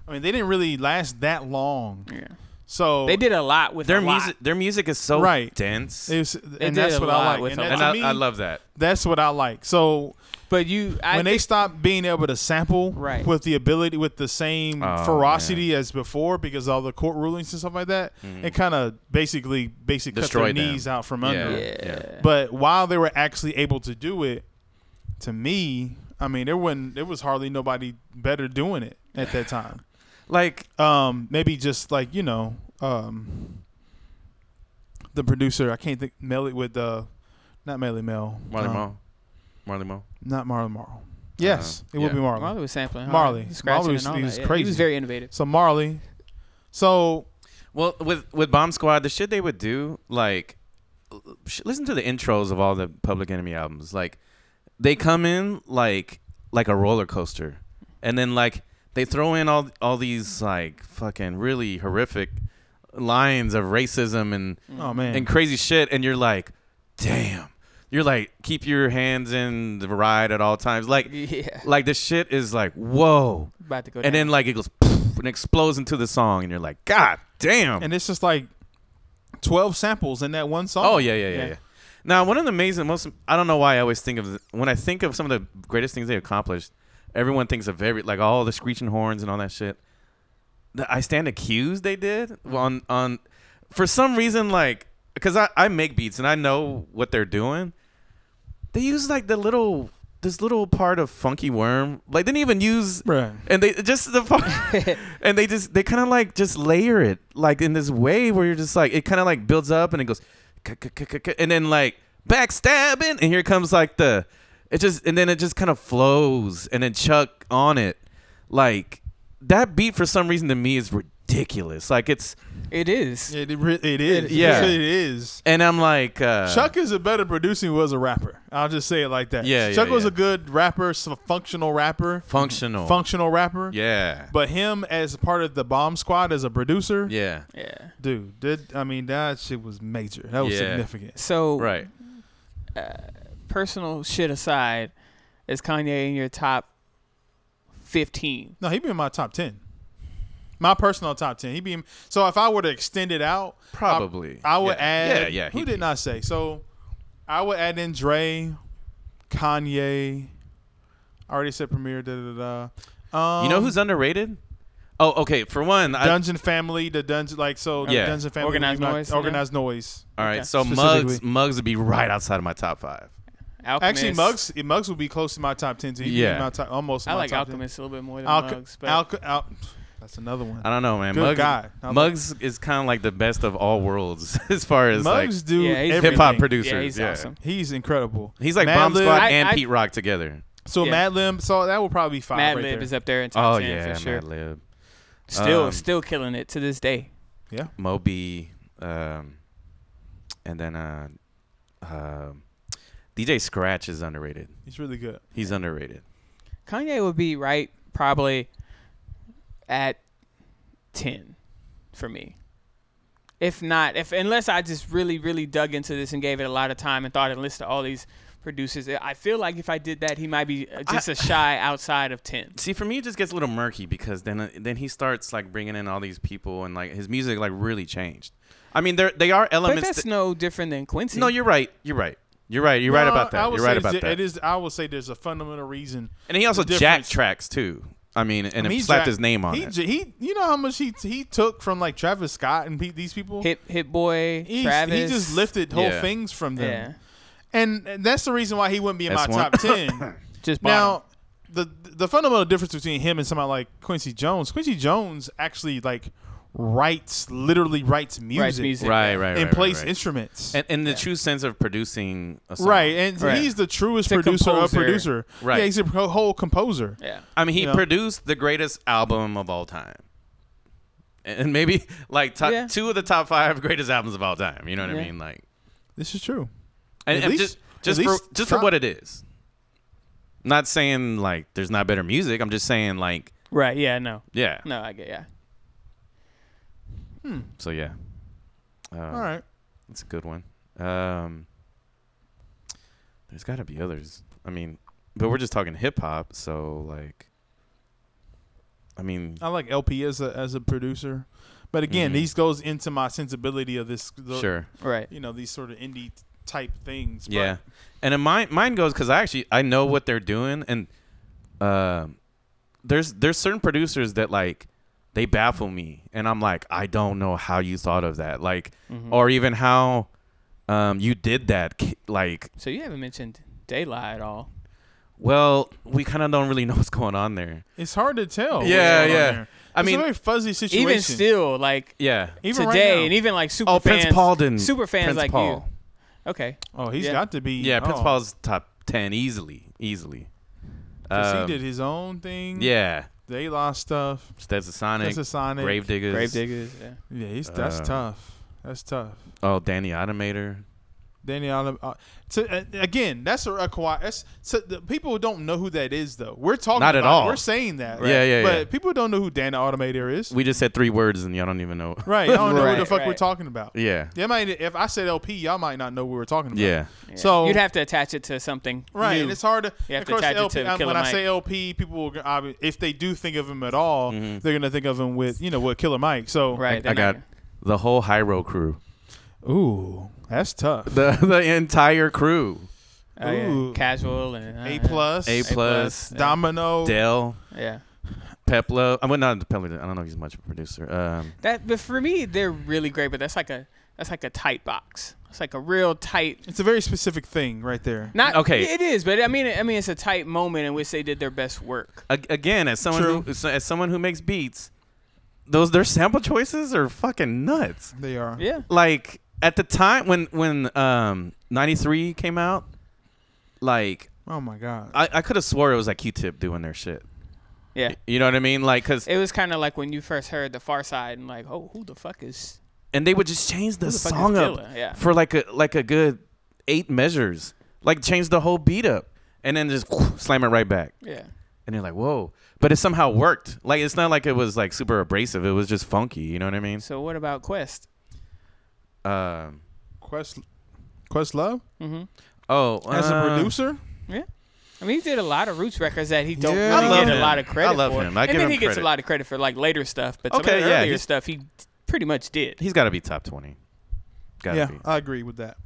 [SPEAKER 5] I mean they didn't really last that long.
[SPEAKER 6] Yeah.
[SPEAKER 5] So
[SPEAKER 6] They did a lot with
[SPEAKER 4] their
[SPEAKER 6] a
[SPEAKER 4] music
[SPEAKER 6] Lot.
[SPEAKER 4] their music is so
[SPEAKER 5] Right.
[SPEAKER 4] dense.
[SPEAKER 5] It's, and
[SPEAKER 6] did
[SPEAKER 5] that's
[SPEAKER 6] a
[SPEAKER 5] what
[SPEAKER 6] lot
[SPEAKER 5] I like.
[SPEAKER 6] with
[SPEAKER 5] And
[SPEAKER 6] a
[SPEAKER 5] that,
[SPEAKER 4] and
[SPEAKER 5] to
[SPEAKER 4] I,
[SPEAKER 5] me,
[SPEAKER 4] I love that.
[SPEAKER 5] That's what I like. So
[SPEAKER 6] But you, I
[SPEAKER 5] when they
[SPEAKER 6] think,
[SPEAKER 5] stop being able to sample
[SPEAKER 6] Right.
[SPEAKER 5] with the ability with the same
[SPEAKER 4] Oh,
[SPEAKER 5] ferocity as before because all the court rulings and stuff like that, it kind of basically basically
[SPEAKER 4] Mm-hmm. Destroyed
[SPEAKER 5] cut their knees
[SPEAKER 4] them.
[SPEAKER 5] out from under.
[SPEAKER 4] Yeah.
[SPEAKER 5] them.
[SPEAKER 6] yeah.
[SPEAKER 4] Yeah.
[SPEAKER 5] But while they were actually able to do it, to me, I mean, there wasn't there was hardly nobody better doing it at that time.
[SPEAKER 4] Like
[SPEAKER 5] Um, maybe just like you know, um, the producer I can't think Melly with uh, not Melly Mel,
[SPEAKER 4] Marley
[SPEAKER 5] um,
[SPEAKER 4] Marl. Marley Marl.
[SPEAKER 5] not Marley Marl. Yes, it
[SPEAKER 4] yeah.
[SPEAKER 5] would be Marley.
[SPEAKER 6] Marley was sampling. hard.
[SPEAKER 5] Marley.
[SPEAKER 6] He scratching
[SPEAKER 5] Marley was-
[SPEAKER 6] and all
[SPEAKER 5] he
[SPEAKER 6] that.
[SPEAKER 5] was
[SPEAKER 6] Yeah, He
[SPEAKER 5] crazy.
[SPEAKER 6] was very innovative.
[SPEAKER 5] So Marley, so
[SPEAKER 4] Well, with with Bomb Squad, the shit they would do, like, l- sh- listen to the intros of all the Public Enemy albums. Like, they come in like like a roller coaster, and then like they throw in all all these like fucking really horrific lines of racism and
[SPEAKER 5] oh man,
[SPEAKER 4] and crazy shit, and you're like, damn. You're like, keep your hands in the ride at all times. Like,
[SPEAKER 6] Yeah.
[SPEAKER 4] like the shit is like, whoa.
[SPEAKER 6] About to go.
[SPEAKER 4] And
[SPEAKER 6] down.
[SPEAKER 4] then like it goes poof, and explodes into the song, and you're like, God damn.
[SPEAKER 5] and it's just like twelve samples in that one song.
[SPEAKER 4] Oh yeah, yeah, yeah, yeah. Now, one of the amazing, most I don't know why I always think of the- when I think of some of the greatest things they accomplished. Everyone thinks of every like all the screeching horns and all that shit. The I stand accused they did on on for some reason like because I I make beats and I know what they're doing. They use like the little this little part of funky worm like they didn't even use
[SPEAKER 5] Bruh.
[SPEAKER 4] and they just the part, and they just they kind of like just layer it like in this way where you're just like it kind of like builds up and it goes "K-k-k-k-k," and then like backstabbing and here comes like the it just and then it just kind of flows and then chuck on it Like that beat for some reason to me is ridiculous. Like it's
[SPEAKER 6] It is.
[SPEAKER 5] It, re- it is.
[SPEAKER 4] Yeah.
[SPEAKER 5] It is.
[SPEAKER 4] and I'm like uh,
[SPEAKER 5] Chuck is a better producer than he was a rapper. I'll just say it like that.
[SPEAKER 4] Yeah,
[SPEAKER 5] Chuck
[SPEAKER 4] yeah,
[SPEAKER 5] was
[SPEAKER 4] yeah.
[SPEAKER 5] a good rapper, s- functional rapper,
[SPEAKER 4] functional.
[SPEAKER 5] functional rapper.
[SPEAKER 4] yeah.
[SPEAKER 5] But him as part of the bomb squad as a producer,
[SPEAKER 4] yeah.
[SPEAKER 6] Yeah.
[SPEAKER 5] dude, did I mean that shit was major. That was
[SPEAKER 4] Yeah.
[SPEAKER 5] significant.
[SPEAKER 6] So
[SPEAKER 4] Right.
[SPEAKER 6] personal shit aside, is Kanye in your top fifteen?
[SPEAKER 5] No, he be in my top ten. My personal top ten. He be in- so if I were to extend it out, I-
[SPEAKER 4] Probably.
[SPEAKER 5] I, would
[SPEAKER 4] Yeah.
[SPEAKER 5] add.
[SPEAKER 4] Yeah, yeah,
[SPEAKER 5] Who
[SPEAKER 4] he'd
[SPEAKER 5] did
[SPEAKER 4] be.
[SPEAKER 5] not say? So I would add in Dre, Kanye. I already said Premier. Da da da. Um,
[SPEAKER 4] You know who's underrated? Oh, okay. For one, I,
[SPEAKER 5] Dungeon Family? The Dungeon like so.
[SPEAKER 4] Yeah.
[SPEAKER 5] Dungeon Family. would be
[SPEAKER 6] Organized
[SPEAKER 5] my-
[SPEAKER 6] Noise, you know?
[SPEAKER 5] Organized noise.
[SPEAKER 4] all right.
[SPEAKER 6] okay.
[SPEAKER 4] So Mugs,
[SPEAKER 5] Specifically.
[SPEAKER 4] Mugs would be right outside of my top five.
[SPEAKER 6] Alchemist.
[SPEAKER 5] Actually, Mugs. Mugs would be close to my top ten. So he'd be
[SPEAKER 4] Yeah.
[SPEAKER 5] in my top, almost.
[SPEAKER 6] I
[SPEAKER 5] my
[SPEAKER 6] like
[SPEAKER 5] top 10.
[SPEAKER 6] Alchemist a little bit more than
[SPEAKER 5] Alco-
[SPEAKER 6] Mugs, but
[SPEAKER 5] Alco- Al- that's another one.
[SPEAKER 4] I don't know, man.
[SPEAKER 5] Good
[SPEAKER 4] Muggs,
[SPEAKER 5] guy. I like-
[SPEAKER 4] Muggs is kind of like the best of all worlds as far as
[SPEAKER 5] Muggs do
[SPEAKER 6] Yeah, he's-
[SPEAKER 4] like hip hop
[SPEAKER 5] everything.
[SPEAKER 4] producers.
[SPEAKER 6] yeah, he's awesome.
[SPEAKER 5] He's incredible.
[SPEAKER 4] He's like
[SPEAKER 5] Mad
[SPEAKER 4] Bomb
[SPEAKER 5] Lib-
[SPEAKER 4] Squad
[SPEAKER 6] I-
[SPEAKER 4] and
[SPEAKER 6] I-
[SPEAKER 4] Pete Rock together.
[SPEAKER 5] So
[SPEAKER 6] Yeah.
[SPEAKER 5] Madlib, so that would probably be five.
[SPEAKER 6] Mad
[SPEAKER 5] right
[SPEAKER 6] Lib
[SPEAKER 5] there.
[SPEAKER 6] is up there in top
[SPEAKER 4] Oh
[SPEAKER 6] ten
[SPEAKER 4] yeah,
[SPEAKER 6] for sure.
[SPEAKER 4] Madlib,
[SPEAKER 6] Still,
[SPEAKER 4] Um,
[SPEAKER 6] still killing it to this day.
[SPEAKER 4] Moby, um, and then uh, um DJ Scratch is underrated.
[SPEAKER 5] He's really good.
[SPEAKER 4] He's underrated.
[SPEAKER 6] Kanye would be right probably at 10 for me. If not, if unless I just really really dug into this and gave it a lot of time and thought and listed all these producers, I- I feel like if I did that, he might be uh, just a shy outside of 10.
[SPEAKER 4] See, for me, it just gets a little murky because then uh, then he starts like bringing in all these people and like his music like really changed. I mean, there they are
[SPEAKER 6] But
[SPEAKER 4] elements.
[SPEAKER 6] that's
[SPEAKER 4] that-
[SPEAKER 6] no different than Quincy.
[SPEAKER 4] no, you're right. You're right. You're right. You're right
[SPEAKER 5] No,
[SPEAKER 4] about
[SPEAKER 5] I
[SPEAKER 4] that.
[SPEAKER 5] would
[SPEAKER 4] You're
[SPEAKER 5] say
[SPEAKER 4] right
[SPEAKER 5] it's
[SPEAKER 4] about
[SPEAKER 5] di-
[SPEAKER 4] that.
[SPEAKER 5] It is. I would say there's a fundamental reason.
[SPEAKER 4] and he also
[SPEAKER 5] the
[SPEAKER 4] jack
[SPEAKER 5] difference-
[SPEAKER 4] tracks too. I mean, and
[SPEAKER 5] He
[SPEAKER 4] he slapped
[SPEAKER 5] jack-
[SPEAKER 4] his name on
[SPEAKER 5] he,
[SPEAKER 4] it.
[SPEAKER 5] j- He, you know how much he he took from like Travis Scott and pe- these people.
[SPEAKER 6] Hit Hit Boy,
[SPEAKER 5] He's-
[SPEAKER 6] Travis.
[SPEAKER 5] he just lifted whole
[SPEAKER 4] Yeah.
[SPEAKER 5] things from them,
[SPEAKER 6] Yeah.
[SPEAKER 5] and, and that's the reason why he wouldn't be in
[SPEAKER 4] That's
[SPEAKER 5] my
[SPEAKER 4] one-
[SPEAKER 5] top ten.
[SPEAKER 6] Just bottom.
[SPEAKER 5] now, the the fundamental difference between him and somebody like Quincy Jones. Quincy Jones actually like writes, literally writes music,
[SPEAKER 6] music.
[SPEAKER 4] right, right, right.
[SPEAKER 5] and
[SPEAKER 4] right,
[SPEAKER 5] plays
[SPEAKER 4] right.
[SPEAKER 5] instruments.
[SPEAKER 4] And in the true sense of producing a song.
[SPEAKER 5] Right, and
[SPEAKER 6] Right.
[SPEAKER 5] he's the truest
[SPEAKER 6] He's a
[SPEAKER 5] producer of
[SPEAKER 6] composer.
[SPEAKER 5] producer.
[SPEAKER 4] Right.
[SPEAKER 5] yeah, he's a pro- whole composer.
[SPEAKER 6] yeah.
[SPEAKER 4] I mean, he
[SPEAKER 5] You know?
[SPEAKER 4] produced the greatest album of all time. And maybe like top,
[SPEAKER 6] Yeah.
[SPEAKER 4] two of the top five greatest albums of all time. You know what I
[SPEAKER 6] Yeah.
[SPEAKER 4] mean? Like,
[SPEAKER 5] This is true.
[SPEAKER 4] and,
[SPEAKER 5] At
[SPEAKER 4] and
[SPEAKER 5] least-
[SPEAKER 4] just
[SPEAKER 5] at
[SPEAKER 4] just for
[SPEAKER 5] least
[SPEAKER 4] just for
[SPEAKER 5] top-
[SPEAKER 4] what it is. Not saying like there's not better music. I'm just saying like
[SPEAKER 6] Right, yeah, no.
[SPEAKER 4] yeah.
[SPEAKER 6] No, I get yeah.
[SPEAKER 4] So yeah, Uh,
[SPEAKER 5] All right.
[SPEAKER 4] that's a good one. Um, there's got to be others. I mean, but we're just talking hip hop, so like, I mean,
[SPEAKER 6] Uh,
[SPEAKER 5] I like LP as a as a producer, but again,
[SPEAKER 4] Mhm.
[SPEAKER 5] these goes into my sensibility of this. The,
[SPEAKER 4] sure.
[SPEAKER 6] Right.
[SPEAKER 5] You know these sort of indie type things. but-
[SPEAKER 4] Yeah, and in mine mine goes because I actually I know what they're doing, and um, there's there's certain producers that like they baffle me, and I'm like I don't know how you thought of that, like or even how um you did that, K- like
[SPEAKER 6] So you haven't mentioned Daylight at all.
[SPEAKER 4] well we kind of don't really know what's going on there.
[SPEAKER 5] it's hard to tell. what's
[SPEAKER 4] Yeah,
[SPEAKER 5] going on
[SPEAKER 4] yeah.
[SPEAKER 5] there.
[SPEAKER 4] I
[SPEAKER 5] It's
[SPEAKER 4] mean-
[SPEAKER 5] a very fuzzy situation.
[SPEAKER 6] Even still, like
[SPEAKER 4] Yeah.
[SPEAKER 5] Even right
[SPEAKER 6] today,
[SPEAKER 5] now.
[SPEAKER 6] and even like super
[SPEAKER 4] Oh,
[SPEAKER 6] fans,
[SPEAKER 4] Prince Paul didn't.
[SPEAKER 6] super fans
[SPEAKER 4] Prince
[SPEAKER 6] like
[SPEAKER 4] Paul.
[SPEAKER 6] you. Okay,
[SPEAKER 5] oh, he's
[SPEAKER 6] Yeah.
[SPEAKER 5] got to be.
[SPEAKER 4] Yeah, Prince
[SPEAKER 5] oh,
[SPEAKER 4] Paul's top ten easily, easily.
[SPEAKER 5] 'cause
[SPEAKER 4] Um,
[SPEAKER 5] he did his own thing.
[SPEAKER 4] yeah,
[SPEAKER 5] they lost stuff.
[SPEAKER 4] Stetsasonic,
[SPEAKER 5] That's a Sonic.
[SPEAKER 4] Grave Diggers,
[SPEAKER 6] Grave Diggers. Yeah.
[SPEAKER 5] Yeah, he's that's
[SPEAKER 4] Uh,
[SPEAKER 5] tough. That's tough.
[SPEAKER 4] Oh, Danny Automator.
[SPEAKER 5] Danny Allen. Uh, to, uh, again, that's a, a Kawhi. That's so the people who don't know who that is, though. We're talking
[SPEAKER 4] Not at
[SPEAKER 5] about it.
[SPEAKER 4] all.
[SPEAKER 5] We're saying that,
[SPEAKER 4] Yeah, yeah,
[SPEAKER 5] But
[SPEAKER 4] yeah.
[SPEAKER 5] people don't know who Danny Automator is,
[SPEAKER 4] We just said three words and y'all don't even know.
[SPEAKER 5] right? I don't know what the
[SPEAKER 6] Right,
[SPEAKER 5] fuck we're
[SPEAKER 6] right.
[SPEAKER 5] talking about.
[SPEAKER 4] Yeah.
[SPEAKER 5] They might, if I said LP, y'all might not know what we were talking about.
[SPEAKER 4] Yeah.
[SPEAKER 5] So
[SPEAKER 6] You'd have to attach it to something.
[SPEAKER 5] right,
[SPEAKER 6] new.
[SPEAKER 5] and it's hard to.
[SPEAKER 6] You have
[SPEAKER 5] of
[SPEAKER 6] to
[SPEAKER 5] course,
[SPEAKER 6] attach it
[SPEAKER 5] LP.
[SPEAKER 6] to
[SPEAKER 5] um,
[SPEAKER 6] Killer
[SPEAKER 5] when I
[SPEAKER 6] Mike.
[SPEAKER 5] say LP, people will. I, if they do think of him at all,
[SPEAKER 4] Mm-hmm.
[SPEAKER 5] they're gonna think of him with you know with Killer Mike. So
[SPEAKER 6] right.
[SPEAKER 4] I
[SPEAKER 6] they're not
[SPEAKER 4] got the whole Hyro crew.
[SPEAKER 5] Ooh, that's tough.
[SPEAKER 4] The the entire crew.
[SPEAKER 6] gonna- oh, yeah.
[SPEAKER 5] Ooh.
[SPEAKER 6] Casual and uh,
[SPEAKER 5] A plus.
[SPEAKER 4] A plus.
[SPEAKER 5] Domino.
[SPEAKER 4] Dell.
[SPEAKER 6] Yeah.
[SPEAKER 4] Peplo. I went not Peplo. I don't know if he's much of a producer. Um,
[SPEAKER 6] That, but for me, they're really great. But that's like a that's like a tight box. It's like a real tight.
[SPEAKER 5] It's a very specific thing right there.
[SPEAKER 6] Not
[SPEAKER 4] Okay.
[SPEAKER 6] It is, but I mean, I mean, it's a tight moment in which they did their best work.
[SPEAKER 4] a- again, as someone
[SPEAKER 5] True.
[SPEAKER 4] who, as- as someone who makes beats, those their sample choices are fucking nuts.
[SPEAKER 5] They are.
[SPEAKER 6] Yeah.
[SPEAKER 4] Like at the time when when um 93 came out, like
[SPEAKER 5] Oh my god. Uh,
[SPEAKER 4] I, I could have swore it was like Q-Tip doing their shit.
[SPEAKER 6] Yeah.
[SPEAKER 4] You know what I mean? Like, cause
[SPEAKER 6] It was kind of like when you first heard the Far Side and like, oh, who the fuck is?
[SPEAKER 4] and they would just change the,
[SPEAKER 6] the fuck is
[SPEAKER 4] song up
[SPEAKER 6] Dilla? Yeah.
[SPEAKER 4] for like a like a good eight measures, like change the whole beat up, and then just slam it right back.
[SPEAKER 6] Yeah.
[SPEAKER 4] And you're like, whoa! But it somehow worked. Like it's not like it was like super abrasive. It was just funky. You know what I mean?
[SPEAKER 6] So what about Quest?
[SPEAKER 4] Um,
[SPEAKER 5] Quest Quest Love
[SPEAKER 4] oh,
[SPEAKER 5] as a
[SPEAKER 4] uh,
[SPEAKER 5] producer.
[SPEAKER 6] Yeah. I mean, he did a lot of Roots records that he don't
[SPEAKER 5] Yeah. I
[SPEAKER 6] really
[SPEAKER 5] love
[SPEAKER 6] get
[SPEAKER 4] him.
[SPEAKER 6] a lot of
[SPEAKER 4] I
[SPEAKER 6] credit
[SPEAKER 4] love
[SPEAKER 6] for.
[SPEAKER 4] him. I
[SPEAKER 6] and
[SPEAKER 4] give
[SPEAKER 6] then
[SPEAKER 4] him
[SPEAKER 6] he gets
[SPEAKER 4] credit.
[SPEAKER 6] a lot of credit for like later stuff, but some
[SPEAKER 4] Okay,
[SPEAKER 6] of the
[SPEAKER 4] yeah,
[SPEAKER 6] earlier
[SPEAKER 4] he's- Hmm.
[SPEAKER 6] stuff he pretty much did.
[SPEAKER 4] He's got to be top twenty. Gotta
[SPEAKER 5] yeah, Uh,
[SPEAKER 4] be.
[SPEAKER 5] I agree with that.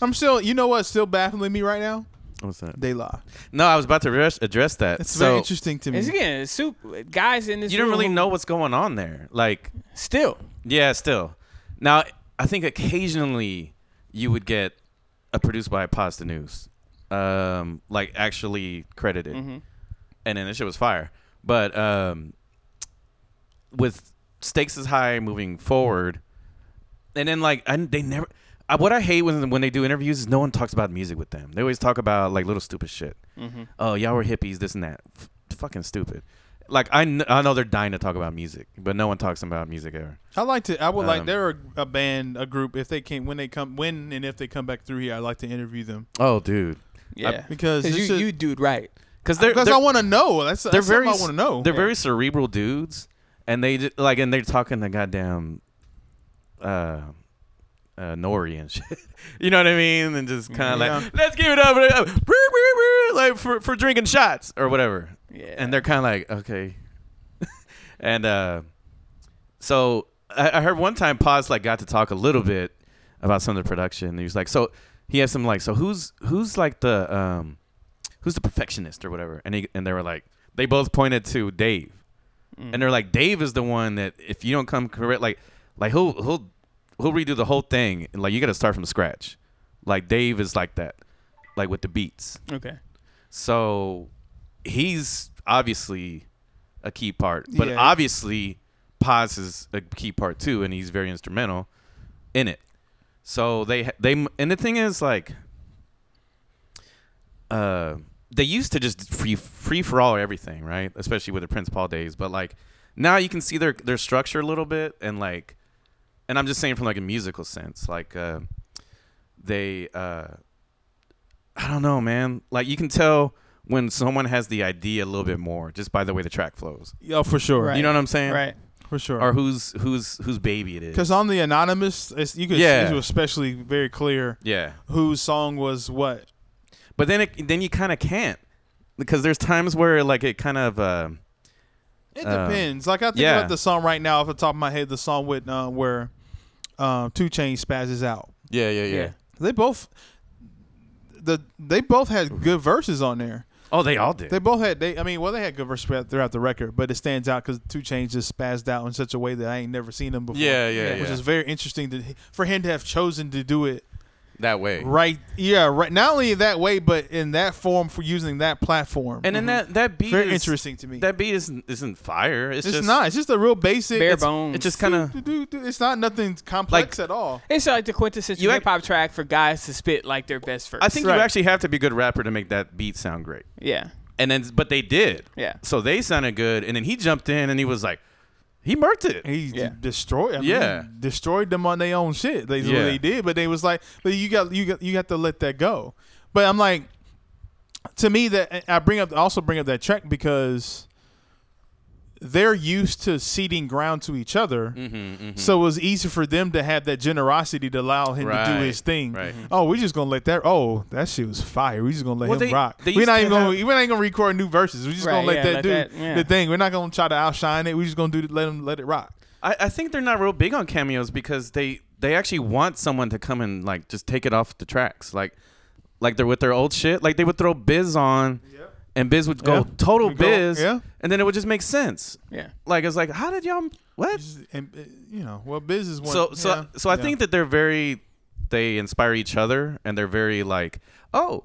[SPEAKER 5] I'm still, you know what's still baffling me right now?
[SPEAKER 4] What's that?
[SPEAKER 5] De La.
[SPEAKER 4] No, I was about to address, address that.
[SPEAKER 5] It's
[SPEAKER 4] so
[SPEAKER 5] very interesting to me.
[SPEAKER 6] It's again, it's super, guys in this
[SPEAKER 4] you don't
[SPEAKER 6] room
[SPEAKER 4] really
[SPEAKER 6] who-
[SPEAKER 4] know what's going on there. Like,
[SPEAKER 6] Still,
[SPEAKER 4] yeah, still. Now, I think occasionally you would get a produced by Pasta News, um, like actually credited, and then this shit was fire. But um, with stakes as high moving forward, and then like and they never. I, what I hate when when they do interviews is no one talks about music with them. They always talk about like little stupid shit. Oh, y'all were hippies, this and that. F- fucking stupid. Like I, kn- I know they're dying to talk about music, but no one talks about music ever.
[SPEAKER 5] I like to. I would
[SPEAKER 4] Um,
[SPEAKER 5] like. They're a, a band, a group. If they came, when they come, when and if they come back through here, I would like to interview them
[SPEAKER 4] Oh, dude.
[SPEAKER 6] yeah,
[SPEAKER 5] because this
[SPEAKER 6] you
[SPEAKER 5] is-
[SPEAKER 6] you dude right.
[SPEAKER 4] Because they're,
[SPEAKER 5] because
[SPEAKER 4] they're-
[SPEAKER 5] I want to know. That's
[SPEAKER 4] they're
[SPEAKER 5] that's
[SPEAKER 4] very
[SPEAKER 5] something I want to know.
[SPEAKER 4] They're very cerebral dudes, and they just, like and they're talking to goddamn uh, uh, Nori and shit. you know what I mean? And just kind of
[SPEAKER 5] Yeah.
[SPEAKER 4] like let's give it up, uh, brr, brr, brr, like for for drinking shots or whatever.
[SPEAKER 6] Yeah.
[SPEAKER 4] And they're kind of like okay, and uh, so I, I heard one time Paz like got to talk a little bit about some of the production. He was like, so he had some like, so who's who's like the um who's the perfectionist or whatever? And he, and they were like, they both pointed to Dave, and they're like, Dave is the one that if you don't come correct, like, like he'll he'll he'll redo the whole thing. And like you got to start from scratch. Like Dave is like that, like with the beats.
[SPEAKER 6] Okay.
[SPEAKER 4] So he's obviously a key part, but
[SPEAKER 5] Yeah.
[SPEAKER 4] obviously Paz is a key part too, and he's very instrumental in it. So they ha- they and the thing is like, uh, they used to just free free for all everything, right? Especially with the Prince Paul days, but like now you can see their their structure a little bit, and like, and I'm just saying from like a musical sense, like uh, they. Uh, I don't know, man. Like you can tell when someone has the idea a little bit more just by the way the track flows.
[SPEAKER 5] yeah, for sure.
[SPEAKER 6] Right.
[SPEAKER 4] You know what I'm saying?
[SPEAKER 6] Right.
[SPEAKER 5] For sure.
[SPEAKER 4] Or who's who's whose baby it
[SPEAKER 5] Because
[SPEAKER 4] is.
[SPEAKER 5] on the anonymous, it's, you could
[SPEAKER 4] Yeah.
[SPEAKER 5] it was especially very clear
[SPEAKER 4] Yeah.
[SPEAKER 5] whose song was what.
[SPEAKER 4] But then it, then you kind of can't because there's times where like it kind of uh,
[SPEAKER 5] It
[SPEAKER 4] Um,
[SPEAKER 5] depends. Like I think
[SPEAKER 4] yeah.
[SPEAKER 5] about the song right now off the top of my head, the song with uh, where um, Two Chains spazzes out.
[SPEAKER 4] yeah yeah yeah.
[SPEAKER 5] They both the they both had good verses on there.
[SPEAKER 4] Oh, they all did.
[SPEAKER 5] They both had they. I mean, well, they had good verses throughout- throughout the record, but it stands out because Two Chains just spazzed out in such a way that I ain't never seen them before.
[SPEAKER 4] yeah yeah yeah.
[SPEAKER 5] which is very interesting to, for him to have chosen to do it
[SPEAKER 4] that way.
[SPEAKER 5] right. Yeah, right. Not only that way, but in that form for using that platform.
[SPEAKER 4] And then that that beat
[SPEAKER 5] Mm-hmm. very
[SPEAKER 4] is-
[SPEAKER 5] interesting to me.
[SPEAKER 4] That beat isn't isn't fire. It's,
[SPEAKER 5] it's
[SPEAKER 4] just
[SPEAKER 5] not. It's just a real basic.
[SPEAKER 6] Bare
[SPEAKER 5] it's-
[SPEAKER 6] bones.
[SPEAKER 4] It's just kind of
[SPEAKER 5] It's not nothing complex at all.
[SPEAKER 6] It's like the quintessential
[SPEAKER 4] You act-
[SPEAKER 6] hip hop track for guys to spit like their best verse.
[SPEAKER 4] I think
[SPEAKER 5] Right.
[SPEAKER 4] you actually have to be a good rapper to make that beat sound great.
[SPEAKER 6] Yeah.
[SPEAKER 4] And then, but they did.
[SPEAKER 6] Yeah.
[SPEAKER 4] So they sounded good, and then he jumped in and he was like, he murked it.
[SPEAKER 5] He
[SPEAKER 6] Yeah.
[SPEAKER 5] d- destroyed. I mean,
[SPEAKER 4] Yeah.
[SPEAKER 5] destroyed them on their own shit. They
[SPEAKER 4] Yeah.
[SPEAKER 5] what they did, but they was like, but you got you got you got to let that go. But I'm like, to me that I bring up also bring up that check because they're used to ceding ground to each other.
[SPEAKER 4] Mm-hmm,
[SPEAKER 5] So it was easy for them to have that generosity to allow him to
[SPEAKER 4] Right,
[SPEAKER 5] do his thing.
[SPEAKER 4] right.
[SPEAKER 5] Oh, we're just gonna let that. Oh, that shit was fire. We're just gonna let
[SPEAKER 4] Well,
[SPEAKER 5] him
[SPEAKER 4] they-
[SPEAKER 5] rock.
[SPEAKER 4] they
[SPEAKER 5] We're
[SPEAKER 4] used
[SPEAKER 5] not
[SPEAKER 4] to
[SPEAKER 5] even gonna.
[SPEAKER 4] have-
[SPEAKER 5] We're not even gonna record new verses. We're just
[SPEAKER 6] Right,
[SPEAKER 5] gonna let
[SPEAKER 6] yeah,
[SPEAKER 5] that
[SPEAKER 6] let
[SPEAKER 5] do
[SPEAKER 6] that- yeah.
[SPEAKER 5] the thing. We're not gonna try to outshine it. We're just gonna do let him let it rock.
[SPEAKER 4] I, I think they're not real big on cameos because they they actually want someone to come and like just take it off the tracks, like like they're with their old shit. Like they would throw Biz on, and Biz would go
[SPEAKER 5] Yeah.
[SPEAKER 4] total
[SPEAKER 5] Would go-
[SPEAKER 4] Biz,
[SPEAKER 5] yeah.
[SPEAKER 4] and then it would just make sense.
[SPEAKER 6] Yeah.
[SPEAKER 4] Like it's like, how did y'all what?
[SPEAKER 5] Just- And uh, you know, well, biz is one.
[SPEAKER 4] so so
[SPEAKER 5] yeah,
[SPEAKER 4] so I
[SPEAKER 5] yeah.
[SPEAKER 4] think that they're very they inspire each other and they're very like oh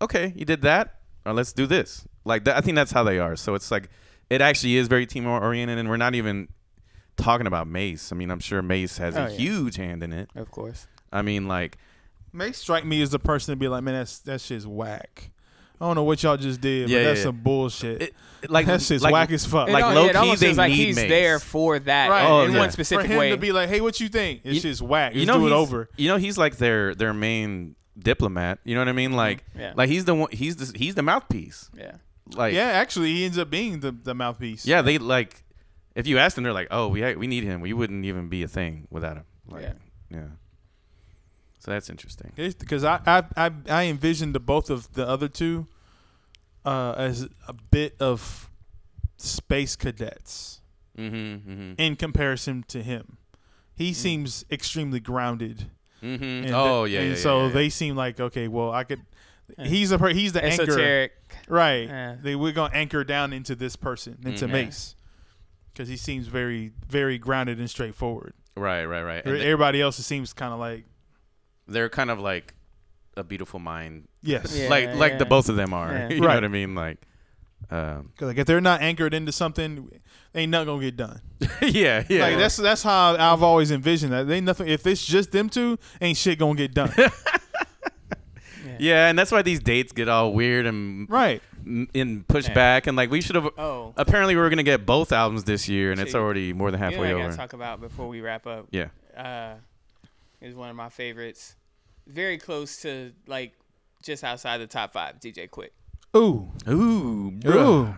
[SPEAKER 4] okay you did that or let's do this like that, I think that's how they are so it's like it actually is very team oriented and we're not even talking about Mace I mean I'm sure Mace has
[SPEAKER 6] Oh,
[SPEAKER 4] a
[SPEAKER 6] yeah.
[SPEAKER 4] huge hand in it
[SPEAKER 6] Of course.
[SPEAKER 4] I mean like
[SPEAKER 5] may strike me as the person to be like, man, that's that shit's whack. I don't know what y'all just did,
[SPEAKER 4] Yeah,
[SPEAKER 5] but
[SPEAKER 4] yeah,
[SPEAKER 5] that's
[SPEAKER 4] yeah.
[SPEAKER 5] some bullshit.
[SPEAKER 4] It- like
[SPEAKER 5] that shit's
[SPEAKER 4] like,
[SPEAKER 5] whack as fuck.
[SPEAKER 6] It
[SPEAKER 4] like,
[SPEAKER 6] al-
[SPEAKER 4] low-key,
[SPEAKER 6] it almost
[SPEAKER 4] they
[SPEAKER 6] seems like
[SPEAKER 4] need
[SPEAKER 6] he's
[SPEAKER 4] mates.
[SPEAKER 6] there for that
[SPEAKER 5] Right.
[SPEAKER 6] in-
[SPEAKER 4] Oh,
[SPEAKER 6] in
[SPEAKER 4] yeah.
[SPEAKER 6] one
[SPEAKER 5] for
[SPEAKER 6] specific
[SPEAKER 5] him
[SPEAKER 6] way.
[SPEAKER 5] to be like, "Hey, what you think?" It's
[SPEAKER 4] You-
[SPEAKER 5] just whack. Just
[SPEAKER 4] you know
[SPEAKER 5] do it
[SPEAKER 4] he's-
[SPEAKER 5] over.
[SPEAKER 4] You know he's like their their main diplomat. You know what I mean? Like
[SPEAKER 6] Yeah.
[SPEAKER 4] like he's the one he's the he's the mouthpiece.
[SPEAKER 6] yeah.
[SPEAKER 4] Like
[SPEAKER 5] Yeah, actually, he ends up being the, the mouthpiece.
[SPEAKER 4] yeah, they like if you asked them, they're like, oh, we we need him. We wouldn't even be a thing without him. Like,
[SPEAKER 6] Yeah.
[SPEAKER 4] yeah. So that's interesting.
[SPEAKER 5] because I, I I I envisioned the both of the other two uh, as a bit of space cadets
[SPEAKER 4] Mm-hmm. Mm-hmm.
[SPEAKER 5] in comparison to him. He seems extremely grounded.
[SPEAKER 4] Mm-hmm.
[SPEAKER 5] And
[SPEAKER 4] Mm. Oh
[SPEAKER 5] th-
[SPEAKER 4] yeah. yeah,
[SPEAKER 5] and so
[SPEAKER 4] yeah, yeah.
[SPEAKER 5] they seem like okay. Well, I could. He's the per- he's the anchor,
[SPEAKER 6] Esoteric.
[SPEAKER 5] right?
[SPEAKER 6] Yeah.
[SPEAKER 5] They, we're gonna anchor down into this person, into
[SPEAKER 4] Mhm.
[SPEAKER 5] Mace, because he seems very very grounded and straightforward.
[SPEAKER 4] right right right. And they-
[SPEAKER 5] Everybody else it seems kind of like
[SPEAKER 4] they're kind of like a beautiful mind,
[SPEAKER 5] yes,
[SPEAKER 6] Yeah,
[SPEAKER 4] like like the
[SPEAKER 6] yeah.
[SPEAKER 4] both of them are.
[SPEAKER 6] Yeah.
[SPEAKER 4] you know
[SPEAKER 5] Right.
[SPEAKER 4] what I mean? Like, um,
[SPEAKER 5] Cause like if they're not anchored into something, ain't nothing gonna get done.
[SPEAKER 4] yeah yeah.
[SPEAKER 5] Like that's that's how I've always envisioned that. They nothing. If it's just them two, ain't shit gonna get done.
[SPEAKER 4] yeah, and that's why these dates get all weird and
[SPEAKER 5] right.
[SPEAKER 4] m- and push back and like we should have
[SPEAKER 6] Oh.
[SPEAKER 4] apparently we were gonna get both albums this year and it's
[SPEAKER 6] Shit.
[SPEAKER 4] already more than
[SPEAKER 6] You know what
[SPEAKER 4] halfway
[SPEAKER 6] I
[SPEAKER 4] over
[SPEAKER 6] gotta talk about before we wrap up.
[SPEAKER 4] yeah
[SPEAKER 6] Uh, is one of my favorites. Very close to like just outside the top five. DJ Quick.
[SPEAKER 5] Ooh.
[SPEAKER 4] ooh
[SPEAKER 5] Ooh.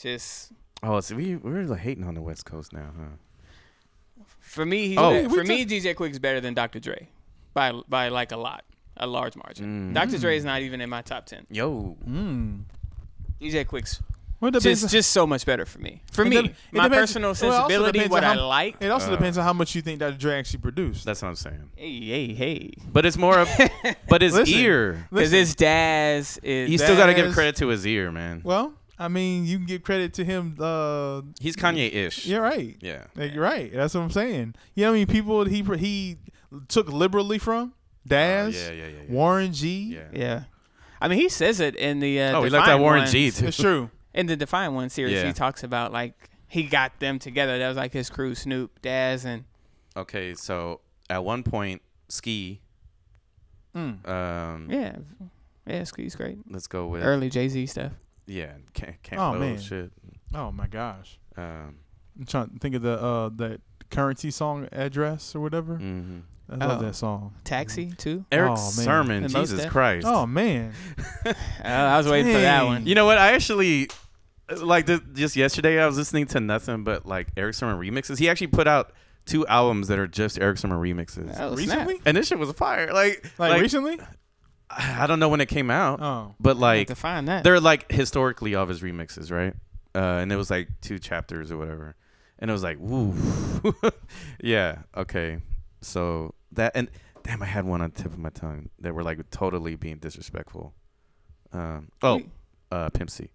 [SPEAKER 6] Just
[SPEAKER 4] oh so we we're like hating on the west coast now huh
[SPEAKER 6] for me, he's
[SPEAKER 4] Oh.
[SPEAKER 6] be-
[SPEAKER 4] We-
[SPEAKER 6] for me, DJ Quick's better than Dr. Dre by by like a lot, a large margin.
[SPEAKER 4] Mm.
[SPEAKER 6] Dr. Dre is not even in my top ten.
[SPEAKER 4] yo
[SPEAKER 6] DJ Quick's
[SPEAKER 5] Well, it
[SPEAKER 6] just
[SPEAKER 5] depends-
[SPEAKER 6] just so much better for me. For
[SPEAKER 5] it
[SPEAKER 6] me,
[SPEAKER 5] dep- it
[SPEAKER 6] my
[SPEAKER 5] depends-
[SPEAKER 6] personal
[SPEAKER 5] well, it also
[SPEAKER 6] sensibility,
[SPEAKER 5] depends
[SPEAKER 6] what
[SPEAKER 5] on
[SPEAKER 6] I
[SPEAKER 5] how-
[SPEAKER 6] like. uh,
[SPEAKER 5] It also depends on how much you think Dr. Dre actually produced.
[SPEAKER 4] that's what i'm saying
[SPEAKER 6] Hey, hey, hey.
[SPEAKER 4] but it's more of but his
[SPEAKER 5] Listen.
[SPEAKER 4] ear
[SPEAKER 6] Because it's Daz. It's
[SPEAKER 4] you still gotta give
[SPEAKER 5] That's-
[SPEAKER 4] credit to his ear man
[SPEAKER 5] Well, I mean, you can give credit to him. Uh,
[SPEAKER 4] he's kanye-ish
[SPEAKER 5] you're right.
[SPEAKER 4] yeah
[SPEAKER 5] Like, you're right. That's what I'm saying. You know how many people he he took liberally
[SPEAKER 6] Uh,
[SPEAKER 5] from? Daz,
[SPEAKER 4] yeah, yeah, yeah, yeah.
[SPEAKER 5] Warren G.
[SPEAKER 4] yeah,
[SPEAKER 6] Yeah. I mean, he says it in the. Uh,
[SPEAKER 4] oh we like that
[SPEAKER 6] Defiant
[SPEAKER 4] warren
[SPEAKER 6] Ones-
[SPEAKER 4] g too
[SPEAKER 5] It's true.
[SPEAKER 6] In the Defiant One series,
[SPEAKER 4] Yeah.
[SPEAKER 6] he talks about like he got them together. That was like his crew: Snoop, Daz, and
[SPEAKER 4] okay so at one point ski
[SPEAKER 6] Mm.
[SPEAKER 4] um
[SPEAKER 6] yeah, yeah. He's great.
[SPEAKER 4] let's go with
[SPEAKER 6] Early Jay Z stuff.
[SPEAKER 4] yeah can't can't
[SPEAKER 5] Oh,
[SPEAKER 4] oh,
[SPEAKER 5] man.
[SPEAKER 4] shit
[SPEAKER 5] Oh my gosh.
[SPEAKER 4] um
[SPEAKER 5] I'm trying to think of the uh that currency song address or whatever.
[SPEAKER 4] mhm.
[SPEAKER 5] I love
[SPEAKER 6] Oh.
[SPEAKER 5] that song.
[SPEAKER 4] Mm.
[SPEAKER 6] Taxi too.
[SPEAKER 4] Eric
[SPEAKER 5] Oh, man.
[SPEAKER 4] Sermon,
[SPEAKER 6] And most
[SPEAKER 4] Jesus
[SPEAKER 6] def-
[SPEAKER 4] Christ.
[SPEAKER 5] Oh man.
[SPEAKER 6] Uh, I was waiting for that
[SPEAKER 5] Dang.
[SPEAKER 6] one.
[SPEAKER 4] You know what? I actually like th- just yesterday I was listening to nothing but like Eric Sermon remixes. He actually put out two albums that are just Eric Sermon remixes.
[SPEAKER 6] Oh, snap.
[SPEAKER 5] Recently?
[SPEAKER 4] And this shit was fire. Like,
[SPEAKER 5] Like,
[SPEAKER 4] like,
[SPEAKER 5] recently?
[SPEAKER 4] I don't know when it came out,
[SPEAKER 5] Oh.
[SPEAKER 4] but
[SPEAKER 6] I have
[SPEAKER 4] like
[SPEAKER 6] to find that.
[SPEAKER 4] they're like historically of his remixes, right? Uh, and it was like two chapters or whatever, and it was like, woo, yeah, okay. So that and damn, I had one on the tip of my tongue that were like totally being disrespectful. Um, oh, uh, Pimp C.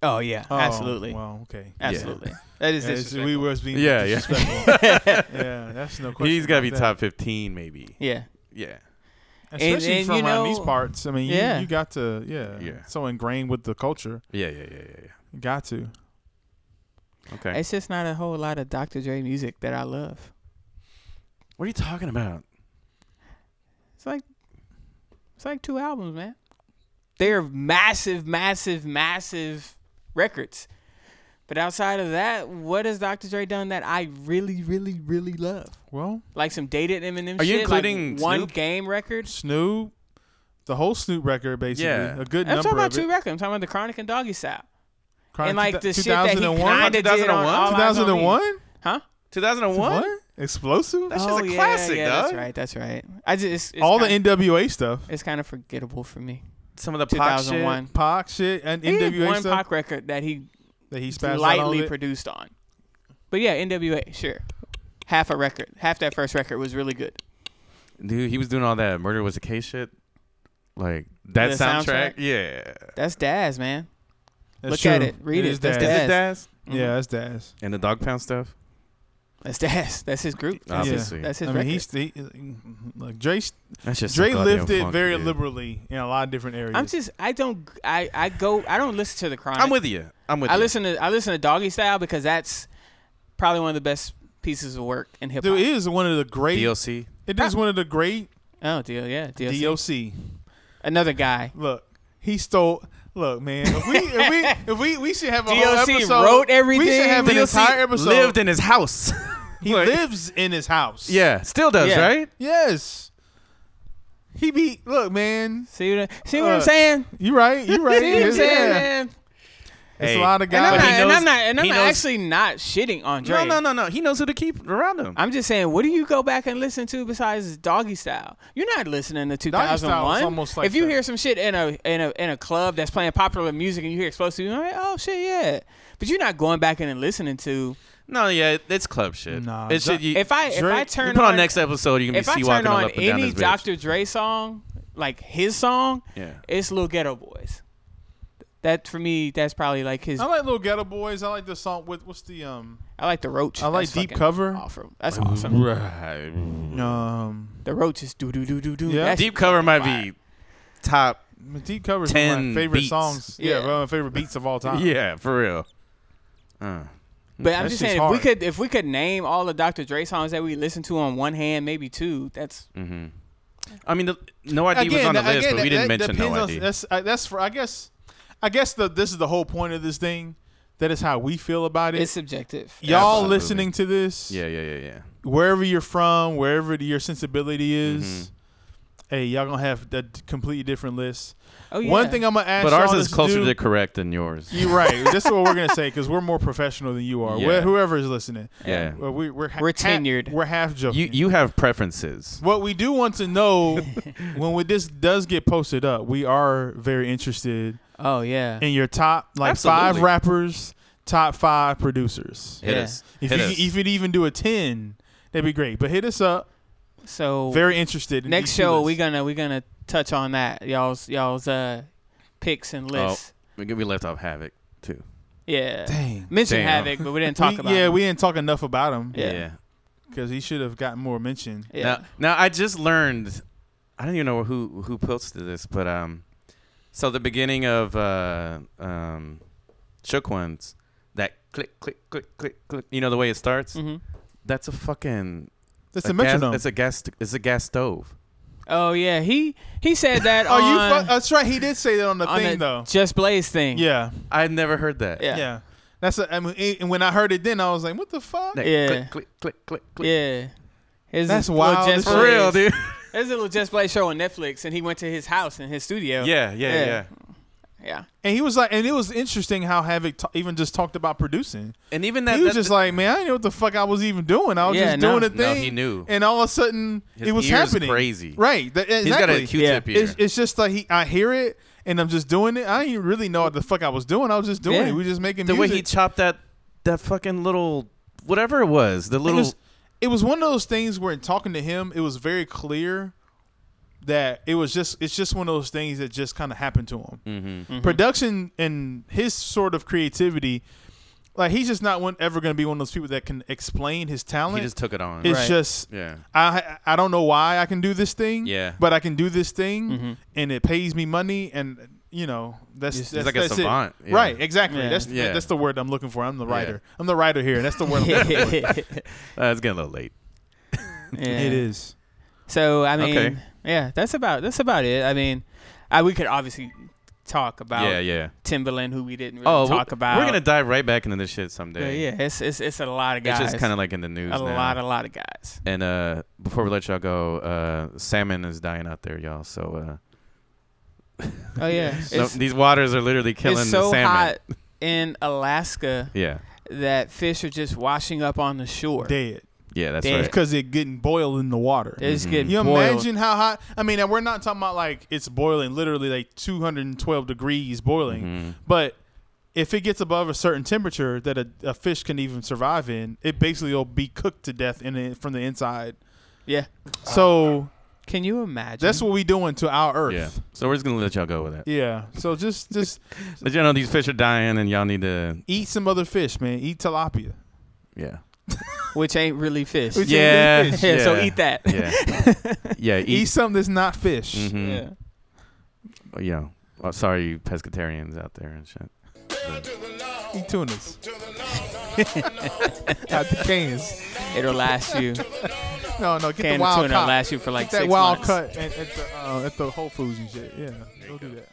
[SPEAKER 6] oh yeah,
[SPEAKER 5] Oh,
[SPEAKER 6] absolutely,
[SPEAKER 5] Well, okay.
[SPEAKER 6] absolutely. That is
[SPEAKER 5] Yeah, it's- we
[SPEAKER 6] disrespectful.
[SPEAKER 5] was being
[SPEAKER 4] Yeah, yeah.
[SPEAKER 5] disrespectful. yeah. that's no question.
[SPEAKER 4] He's gotta
[SPEAKER 5] about
[SPEAKER 4] be
[SPEAKER 5] that.
[SPEAKER 4] top fifteen, maybe.
[SPEAKER 6] Yeah.
[SPEAKER 4] Yeah,
[SPEAKER 5] especially
[SPEAKER 6] And- and
[SPEAKER 5] from
[SPEAKER 6] you
[SPEAKER 5] around
[SPEAKER 6] know-
[SPEAKER 5] these parts. I mean, you-
[SPEAKER 6] Yeah.
[SPEAKER 5] you, got to, yeah,
[SPEAKER 4] Yeah.
[SPEAKER 5] so ingrained with the culture.
[SPEAKER 4] yeah, yeah, yeah, yeah. yeah.
[SPEAKER 5] You got to.
[SPEAKER 4] Okay.
[SPEAKER 6] It's just not a whole lot of Dr. Dre music that I love.
[SPEAKER 4] what are you talking about?
[SPEAKER 6] It's like it's like two albums, man. They're massive, massive, massive records. But outside of that, what has Dr. Dre done that I really, really, really love?
[SPEAKER 5] Well,
[SPEAKER 6] Like some dated Eminem shit.
[SPEAKER 4] Are you
[SPEAKER 6] like
[SPEAKER 4] including
[SPEAKER 6] one
[SPEAKER 4] Snoop?
[SPEAKER 6] game record?
[SPEAKER 5] Snoop, the whole Snoop record, basically,
[SPEAKER 4] Yeah.
[SPEAKER 5] a good
[SPEAKER 6] I'm
[SPEAKER 5] number
[SPEAKER 6] talking about
[SPEAKER 5] of
[SPEAKER 6] two
[SPEAKER 5] it.
[SPEAKER 6] records. I'm talking about the Chronic and Doggy Style.
[SPEAKER 5] Chronic
[SPEAKER 6] and like
[SPEAKER 5] two-
[SPEAKER 6] the shit that he kinda did on
[SPEAKER 4] 2001?
[SPEAKER 6] All Eyes on Me.
[SPEAKER 5] 2001?
[SPEAKER 6] Huh?
[SPEAKER 4] Two thousand and one.
[SPEAKER 5] What? Explosive?
[SPEAKER 4] That's just
[SPEAKER 6] oh,
[SPEAKER 4] a
[SPEAKER 6] yeah,
[SPEAKER 4] classic,
[SPEAKER 6] yeah,
[SPEAKER 4] dog.
[SPEAKER 6] That's right, that's right. I just it's, it's
[SPEAKER 5] All the
[SPEAKER 6] kinda,
[SPEAKER 5] NWA stuff.
[SPEAKER 6] it's kind of forgettable for me.
[SPEAKER 4] Some of the pop shit.
[SPEAKER 6] 2001.
[SPEAKER 5] Pac shit and
[SPEAKER 6] Mm-hmm. He had
[SPEAKER 5] NWA
[SPEAKER 6] one
[SPEAKER 5] stuff
[SPEAKER 6] Pac record that he
[SPEAKER 5] that he spazzed out on
[SPEAKER 6] lightly
[SPEAKER 5] it.
[SPEAKER 6] produced on. But yeah, NWA, sure. Half a record, half that first record was really good.
[SPEAKER 4] Dude, he was doing all that murder was a case shit. Like that
[SPEAKER 6] The soundtrack?
[SPEAKER 4] soundtrack? Yeah.
[SPEAKER 6] That's Daz, man.
[SPEAKER 5] That's
[SPEAKER 6] Look at
[SPEAKER 5] true.
[SPEAKER 6] it. Read it.
[SPEAKER 5] is
[SPEAKER 6] That's Daz. Mm-hmm.
[SPEAKER 4] Is
[SPEAKER 5] Daz.
[SPEAKER 4] it Daz?
[SPEAKER 5] Yeah, that's Daz.
[SPEAKER 4] And the dog pound stuff?
[SPEAKER 6] That's Daz. That's his group. That's, his,
[SPEAKER 4] Obviously.
[SPEAKER 6] that's
[SPEAKER 5] I
[SPEAKER 6] his
[SPEAKER 5] mean,
[SPEAKER 6] record.
[SPEAKER 5] he's he, look Dre.
[SPEAKER 4] That's just
[SPEAKER 5] Dre
[SPEAKER 4] goddamn
[SPEAKER 5] lived it
[SPEAKER 4] funk,
[SPEAKER 5] very
[SPEAKER 4] dude.
[SPEAKER 5] liberally in a lot of different areas.
[SPEAKER 6] I'm just, I don't, I, I go, I don't listen to the chronic.
[SPEAKER 4] I'm with you. I'm with
[SPEAKER 6] I
[SPEAKER 4] you.
[SPEAKER 6] listen to, I listen to Doggy Style because that's probably one of the best pieces of work in hip hop.
[SPEAKER 5] Dude, it is one of the great.
[SPEAKER 4] DLC.
[SPEAKER 5] It is one of the great
[SPEAKER 6] Oh, deal, yeah, DLC.
[SPEAKER 5] DLC.
[SPEAKER 6] Another guy.
[SPEAKER 5] Look, He stole. Look, man, if we if we if we, we should have a whole
[SPEAKER 6] DOC
[SPEAKER 5] episode.
[SPEAKER 6] wrote
[SPEAKER 5] We should
[SPEAKER 6] everything.
[SPEAKER 5] have an
[SPEAKER 4] DLC
[SPEAKER 5] entire episode.
[SPEAKER 4] lived in his house.
[SPEAKER 5] he
[SPEAKER 4] Like-
[SPEAKER 5] lives in his house.
[SPEAKER 4] Yeah, still does,
[SPEAKER 6] Yeah.
[SPEAKER 4] right?
[SPEAKER 5] Yes. He be look, man.
[SPEAKER 6] See what, I- see what I'm
[SPEAKER 5] Uh,
[SPEAKER 6] saying?
[SPEAKER 5] You right. You right.
[SPEAKER 6] See what I'm saying,
[SPEAKER 5] Yeah.
[SPEAKER 6] man?
[SPEAKER 5] It's
[SPEAKER 4] Hey.
[SPEAKER 5] a lot of
[SPEAKER 6] And I'm, not,
[SPEAKER 5] guys.
[SPEAKER 4] he
[SPEAKER 6] and
[SPEAKER 4] knows-
[SPEAKER 6] I'm not, and I'm
[SPEAKER 4] he
[SPEAKER 6] not
[SPEAKER 4] knows-
[SPEAKER 6] actually not shitting on Dre.
[SPEAKER 4] No, no, no, no. He knows who to keep around him.
[SPEAKER 6] I'm just saying, what do you go back and listen to besides Doggy Style? You're not listening to
[SPEAKER 5] Style is
[SPEAKER 6] 2001.
[SPEAKER 5] almost like
[SPEAKER 6] if you
[SPEAKER 5] that.
[SPEAKER 6] hear some shit in a in a in a club that's playing popular music and you hear explosive, you're like, oh shit, yeah. But you're not going back in and listening to.
[SPEAKER 4] no, yeah, it's club shit.
[SPEAKER 5] Nah,
[SPEAKER 4] it's
[SPEAKER 5] Dr-
[SPEAKER 4] shit. You,
[SPEAKER 6] If I if I
[SPEAKER 5] Drake-
[SPEAKER 6] turn
[SPEAKER 4] you put on, next episode, you can be
[SPEAKER 6] if I
[SPEAKER 4] sea
[SPEAKER 6] turn
[SPEAKER 4] walking all
[SPEAKER 6] on
[SPEAKER 4] up and down
[SPEAKER 6] any
[SPEAKER 4] this bitch.
[SPEAKER 6] Dr. Dre song, like his song,
[SPEAKER 4] Yeah.
[SPEAKER 6] it's Lil Ghetto Boys. That for me, that's probably like his.
[SPEAKER 5] I like Little Ghetto Boys. I like the song with what's the um
[SPEAKER 6] I like the Roach.
[SPEAKER 5] I like
[SPEAKER 6] That's
[SPEAKER 5] Deep
[SPEAKER 6] fucking
[SPEAKER 5] Cover.
[SPEAKER 6] awful. That's awesome.
[SPEAKER 4] Right.
[SPEAKER 5] um
[SPEAKER 6] The Roach is do do do do do.
[SPEAKER 5] Yeah.
[SPEAKER 4] Deep cover might be top.
[SPEAKER 5] Deep Cover is one of
[SPEAKER 4] Ten
[SPEAKER 5] my favorite
[SPEAKER 4] beats.
[SPEAKER 5] songs. Yeah,
[SPEAKER 6] Yeah.
[SPEAKER 5] one of my favorite beats of all time.
[SPEAKER 4] Yeah, for real. Uh,
[SPEAKER 6] But I'm
[SPEAKER 5] That
[SPEAKER 6] just
[SPEAKER 5] shit's
[SPEAKER 6] saying, if we
[SPEAKER 5] hard.
[SPEAKER 6] could if we could name all the Dr. Dre songs that we listened to on one hand, maybe two, that's
[SPEAKER 4] I mean, the, no ID was on the
[SPEAKER 5] that-
[SPEAKER 4] list, but
[SPEAKER 5] again,
[SPEAKER 4] we didn't
[SPEAKER 5] that- that
[SPEAKER 4] mention no
[SPEAKER 5] depends on-
[SPEAKER 4] ID.
[SPEAKER 5] that's I- that's for I guess I guess the this is the whole point of this thing. That is how we feel about it.
[SPEAKER 6] it's subjective.
[SPEAKER 5] Y'all
[SPEAKER 4] Absolutely.
[SPEAKER 5] listening to this,
[SPEAKER 4] yeah, yeah, yeah, yeah.
[SPEAKER 5] wherever you're from, wherever your sensibility is,
[SPEAKER 4] Mm-hmm.
[SPEAKER 5] hey, y'all gonna have a d- completely different list.
[SPEAKER 6] Oh yeah.
[SPEAKER 5] One thing I'm gonna ask,
[SPEAKER 4] But ours
[SPEAKER 5] y'all
[SPEAKER 4] is
[SPEAKER 5] to
[SPEAKER 4] closer
[SPEAKER 5] do-
[SPEAKER 4] to correct than yours.
[SPEAKER 5] You're right. That's what we're gonna say because we're more professional than you are.
[SPEAKER 4] Yeah.
[SPEAKER 5] Wh- Whoever is listening,
[SPEAKER 4] Yeah.
[SPEAKER 5] Well, we, we're ha-
[SPEAKER 6] We're
[SPEAKER 5] ha-
[SPEAKER 6] tenured.
[SPEAKER 5] we're half joking.
[SPEAKER 4] You you have preferences.
[SPEAKER 5] what we do want to know when we, this does get posted up, we are very interested
[SPEAKER 6] Oh yeah.
[SPEAKER 5] in your top like
[SPEAKER 4] Absolutely.
[SPEAKER 5] five rappers, top five producers.
[SPEAKER 4] Hit
[SPEAKER 6] Yeah.
[SPEAKER 4] us.
[SPEAKER 5] If
[SPEAKER 4] Hit
[SPEAKER 5] you
[SPEAKER 4] us.
[SPEAKER 5] if you'd even do a ten, that'd be great. But hit us up.
[SPEAKER 6] So
[SPEAKER 5] Very interested. In
[SPEAKER 6] next
[SPEAKER 5] these two
[SPEAKER 6] show
[SPEAKER 5] lists.
[SPEAKER 6] we gonna we gonna touch on that y'all's y'all's uh picks and
[SPEAKER 4] Oh,
[SPEAKER 6] lists.
[SPEAKER 4] we we left off Havoc too.
[SPEAKER 6] Yeah.
[SPEAKER 5] Dang.
[SPEAKER 6] Mention
[SPEAKER 4] Damn.
[SPEAKER 6] Havoc, but we didn't talk
[SPEAKER 5] We-
[SPEAKER 6] about.
[SPEAKER 5] yeah,
[SPEAKER 6] it.
[SPEAKER 5] we didn't talk enough about him
[SPEAKER 6] Yeah.
[SPEAKER 5] because he should have gotten more mention.
[SPEAKER 6] yeah.
[SPEAKER 4] Now, now I just learned. I don't even know who who posted this, but um, so the beginning of uh um, shook ones that click click click click click. You know the way it starts.
[SPEAKER 5] Mm.
[SPEAKER 6] Mhm.
[SPEAKER 4] That's a fucking.
[SPEAKER 5] That's
[SPEAKER 4] a
[SPEAKER 5] a metronome.
[SPEAKER 4] Gas, it's a gas. It's a gas stove.
[SPEAKER 6] Oh yeah. He he said that
[SPEAKER 5] oh, you?
[SPEAKER 6] on,
[SPEAKER 5] Fu- that's right. He did say that on the
[SPEAKER 6] on
[SPEAKER 5] thing
[SPEAKER 6] the
[SPEAKER 5] though.
[SPEAKER 6] Just Blaze thing.
[SPEAKER 5] Yeah,
[SPEAKER 4] I had never heard that.
[SPEAKER 6] Yeah.
[SPEAKER 5] yeah. That's a, I mean, and when I heard it, then I was like, "What the fuck?"
[SPEAKER 4] That
[SPEAKER 6] Yeah.
[SPEAKER 4] Click click click click click.
[SPEAKER 6] Yeah. His
[SPEAKER 5] That's
[SPEAKER 6] little
[SPEAKER 5] wild
[SPEAKER 6] Just
[SPEAKER 5] as
[SPEAKER 4] For real,
[SPEAKER 6] Blaze-
[SPEAKER 4] dude.
[SPEAKER 6] There's a little Just Blaze show on Netflix, and he went to his house in his studio.
[SPEAKER 4] yeah, yeah, yeah,
[SPEAKER 6] Yeah.
[SPEAKER 5] And he was like, and it was interesting how Havoc ta- even just talked about producing.
[SPEAKER 4] And even that.
[SPEAKER 5] he was
[SPEAKER 4] that-
[SPEAKER 5] just like, man, I didn't know what the fuck I was even doing. I was
[SPEAKER 6] Yeah,
[SPEAKER 5] just
[SPEAKER 6] no.
[SPEAKER 5] doing a
[SPEAKER 4] No,
[SPEAKER 5] thing.
[SPEAKER 4] he knew.
[SPEAKER 5] And all of a sudden,
[SPEAKER 4] His
[SPEAKER 5] it was
[SPEAKER 4] ears
[SPEAKER 5] happening.
[SPEAKER 4] crazy.
[SPEAKER 5] Right. That, exactly.
[SPEAKER 4] He's got a Q-tip ear.
[SPEAKER 5] It's, it's just like he, I hear it and I'm just doing it. I didn't really know what the fuck I was doing. I was just doing
[SPEAKER 6] Yeah.
[SPEAKER 5] it. We were just making
[SPEAKER 4] the way
[SPEAKER 5] music.
[SPEAKER 4] he chopped that that fucking little whatever it was. The
[SPEAKER 5] it
[SPEAKER 4] little.
[SPEAKER 5] was, it was one of those things where in talking to him, it was very clear that it was just it's just one of those things that just kind of happened to him.
[SPEAKER 4] Mm-hmm.
[SPEAKER 6] Mm-hmm.
[SPEAKER 5] Production and his sort of creativity, like he's just not one ever going to be one of those people that can explain his talent.
[SPEAKER 4] he just took it on.
[SPEAKER 5] it's
[SPEAKER 6] Right.
[SPEAKER 5] just
[SPEAKER 4] yeah.
[SPEAKER 5] I I don't know why I can do this thing.
[SPEAKER 4] Yeah.
[SPEAKER 5] But I can do this thing,
[SPEAKER 6] Mm-hmm.
[SPEAKER 5] and it pays me money, and you know that's
[SPEAKER 6] It's
[SPEAKER 5] that's,
[SPEAKER 4] like a
[SPEAKER 5] that's it.
[SPEAKER 4] savant, yeah.
[SPEAKER 5] Right. Exactly.
[SPEAKER 6] Yeah.
[SPEAKER 5] That's
[SPEAKER 4] Yeah.
[SPEAKER 5] that's the word I'm looking for. I'm the writer. I'm the writer here. and That's the word. I'm looking for.
[SPEAKER 4] Uh, it's getting a little late.
[SPEAKER 5] It is.
[SPEAKER 6] So I mean,
[SPEAKER 4] Okay.
[SPEAKER 6] yeah, that's about that's about it. I mean, I, we could obviously talk about
[SPEAKER 4] Yeah, yeah.
[SPEAKER 6] Timberland, who we didn't really
[SPEAKER 4] Oh, we-
[SPEAKER 6] talk about.
[SPEAKER 4] We're gonna dive right back into this shit
[SPEAKER 6] But
[SPEAKER 4] someday.
[SPEAKER 6] yeah, it's it's it's a lot of
[SPEAKER 4] It's
[SPEAKER 6] guys.
[SPEAKER 4] just kind of like in the news
[SPEAKER 6] a
[SPEAKER 4] now.
[SPEAKER 6] lot, a lot of guys.
[SPEAKER 4] and uh, before we let y'all go, uh, salmon is dying out there, y'all. So
[SPEAKER 6] Oh yeah,
[SPEAKER 4] uh, no-
[SPEAKER 6] it's,
[SPEAKER 4] these waters are literally killing
[SPEAKER 6] it's so
[SPEAKER 4] the salmon.
[SPEAKER 6] hot in Alaska
[SPEAKER 4] Yeah,
[SPEAKER 6] that fish are just washing up on the shore.
[SPEAKER 5] Dead.
[SPEAKER 4] yeah, that's
[SPEAKER 6] Damn.
[SPEAKER 4] right.
[SPEAKER 5] Because it getting boiled in the water.
[SPEAKER 6] They're just getting
[SPEAKER 5] you
[SPEAKER 6] boiled.
[SPEAKER 5] imagine how hot? I mean, and we're not talking about like it's boiling, literally like 212 degrees boiling. But if it gets above a certain temperature that a, a fish can even survive in, it basically will be cooked to death in it from the inside.
[SPEAKER 6] Yeah,
[SPEAKER 5] So
[SPEAKER 6] can you imagine?
[SPEAKER 5] that's what we doing to our Earth.
[SPEAKER 4] Yeah. So we're just gonna let y'all go with that.
[SPEAKER 5] Yeah. So just just
[SPEAKER 4] Let y'all know these fish are dying, and y'all need to.
[SPEAKER 5] eat some other fish, man. Eat tilapia.
[SPEAKER 4] Yeah.
[SPEAKER 6] which ain't really fish.
[SPEAKER 5] Which-
[SPEAKER 4] Yeah.
[SPEAKER 5] fish.
[SPEAKER 6] Yeah, so eat that.
[SPEAKER 4] Yeah. yeah. Eat.
[SPEAKER 5] Eat, something that's not fish.
[SPEAKER 4] Mhm.
[SPEAKER 6] Yeah.
[SPEAKER 4] Oh, Yeah. Oh, sorry, you pescatarians out there and shit.
[SPEAKER 5] Eat tunas. Out the cans.
[SPEAKER 6] It'll last you.
[SPEAKER 5] No, no. Get
[SPEAKER 6] Can
[SPEAKER 5] the wild
[SPEAKER 6] tuna
[SPEAKER 5] cod.
[SPEAKER 6] last you for like
[SPEAKER 5] Get that
[SPEAKER 6] six
[SPEAKER 5] wild
[SPEAKER 6] months.
[SPEAKER 5] cut at, at the uh, at the Whole Foods and shit. Yeah. Go do that.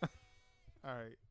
[SPEAKER 5] All right.